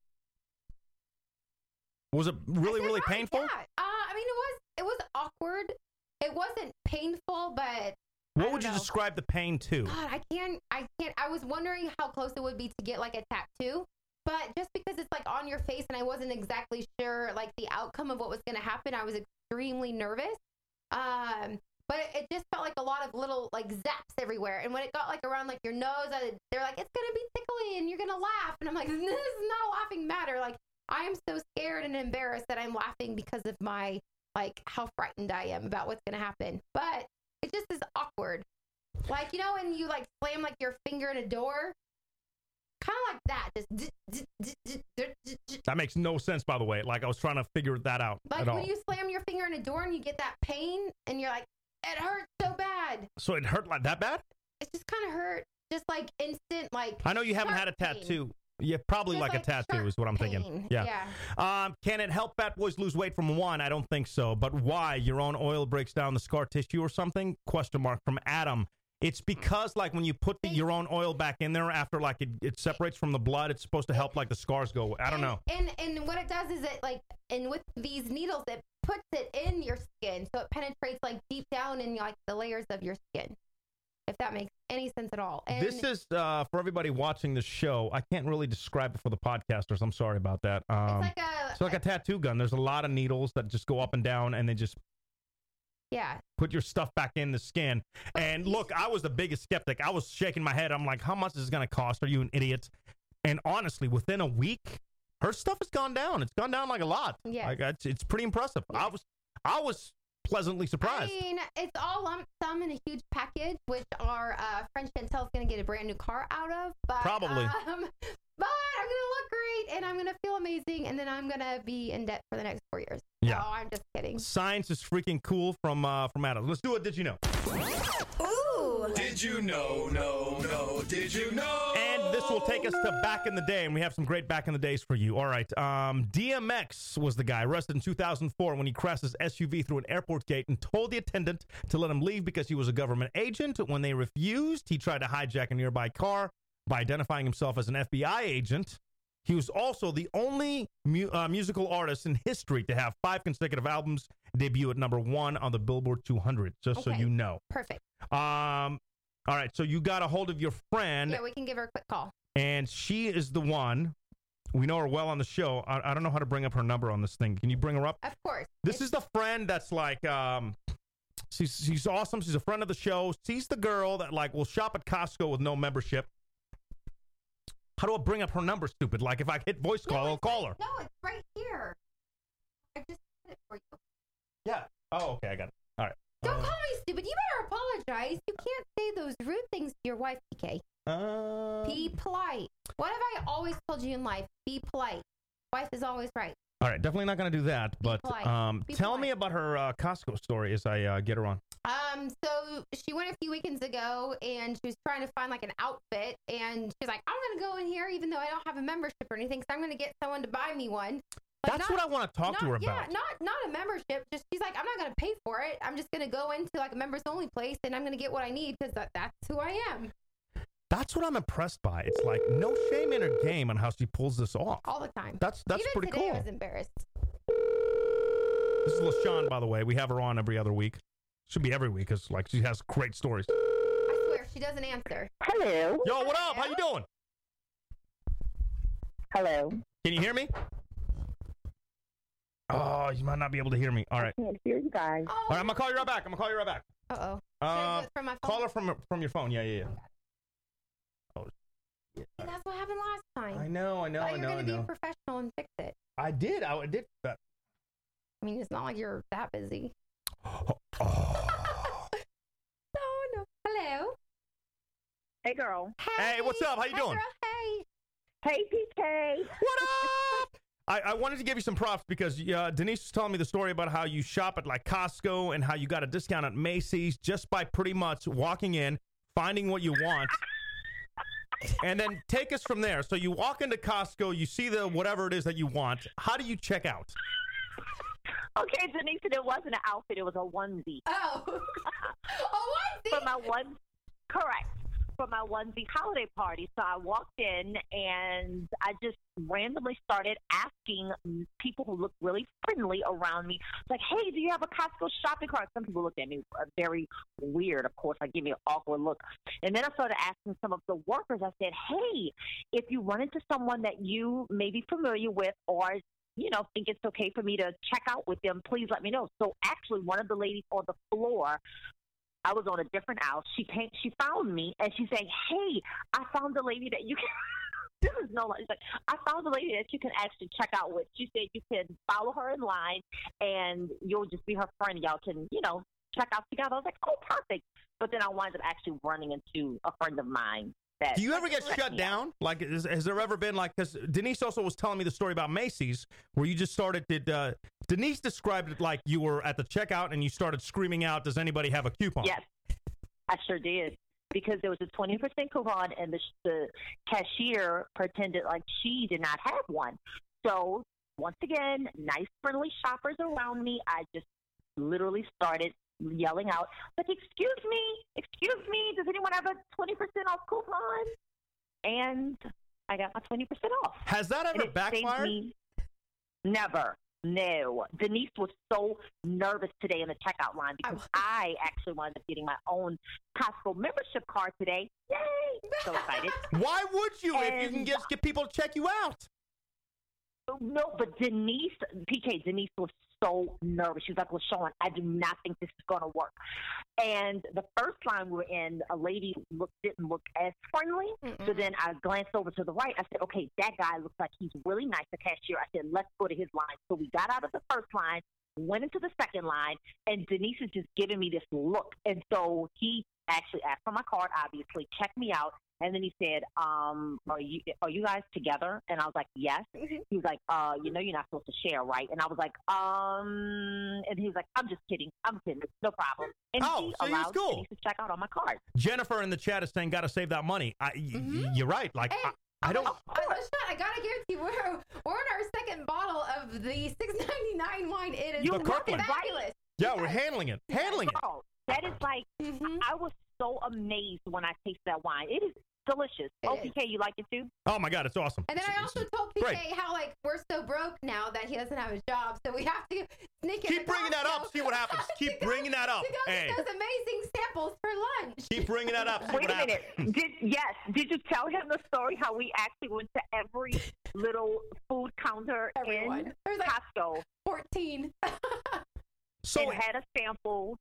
Speaker 3: Was it really, really
Speaker 4: Right,
Speaker 3: painful?
Speaker 4: Yeah. Uh, I mean, it was it was awkward. It wasn't painful, but
Speaker 3: What would you describe the pain to?
Speaker 4: God, I can't. I can't. I was wondering how close it would be to get like a tattoo, but just because it's like on your face, and I wasn't exactly sure like the outcome of what was going to happen, I was extremely nervous. Um, but it just felt like a lot of little like zaps everywhere, and when it got like around like your nose, I, they're like, "It's gonna be tickly, and you're gonna laugh," and I'm like, "This is not a laughing matter." Like I am so scared and embarrassed that I'm laughing because of my like how frightened I am about what's gonna happen, but it just is awkward. Like you know when you like slam like your finger in a door, kind of like that. Just d- d- d- d- d- d- d-
Speaker 3: That makes no sense, by the way. Like I was trying to figure that out
Speaker 4: like
Speaker 3: at all.
Speaker 4: when you slam your finger in a door and you get that pain and you're like, it hurts so bad.
Speaker 3: so it hurt like that bad?
Speaker 4: It just kind of hurt, just like instant like.
Speaker 3: I know you haven't had a
Speaker 4: sharp pain.
Speaker 3: tattoo. Yeah, probably
Speaker 4: Just
Speaker 3: like, a
Speaker 4: like
Speaker 3: tattoo
Speaker 4: sharp
Speaker 3: is what I'm thinking.
Speaker 4: pain.
Speaker 3: Yeah. Um, can it help fat boys lose weight from one? I don't think so. But why? Your own oil breaks down the scar tissue or something? Question mark from Adam. It's because like when you put the, your own oil back in there after like it, it separates from the blood, it's supposed to help like the scars go. away. I don't know.
Speaker 4: And and what it does is it like and with these needles it puts it in your skin so it penetrates like deep down in like the layers of your skin. If that makes any sense at all. And
Speaker 3: this is uh, for everybody watching the show. I can't really describe it for the podcasters. I'm sorry about that. Um,
Speaker 4: like a-
Speaker 3: it's like a tattoo gun. There's a lot of needles that just go up and down, and they just
Speaker 4: yeah.
Speaker 3: put your stuff back in the skin. And look, I was the biggest skeptic. I was shaking my head. I'm like, how much is this going to cost? Are you an idiot? And honestly, within a week, her stuff has gone down. It's gone down like a lot.
Speaker 4: Yes.
Speaker 3: Like, it's, it's pretty impressive. I was I was pleasantly
Speaker 4: I
Speaker 3: surprised.
Speaker 4: mean, it's all lump sum in a huge package, which our uh, friend Chantel's gonna get a brand new car out of. But
Speaker 3: Probably.
Speaker 4: um, but I'm gonna look great, and I'm gonna feel amazing, and then I'm gonna be in debt for the next four years.
Speaker 3: Yeah.
Speaker 4: So I'm just kidding.
Speaker 3: Science is freaking cool from uh, from Adam. Let's do it. Did you know?
Speaker 9: Ooh. Did you know, no, no, did you know?
Speaker 3: And this will take us to back in the day, and we have some great back in the days for you. All right. Um, DMX was the guy arrested in 2004 when he crashed his SUV through an airport gate and told the attendant to let him leave because he was a government agent. When they refused, he tried to hijack a nearby car by identifying himself as an FBI agent. He was also the only mu- uh, musical artist in history to have five consecutive albums debut at number one on the Billboard 200, just so
Speaker 4: Okay.
Speaker 3: you know.
Speaker 4: Perfect.
Speaker 3: Um, all right, so you got a hold of your friend
Speaker 4: yeah, we can give her a quick call.
Speaker 3: and she is the one we know her well on the show. I, I don't know how to bring up her number on this thing. Can you bring her up?
Speaker 4: Of course.
Speaker 3: This is the friend that's like, um, she's she's awesome. She's a friend of the show. She's the girl that like will shop at Costco with no membership. How do I bring up her number, stupid? Like if I hit voice call, I'll call her.
Speaker 4: No, it's right here. I just said it for you.
Speaker 3: Yeah. Oh, okay, I got it. All right.
Speaker 4: Don't call me stupid. You better apologize. You can't say those rude things to your wife, PK.
Speaker 3: Um,
Speaker 4: Be polite. What have I always told you in life? Be polite. Wife is always right.
Speaker 3: All right, definitely not gonna do that. But
Speaker 4: polite.
Speaker 3: um,
Speaker 4: Be
Speaker 3: tell me about her uh, Costco story as I uh, get her on.
Speaker 4: Um, so she went a few weekends ago and she was trying to find like an outfit and she's like, I'm gonna go in here even though I don't have a membership or anything, so I'm gonna get someone to buy me one. Like,
Speaker 3: That's what I wanna talk to
Speaker 4: Uh, not-
Speaker 3: her
Speaker 4: Yeah,
Speaker 3: about.
Speaker 4: not not a membership. Just she's like, I'm not gonna pay for it. I'm just gonna go into like a members only place and I'm gonna get what I need because that, that's who I am
Speaker 3: That's what I'm impressed by. It's like no shame in her game on how she pulls this off.
Speaker 4: all the time.
Speaker 3: That's- that's
Speaker 4: even
Speaker 3: pretty
Speaker 4: today I
Speaker 3: cool.
Speaker 4: was embarrassed.
Speaker 3: This is LaShawn, by the way. We have her on every other week. Should be every week because like she has great stories.
Speaker 4: I swear she doesn't answer.
Speaker 12: Hello.
Speaker 3: Yo, what up? How you doing?
Speaker 12: Hello.
Speaker 3: Can you hear me? Oh, you might not be able to hear me. All right.
Speaker 12: Can't hear you
Speaker 4: Oh,
Speaker 12: guys.
Speaker 3: All right, I'm gonna call you right back. I'm gonna call you right back.
Speaker 4: Uh
Speaker 3: oh.
Speaker 4: Uh, from my phone?
Speaker 3: Call her from from your phone. Yeah, yeah, yeah. Oh,
Speaker 4: See, that's what happened last time.
Speaker 3: I know, I know,
Speaker 4: Thought
Speaker 3: I
Speaker 4: you were
Speaker 3: know, I
Speaker 4: Oh, gonna
Speaker 3: know.
Speaker 4: be professional and fix it.
Speaker 3: I did. I did. That.
Speaker 4: I mean, it's not like you're that busy. no, no. Hello.
Speaker 12: Hey, girl.
Speaker 3: Hey, what's up? How you doing?
Speaker 12: Hey, PK.
Speaker 3: What up? I, I wanted to give you some props because uh, Denise was telling me the story about how you shop at like Costco and how you got a discount at Macy's just by pretty much walking in, finding what you want, and then take us from there. So you walk into Costco, you see the whatever it is that you want. How do you check out?
Speaker 15: Okay, Denise, and it wasn't an outfit; it was a onesie.
Speaker 4: Oh, a onesie
Speaker 15: for my one. Correct for my onesie holiday party. So I walked in and I just randomly started asking people who looked really friendly around me, like, "Hey, do you have a Costco shopping cart?" Some people looked at me uh, very weird. Of course, I give me an awkward look, and then I started asking some of the workers. I said, "Hey, if you run into someone that you may be familiar with or you know, think it's okay for me to check out with them, please let me know. So actually one of the ladies on the floor I was on a different aisle. She came, she found me, and she said, "Hey, I found the lady that you can." this is no lie. She's like, I found the lady that you can actually check out with. She said you can follow her in line, and you'll just be her friend. Y'all can, you know, check out together. I was like, oh, perfect. But then I wound up actually running into a friend of mine. That
Speaker 3: Do you ever get
Speaker 15: let
Speaker 3: shut
Speaker 15: me out.
Speaker 3: down? Like, is, has there ever been like? Because Denise also was telling me the story about Macy's, where you just started. Did uh, Denise described it like you were at the checkout and you started screaming out, "Does anybody have a coupon?"
Speaker 15: Yes, I sure did because there was a twenty percent coupon, and the, the cashier pretended like she did not have one. So once again, nice friendly shoppers around me. I just literally started yelling out, "Like, excuse me, excuse me, does anyone have a twenty percent off coupon?" And I got my twenty percent off.
Speaker 3: Has that
Speaker 15: And
Speaker 3: ever
Speaker 15: it saved
Speaker 3: backfired?
Speaker 15: me- Never. No. Denise was so nervous today in the checkout line because I actually wound up getting my own Costco membership card today. Yay! So excited.
Speaker 3: Why would you if you
Speaker 15: And-
Speaker 3: can just get people to check you out?
Speaker 15: No, but Denise, PK, Denise was so nervous. She was like, LaShawn, I do not think this is going to work. And the first line we were in, a lady looked, didn't look as friendly.
Speaker 3: Mm-hmm.
Speaker 15: So then I glanced over to the right. I said, okay, that guy looks like he's really nice, the cashier. I said, let's go to his line. So we got out of the first line, went into the second line, and Denise is just giving me this look. And so he actually asked for my card, obviously, checked me out. And then he said, um, are you are you guys together? And I was like, Yes.
Speaker 3: Mm-hmm.
Speaker 15: He was like, uh, you know you're not supposed to share, right? And I was like, um and he was like, I'm just kidding. I'm kidding. No problem. And
Speaker 3: Oh,
Speaker 15: he
Speaker 3: so he was
Speaker 15: allowed
Speaker 3: cool.
Speaker 15: Denise to check out on my card.
Speaker 3: Jennifer in the chat is saying, "Gotta save that money." I, y-
Speaker 4: Mm-hmm.
Speaker 3: y- you're right. Like, I, I don't.
Speaker 4: But Lashon, Oh, I gotta give it to you. We're, we're on our second bottle of the six ninety nine wine. It is
Speaker 3: The Kirkland.
Speaker 4: fabulous.
Speaker 3: Yeah, we're handling it. Handling it.
Speaker 15: Oh, that is like
Speaker 4: Mm-hmm.
Speaker 15: I I was so amazed when I tasted that wine. It is delicious. OPK, you like it too?
Speaker 3: Oh my god, it's awesome.
Speaker 4: And then I also told PK
Speaker 3: Great.
Speaker 4: how like we're so broke now that he doesn't have a job, so we have to sneak in
Speaker 3: Keep bringing that up. See what happens. Keep bringing that up.
Speaker 4: To go
Speaker 3: Hey.
Speaker 4: get those amazing samples for lunch.
Speaker 3: Keep bringing that up. See
Speaker 15: Wait
Speaker 3: what
Speaker 15: a minute. Did yes? Did you tell him the story how we actually went to every little food counter in Costco?
Speaker 4: Fourteen.
Speaker 3: So-
Speaker 15: and had a sample.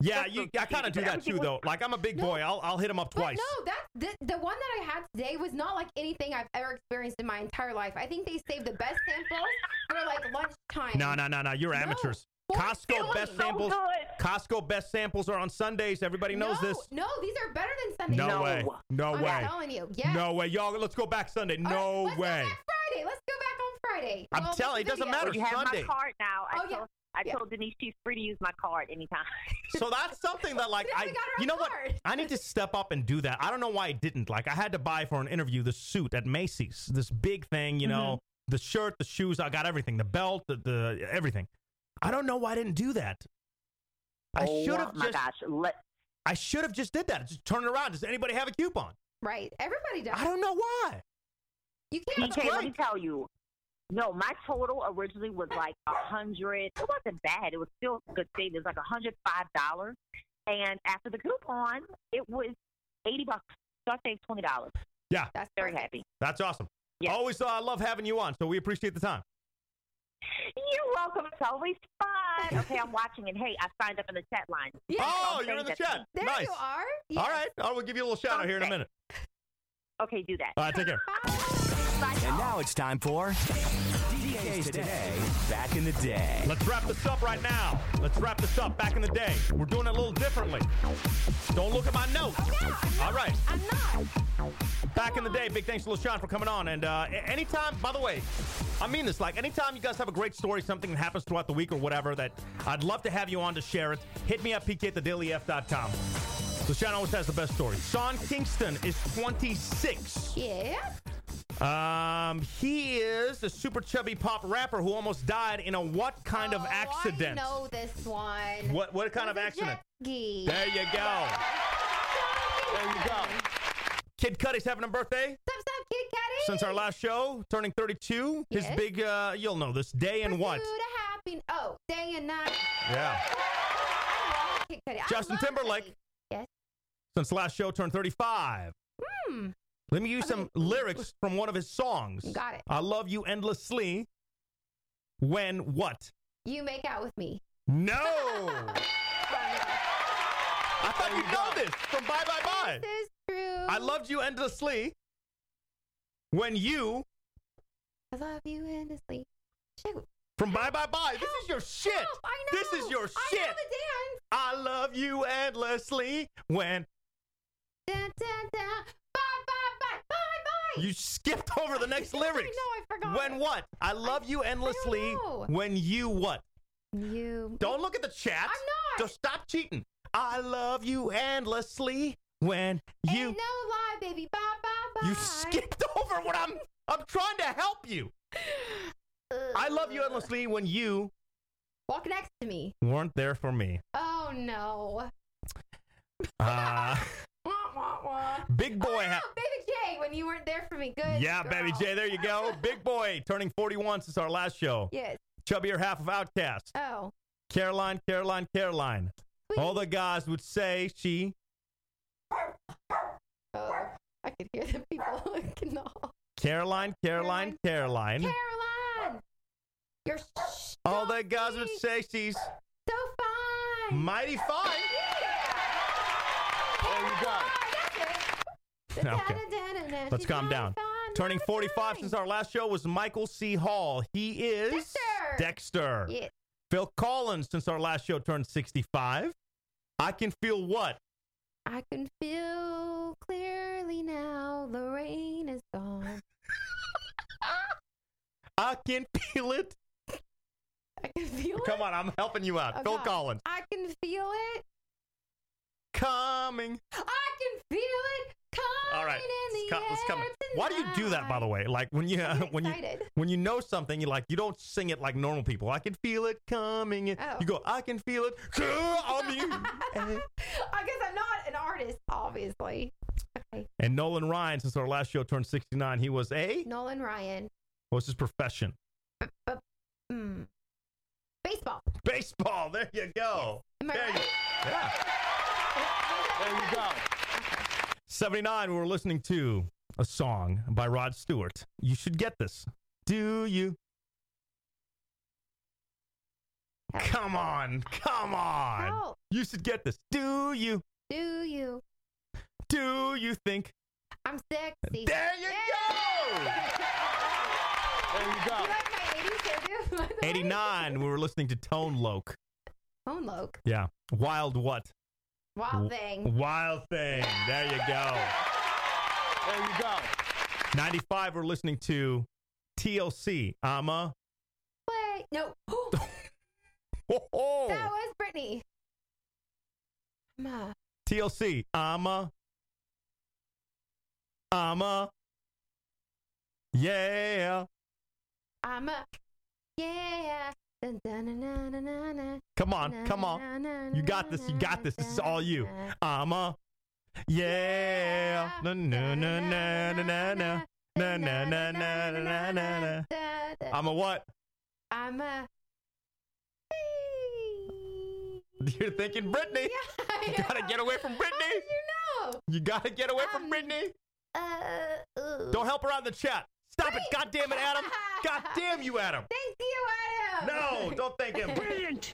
Speaker 3: Yeah, you, I kind of do that too, though. Like, I'm a big boy. I'll, I'll hit him up twice.
Speaker 4: No, that the, the one that I had today was not like anything I've ever experienced in my entire life. I think they saved the best samples for like lunchtime.
Speaker 3: No, no, no, no. You're amateurs. Costco
Speaker 4: was
Speaker 3: best
Speaker 4: so
Speaker 3: samples.
Speaker 4: good.
Speaker 3: Costco best samples are on Sundays. Everybody knows
Speaker 4: no,
Speaker 3: this.
Speaker 4: No, these are better than Sunday.
Speaker 3: No, way. No
Speaker 4: I'm
Speaker 3: way.
Speaker 4: telling you. Yes.
Speaker 3: No way, y'all. Let's go back Sunday. No way.
Speaker 4: Friday. Let's go back on Friday.
Speaker 3: I'm
Speaker 4: Well,
Speaker 3: telling you, it
Speaker 4: listen to
Speaker 3: doesn't matter.
Speaker 15: You have
Speaker 3: Sunday.
Speaker 15: my card now. I
Speaker 4: Oh,
Speaker 15: told,
Speaker 4: yeah.
Speaker 15: I
Speaker 4: Yeah.
Speaker 15: told Denise she's free to use my card anytime.
Speaker 3: So that's something that like
Speaker 15: Now we
Speaker 3: I
Speaker 15: got our
Speaker 3: you know what
Speaker 15: card.
Speaker 3: I need to step up and do that. I don't know why I didn't. Like I had to buy for an interview the suit at Macy's. This big thing, you know, the shirt, the shoes, I got everything, the belt, the, the everything. I don't know why I didn't do that. I
Speaker 15: Oh,
Speaker 3: should have
Speaker 15: my
Speaker 3: just
Speaker 15: gosh. Let
Speaker 3: I should have just did that. Just turn it around. Does anybody have a coupon?
Speaker 4: Right. Everybody does.
Speaker 3: I don't know why.
Speaker 4: You
Speaker 3: can't-
Speaker 15: PK, let me
Speaker 3: Right.
Speaker 15: tell you. No, my total originally was like a hundred. It wasn't bad. It was still a good thing. It was like a hundred five dollars, and after the coupon, it was eighty bucks. So I saved twenty dollars.
Speaker 3: Yeah.
Speaker 4: That's
Speaker 15: very happy.
Speaker 3: That's awesome. Always uh, love having you on, so we appreciate the time.
Speaker 15: You're welcome. It's always fun. Okay, I'm watching, and hey, I signed up in the chat line.
Speaker 3: Oh,
Speaker 15: Don't
Speaker 3: you're in the
Speaker 15: think
Speaker 3: chat.
Speaker 15: that's-
Speaker 3: nice. All right. I will give you a little shout out here in a minute.
Speaker 15: Okay, do that.
Speaker 3: All right, take care.
Speaker 2: And now it's time for DJs Today, back in the day.
Speaker 3: Let's wrap this up right now. Let's wrap this up back in the day. We're doing it a little differently. Don't look at my notes. All right. I'm not. Back in the day, big thanks to LaShawn for coming on. And uh, a- anytime, by the way, I mean this, like anytime you guys have a great story, something that happens throughout the week or whatever, that I'd love to have you on to share it, hit me up, pk at thedailyf.com. LaShawn always has the best story. Sean Kingston is 26.
Speaker 4: Yeah.
Speaker 3: Um, he is the super chubby pop rapper who almost died in a what kind of accident?
Speaker 4: Oh, I know this one.
Speaker 3: What what kind of
Speaker 4: It was a
Speaker 3: accident?
Speaker 4: jet ski.
Speaker 3: There you go. There you go. Kid Cudi's having a birthday
Speaker 4: What's up, Kid Cudi?
Speaker 3: since our last show, turning 32.
Speaker 4: Yes.
Speaker 3: His big, uh, you'll know this day and what?
Speaker 4: Food a happy. Oh, day and night.
Speaker 3: Yeah.
Speaker 4: Kid Cudi. I
Speaker 3: Justin
Speaker 4: love
Speaker 3: Timberlake.
Speaker 4: Yes.
Speaker 3: Since last show, turned 35.
Speaker 4: Hmm.
Speaker 3: Let me use some lyrics from one of his songs.
Speaker 4: Got it.
Speaker 3: I love you endlessly. When what?
Speaker 4: You make out with me.
Speaker 3: No. I thought you know this from Bye Bye Bye.
Speaker 4: This is true.
Speaker 3: I loved you endlessly when you
Speaker 4: I love you endlessly. Shoot.
Speaker 3: from Bye Bye Bye. This is your shit.
Speaker 4: Help, I know.
Speaker 3: This is your
Speaker 4: I
Speaker 3: shit.
Speaker 4: know the dance.
Speaker 3: I love you endlessly when
Speaker 4: Dun, dun, dun. Bye, bye, bye, bye, bye.
Speaker 3: you skipped over the next lyrics.
Speaker 4: I know, I forgot.
Speaker 3: When what? I love you endlessly
Speaker 4: know.
Speaker 3: when you what?
Speaker 4: You.
Speaker 3: Don't look at the chat.
Speaker 4: I'm not.
Speaker 3: Just stop cheating. I love you endlessly when you
Speaker 4: Ain't no lie, baby. Bye, bye, bye.
Speaker 3: you skipped over what I'm I'm trying to help you. I love you endlessly when you
Speaker 4: Walk next to me.
Speaker 3: weren't there for me.
Speaker 4: Oh no.
Speaker 3: Uh,
Speaker 4: Wah, wah, wah.
Speaker 3: Big boy
Speaker 4: Oh,
Speaker 3: ha-
Speaker 4: baby J, when you weren't there for me. Good.
Speaker 3: yeah,
Speaker 4: girl.
Speaker 3: baby J, there you go. Big boy turning 41 since our last show.
Speaker 4: Yes.
Speaker 3: Chubbier half of Outcast.
Speaker 4: Oh.
Speaker 3: Caroline, Caroline, Caroline. All the guys would say she.
Speaker 4: Oh. I could hear the people looking all.
Speaker 3: Caroline, Caroline, Caroline.
Speaker 4: Caroline! You're so
Speaker 3: All the guys would say she's
Speaker 4: fine!
Speaker 3: mighty fine. There you go. Okay.
Speaker 4: Da-da-da-da-da.
Speaker 3: Let's
Speaker 4: She's
Speaker 3: calm
Speaker 4: mighty
Speaker 3: down.
Speaker 4: fine,
Speaker 3: Turning
Speaker 4: mighty
Speaker 3: 45 since our last show was Michael C. Hall. He is
Speaker 4: Dexter.
Speaker 3: Dexter.
Speaker 4: Yeah.
Speaker 3: Phil Collins since our last show turned 65. I can feel what?
Speaker 4: I can feel clearly now the rain is gone.
Speaker 3: I can feel it.
Speaker 4: I can feel
Speaker 3: Come on, I'm helping you out.
Speaker 4: Oh,
Speaker 3: Phil
Speaker 4: God.
Speaker 3: Collins.
Speaker 4: I can feel it.
Speaker 3: Coming.
Speaker 4: I can feel it coming
Speaker 3: All right.
Speaker 4: in
Speaker 3: It's,
Speaker 4: the
Speaker 3: co- it's
Speaker 4: air
Speaker 3: coming. Why do you do that by the way? Like when you when you
Speaker 4: excited.
Speaker 3: when you know something, you like you don't sing it like normal people. I can feel it coming. in.
Speaker 4: Oh.
Speaker 3: You go, I can feel it coming.
Speaker 4: I guess I'm not an artist, obviously.
Speaker 3: and Nolan Ryan since our last show turned 69, he was a
Speaker 4: Nolan Ryan.
Speaker 3: What's his profession?
Speaker 4: Mm. Baseball.
Speaker 3: Baseball. There you go.
Speaker 4: Am I
Speaker 3: there
Speaker 4: right?
Speaker 3: you Yeah. there you go. 79, we were listening to a song by Rod Stewart. You should get this. Do you? Come on. Come on.
Speaker 4: Help.
Speaker 3: You should get this. Do you?
Speaker 4: Do you?
Speaker 3: Do you think?
Speaker 4: I'm sexy.
Speaker 3: There you go. There you go.
Speaker 4: You like my 80s hairdo?
Speaker 3: 89, we were listening to Tone Loke.
Speaker 4: Phone Loke.
Speaker 3: Yeah. Wild what?
Speaker 4: Wild
Speaker 3: W-
Speaker 4: thing.
Speaker 3: Wild thing. There you go. There you go. 95, we're listening to TLC. I'm a.
Speaker 4: Wait, no.
Speaker 3: Ho, ho.
Speaker 4: That was Brittany. Ma.
Speaker 3: TLC. I'm a. I'm a. Yeah.
Speaker 4: I'm a. Yeah. Dun, dun, dun, dun, dun, dun, dun.
Speaker 3: Come on. Come on. You got this. You got this. This is all you. I'm a. Yeah. Na na na na na na na. Na na na na na na na na.
Speaker 4: Da, da.
Speaker 3: I'm a what?
Speaker 4: I'm a.
Speaker 3: You're thinking Britney.
Speaker 4: I
Speaker 3: You gotta
Speaker 4: know.
Speaker 3: get away from
Speaker 4: How
Speaker 3: Britney.
Speaker 4: did you know?
Speaker 3: You gotta get away from Britney.
Speaker 4: Uh, ooh.
Speaker 3: Don't help her out in the chat. Stop it. God damn it, Adam. God damn you, Adam.
Speaker 4: Thank you, Adam.
Speaker 3: No, don't thank him. Brilliant.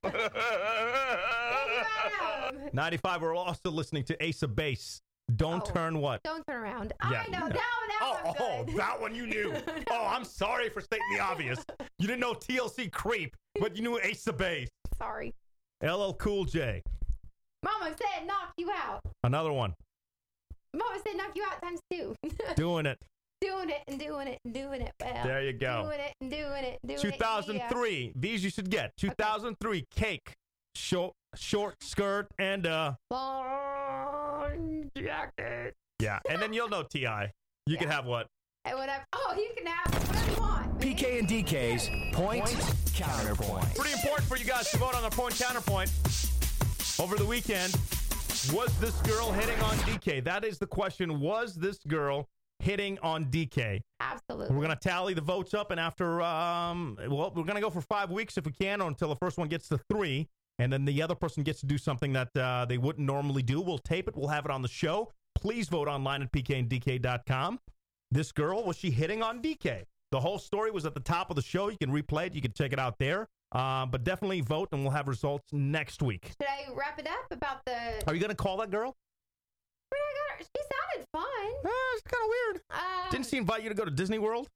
Speaker 3: 95, we're also listening to Ace of Base. Don't
Speaker 4: Oh.
Speaker 3: turn what?
Speaker 4: Don't turn around.
Speaker 3: Yeah,
Speaker 4: I know.
Speaker 3: yeah.
Speaker 4: That
Speaker 3: Oh,
Speaker 4: one, that one.
Speaker 3: oh, that one you knew. Oh, I'm sorry for stating the obvious. You didn't know TLC creep, but you knew Ace of Base.
Speaker 4: Sorry.
Speaker 3: LL Cool J.
Speaker 4: Mama said knock you out.
Speaker 3: Another one.
Speaker 4: Mama said knock you out times two.
Speaker 3: Doing it.
Speaker 4: doing it and doing it and doing it. Well,
Speaker 3: There you go.
Speaker 4: Doing it and doing it. Doing It,
Speaker 3: 2003. These you should get. 2003 Cake. Short short skirt and uh
Speaker 4: yeah. Long jacket.
Speaker 3: yeah, and then you'll know TI. You can have what?
Speaker 4: And whatever. Oh, you can have whatever you want.
Speaker 2: PK and DK's point, counterpoint.
Speaker 3: Pretty important for you guys to vote on the point counterpoint over the weekend. Was this girl hitting on DK? That is the question. Was this girl hitting on DK?
Speaker 4: Absolutely.
Speaker 3: We're gonna tally the votes up, and after um, well, we're gonna go for five weeks if we can, or until the first one gets to three, and then the other person gets to do something that uh, they wouldn't normally do. We'll tape it. We'll have it on the show. Please vote online at pkndk.com. This girl was she hitting on DK? The whole story was at the top of the show. You can replay it. You can check it out there. Uh, but definitely vote, and we'll have results next week.
Speaker 4: Should I wrap it up about the?
Speaker 3: Are you gonna call that girl?
Speaker 4: But I got her. She sounded fun.
Speaker 3: Uh, it's kind of weird.
Speaker 4: Uh,
Speaker 3: Didn't she invite you to go to Disney World?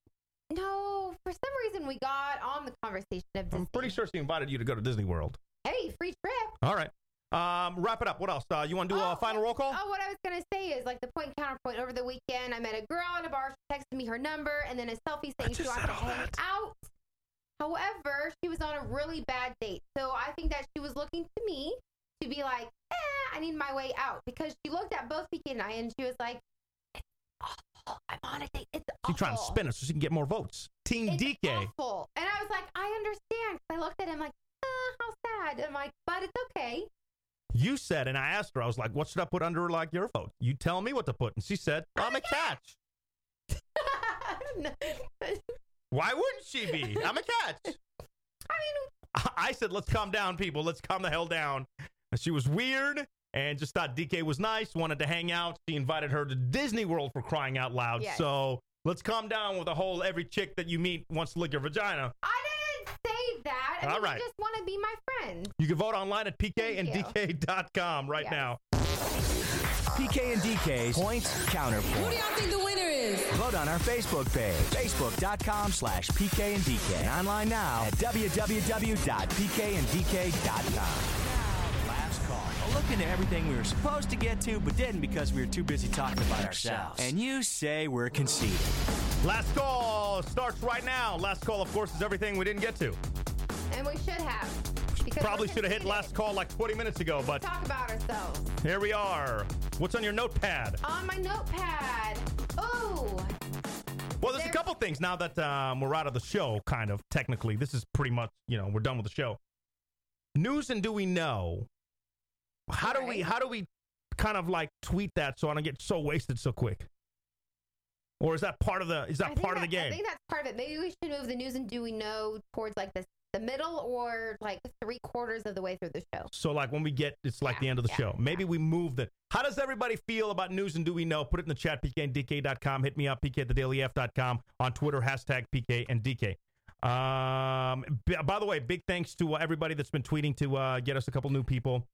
Speaker 4: no, for some reason we got on the conversation
Speaker 3: I'm
Speaker 4: of Disney.
Speaker 3: pretty sure she invited you to go to Disney World.
Speaker 4: Hey, free trip.
Speaker 3: All right. Um, wrap it up. What else? Uh, you want to do a final roll call?
Speaker 4: Oh, what I was gonna say is like the point counterpoint over the weekend. I met a girl at a bar. She texted me her number and then a selfie saying she wants to hang out. However, she was on a really bad date, so I think that she was looking to me to be like, eh, I need my way out because she looked at both PK and I and she was like, it's awful. I'm on a date. It's
Speaker 3: She's trying to spin it so she can get more votes. Team DK.
Speaker 4: awful. And I was like, I understand. 'Cause I looked at him like, uh, how sad. I'm like, but it's okay.
Speaker 3: You said, and I asked her, I was like, what should I put under like your vote? You tell me what to put. And she said, I'm a catch. Why wouldn't she be? I'm a catch. I mean, I said, let's calm down, people. Let's calm the hell down. And she was weird and just thought DK was nice, wanted to hang out. She invited her to Disney World for crying out loud.
Speaker 4: Yes.
Speaker 3: So let's calm down with the whole every chick that you meet wants to lick your vagina.
Speaker 4: I didn't say that. I
Speaker 3: All
Speaker 4: mean,
Speaker 3: right.
Speaker 4: I just want to be my friend.
Speaker 3: You can vote online at pkanddk.com right
Speaker 4: Yes.
Speaker 3: now.
Speaker 2: PK and DK's point
Speaker 5: Who do
Speaker 2: counterpoint.
Speaker 5: y'all think the winner is?
Speaker 2: Vote on our Facebook page, facebook.com slash PK and DK. And online now at www.pkanddk.com. Last call. A look into everything we were supposed to get to, but didn't because we were too busy talking about ourselves. And you say we're conceited.
Speaker 3: Last call starts right now. Last call, of course, is everything we didn't get to.
Speaker 4: And we should have. Because
Speaker 3: Probably
Speaker 4: we're
Speaker 3: should have hit
Speaker 4: conceited.
Speaker 3: last call like 20 minutes ago, but
Speaker 4: Talk about ourselves.
Speaker 3: here we are. What's on your notepad?
Speaker 4: On my notepad. Oh,
Speaker 3: Well, there's a couple things now that um, we're out of the show, kind of technically. This is pretty much, you know, we're done with the show. News and do we know? How do we? How do we? Kind of like tweet that so I don't get so wasted so quick. Or is that part of the? Is that part of the
Speaker 4: I
Speaker 3: game?
Speaker 4: think that's part of it. Maybe we should move the news and do we know towards like the, the middle or like three quarters of the way through the show.
Speaker 3: So like when we get, it's like the end of the show. Maybe we move the. How does everybody feel about news and do we know? Put it in the chat. pkndk.com. Hit me up. pkthedailyf.com on Twitter hashtag pkndk. Um, b- by the way, big thanks to uh, everybody that's been tweeting to uh, get us a couple new people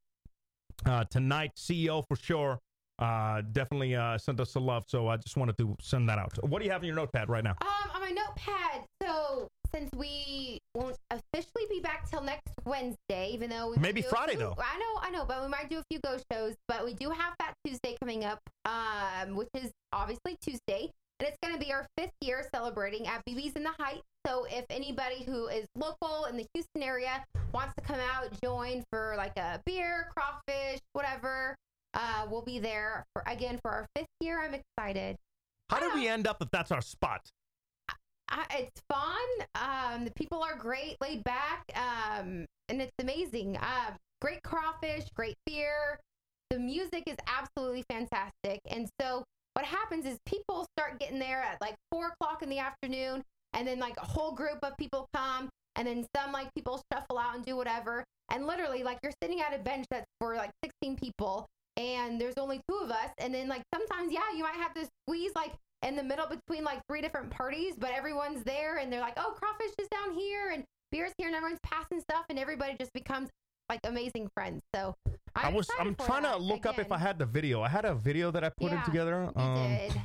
Speaker 3: uh, tonight. CEO for sure. Uh, definitely uh, sent us some love, so I just wanted to send that out. What do you have in your notepad right now?
Speaker 4: Um, on my notepad. So since we won't officially be back till next Wednesday, even though we might
Speaker 3: Maybe
Speaker 4: do a
Speaker 3: Friday,
Speaker 4: few-
Speaker 3: though.
Speaker 4: I know, I know, but we might do a few go shows. But we do have Fat Tuesday coming up, um, which is obviously Tuesday, and it's going to be our fifth year celebrating at BB's in the Heights. So if anybody who is local in the Houston area wants to come out, join for like a beer, crawfish, whatever. Uh, we'll be there for, again for our fifth year. I'm excited.
Speaker 3: How did we end up that that's our spot?
Speaker 4: I, it's fun. Um, the people are great, laid back, um, and it's amazing. Um, great crawfish, great beer. The music is absolutely fantastic. And so what happens is people start getting there at like four o'clock in the afternoon, and then like a whole group of people come, and then some like people shuffle out and do whatever. And literally, like you're sitting at a bench that's for like 16 people, and there's only two of us. And then like sometimes, yeah, you might have to squeeze like in the middle between like three different parties, but everyone's there and they're like, oh, crawfish is down here and beer's here and everyone's passing stuff and everybody just becomes like amazing friends. So
Speaker 3: i
Speaker 4: I'm
Speaker 3: was
Speaker 4: excited
Speaker 3: I'm
Speaker 4: for
Speaker 3: trying
Speaker 4: that.
Speaker 3: to look up if
Speaker 4: Again,
Speaker 3: I had the video. I had a video that I put
Speaker 4: Yeah,
Speaker 3: in together,
Speaker 4: you
Speaker 3: um,
Speaker 4: did.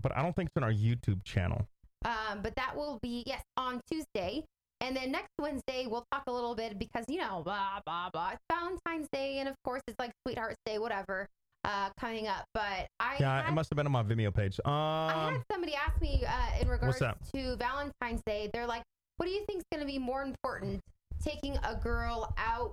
Speaker 3: but I don't think it's on our YouTube channel.
Speaker 4: Um, but that will be yes on Tuesday, and then next Wednesday we'll talk a little bit because you know blah blah blah. It's Valentine's Day, and of course it's like Sweetheart's Day, whatever, uh, coming up. But I
Speaker 3: yeah,
Speaker 4: had,
Speaker 3: it must have been on my Vimeo page.
Speaker 4: I had
Speaker 3: Um,
Speaker 4: somebody ask me uh, in regards
Speaker 3: that?
Speaker 4: to Valentine's Day. They're like, "What do you think's going to be more important, taking a girl out?"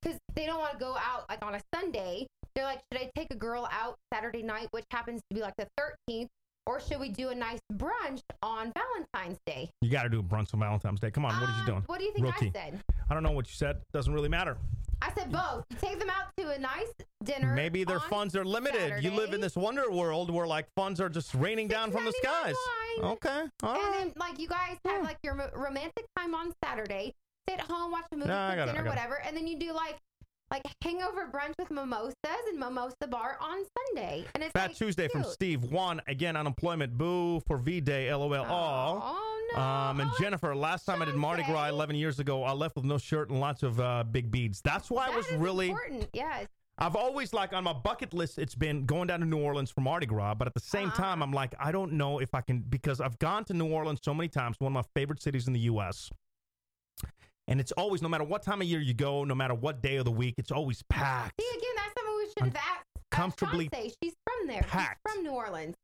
Speaker 4: Because they don't want to go out like on a Sunday. They're like, "Should I take a girl out Saturday night, which happens to be like the 13th, or should we do a nice brunch on Valentine's Day?" Um,
Speaker 3: you got to do a brunch on Valentine's Day. Come on, Um, what are you doing?
Speaker 4: What do you think
Speaker 3: Rookie.
Speaker 4: I said?
Speaker 3: I don't know what you said. Doesn't really matter.
Speaker 4: I said both. You take them out to a nice dinner.
Speaker 3: Maybe their
Speaker 4: on
Speaker 3: funds are limited. You live in this wonder world where like funds are just raining down from the skies.
Speaker 4: wine.
Speaker 3: Okay, all
Speaker 4: and
Speaker 3: right.
Speaker 4: then, like, you guys have like your mo- romantic time on Saturday. Stay at home, watch a movie,
Speaker 3: Nah, I
Speaker 4: cook
Speaker 3: got it, I
Speaker 4: dinner,
Speaker 3: got it.
Speaker 4: whatever, and then you do like, like hangover brunch with mimosas and mimosa bar on Sunday. And it's
Speaker 3: Fat
Speaker 4: like,
Speaker 3: Tuesday from
Speaker 4: cute.
Speaker 3: Steve. One again, unemployment. Boo for V Day. LOL. Oh,
Speaker 4: no.
Speaker 3: Um, and Jennifer, last time I did Mardi Gras 11 years ago, I left with no shirt and lots of uh, big beads. That's why I was really.
Speaker 4: important. Yes.
Speaker 3: I've always like on my bucket list. It's been going down to New Orleans for Mardi Gras, but at the same time, I'm like, I don't know if I can because I've gone to New Orleans so many times. One of my favorite cities in the U.S. And it's always, no matter what time of year you go, no matter what day of the week, it's always packed.
Speaker 4: See again, that's something we should have asked.
Speaker 3: Comfortably
Speaker 4: Say she's from there.
Speaker 3: packed.
Speaker 4: She's from New Orleans.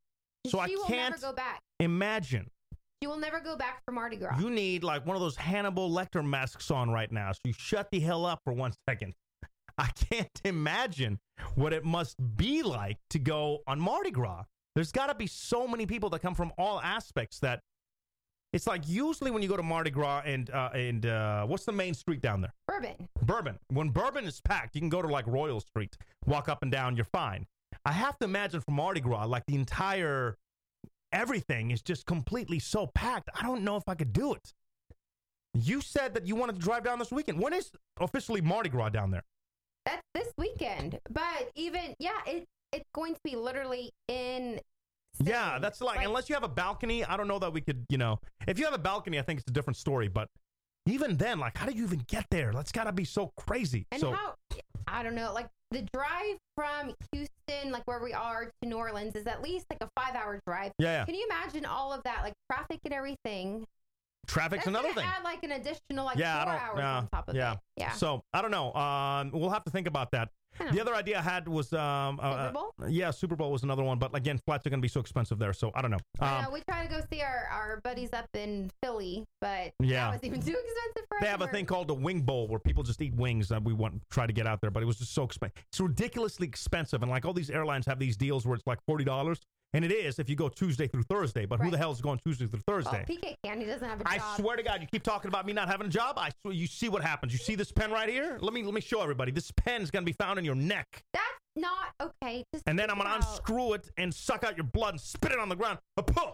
Speaker 3: So I
Speaker 4: she will
Speaker 3: can't-
Speaker 4: never go back.
Speaker 3: imagine
Speaker 4: She will never go back for Mardi Gras.
Speaker 3: You need like one of those Hannibal Lecter masks on right now. So you shut the hell up for one second. I can't imagine what it must be like to go on Mardi Gras. There's got to be so many people that come from all aspects that it's like usually when you go to Mardi Gras and uh, and uh, what's the main street down there?
Speaker 4: Bourbon.
Speaker 3: Bourbon. When bourbon is packed, you can go to like Royal Street, walk up and down, you're fine. I have to imagine for Mardi Gras, like the entire everything is just completely so packed. I don't know if I could do it. You said that you wanted to drive down this weekend. When is officially Mardi Gras down there?
Speaker 4: That's this weekend. But even yeah, it it's going to be literally in
Speaker 3: Yeah, that's like, unless you have a balcony, I don't know that we could, you know. If you have a balcony, I think it's a different story, but even then, like how do you even get there? That's got to be so crazy.
Speaker 4: and
Speaker 3: so
Speaker 4: how I don't know, like the drive from Houston, like where we are to New Orleans is at least like a five hour drive.
Speaker 3: Yeah, yeah.
Speaker 4: Can you imagine all of that? Like traffic and everything.
Speaker 3: traffic's
Speaker 4: That's
Speaker 3: another
Speaker 4: gonna
Speaker 3: thing.
Speaker 4: Add like an additional like
Speaker 3: yeah,
Speaker 4: four
Speaker 3: I don't,
Speaker 4: hours
Speaker 3: yeah,
Speaker 4: on top of
Speaker 3: yeah.
Speaker 4: it. Yeah.
Speaker 3: So I don't know. Um, we'll have to think about that. The other idea I had was um, uh,
Speaker 4: Super Bowl?
Speaker 3: yeah, Super Bowl was another one, but again, flats are going to be so expensive there, so I don't know.
Speaker 4: I
Speaker 3: Um,
Speaker 4: know, we try to go see our, our buddies up in Philly, but
Speaker 3: Yeah.
Speaker 4: that was even too expensive for us.
Speaker 3: they have a
Speaker 4: We're-
Speaker 3: thing called the wing bowl where people just eat wings that we want try to get out there, but it was just so expensive. It's ridiculously expensive, and like all these airlines have these deals where it's like forty dollars, and it is if you go Tuesday through Thursday. But who the hell is going Tuesday through Thursday?
Speaker 4: Well, PK Candy doesn't have a Oh, job.
Speaker 3: I swear to God, you keep talking about me not having a job. I swear, you see what happens. You see this pen right here? Let me let me show everybody. This pen is going to be found in your neck.
Speaker 4: That's not okay. Just
Speaker 3: and then I'm
Speaker 4: stick
Speaker 3: gonna
Speaker 4: it out.
Speaker 3: unscrew it and suck out your blood and spit it on the ground. Apuh!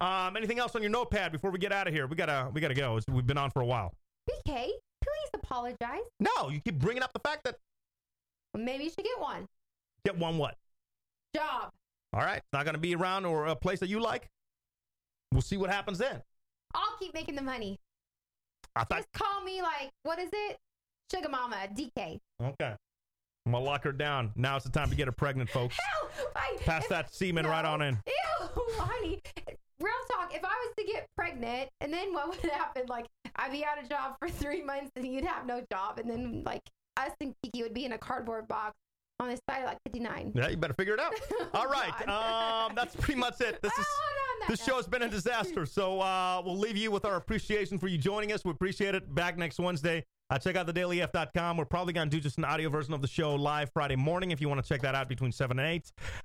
Speaker 3: Um, anything else on your notepad before we get out of here? We gotta we gotta go. It's- we've been on for a while.
Speaker 4: PK, please apologize.
Speaker 3: No, you keep bringing up the fact that
Speaker 4: Maybe you should get one
Speaker 3: get one what?
Speaker 4: job.
Speaker 3: All right, not gonna be around or a place that you like. We'll see what happens then.
Speaker 4: I'll keep making the money.
Speaker 3: I thought
Speaker 4: Call me like what is it? Sugar Mama DK.
Speaker 3: okay. I'm gonna lock her down. Now it's the time to get her pregnant, folks.
Speaker 4: Ew, I-
Speaker 3: Pass
Speaker 4: if-
Speaker 3: that semen right on in.
Speaker 4: Ew, honey. Real talk. If I was to get pregnant, and then what would happen? Like I'd be out of job for three months, and you'd have no job, and then like us and Kiki would be in a cardboard box on the side of like 59.
Speaker 3: Yeah, you better figure it out. All right, um, that's pretty much it. This is this show has been a disaster. So uh, we'll leave you with our appreciation for you joining us. We appreciate it. Back next Wednesday. Uh, check out thedailyf.com. We're probably going to do just an audio version of the show live Friday morning if you want to check that out between 7 and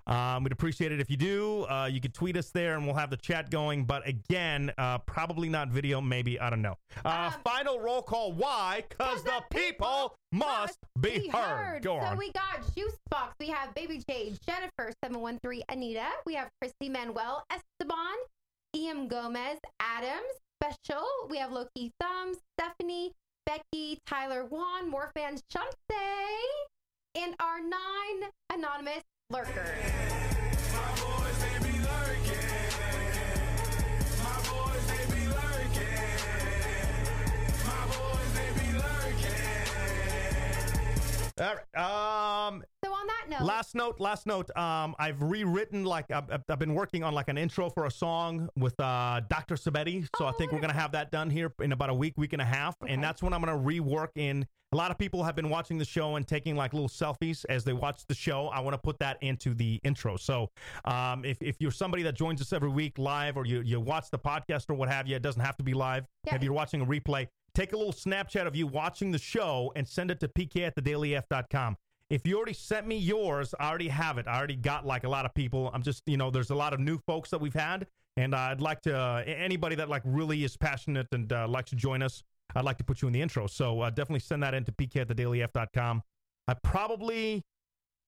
Speaker 3: 8. Um, we'd appreciate it if you do. Uh, you could tweet us there and we'll have the chat going. But again, uh, probably not video, maybe. I don't know. Uh, final roll call. Why? Because the people must be heard. Go
Speaker 4: So
Speaker 3: on.
Speaker 4: we got Juicebox. We have Baby J, Jennifer, 713, Anita. We have Christy Manuel, Esteban, E.M. Gomez, Adam, Special. We have Loki Thumbs, Stephanie, Becky, Tyler Juan, More Fans, Chante, and our nine anonymous lurkers.
Speaker 9: My boys, they be lurking.
Speaker 3: um, last note, last note. Um, I've rewritten like I've, I've- I've been working on like an intro for a song with uh, Dr. Sabetti, so I think we're gonna have that done here in about a week, week and a half, and that's when I'm gonna rework in. A lot of people have been watching the show and taking like little selfies as they watch the show. I want to put that into the intro. So, um, if, if you're somebody that joins us every week live, or you you watch the podcast or what have you, it doesn't have to be live. If you're watching a replay, take a little Snapchat of you watching the show and send it to pk at thedailyf.com. If you already sent me yours, I already have it. I already got like a lot of people. I'm just, you know, there's a lot of new folks that we've had, and uh, I'd like to uh, a- anybody that like really is passionate and uh, likes to join us. I'd like to put you in the intro. So uh, definitely send that in to pk at thedailyf.com. I probably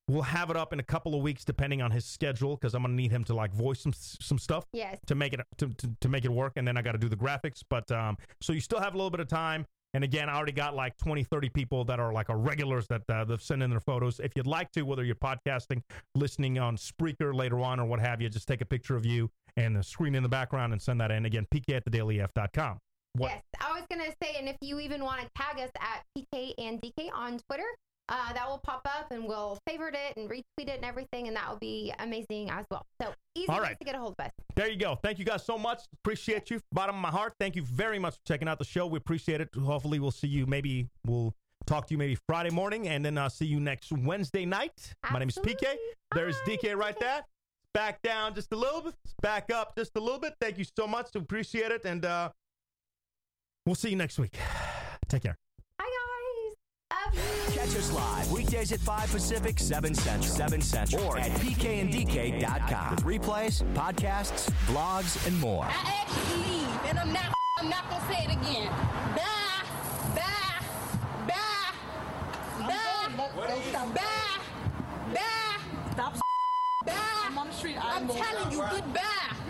Speaker 3: will have it up in a couple of weeks, depending on his schedule, because I'm gonna need him to like voice some some stuff
Speaker 4: Yes.
Speaker 3: to make it to, to, to make it work and then i got to do the graphics but um so you still have a little bit of time and again i already got like 20 30 people that are like our regulars that uh, they've sent in their photos if you'd like to whether you're podcasting listening on spreaker later on or what have you just take a picture of you and the screen in the background and send that in again pk at thedailyf.com what
Speaker 4: Yes, I was gonna say, and if you even want to tag us at PK and DK on Twitter, uh, that will pop up, and we'll favorite it and retweet it and everything, and that will be amazing as well. So easy
Speaker 3: All
Speaker 4: ways
Speaker 3: right.
Speaker 4: to get a hold of us.
Speaker 3: There you go. Thank you guys so much. Appreciate you. Bottom of my heart. Thank you very much for checking out the show. We appreciate it. Hopefully, we'll see you. Maybe we'll talk to you maybe Friday morning, and then I'll see you next Wednesday night. My name is PK. There's DK right there. Back down just a little bit. Back up just a little bit. Thank you so much. Appreciate it. And uh, we'll see you next week. Take care.
Speaker 2: Catch us live weekdays at 5 Pacific, 7 Central, 7 Central, or at pkndk.com. With replays, podcasts, blogs, and more.
Speaker 5: I actually leave, and I'm not. I'm not gonna say it again. Bye, bye, bye, bye, bye, bye. Stop. Bye. I'm on the street. I'm telling you goodbye.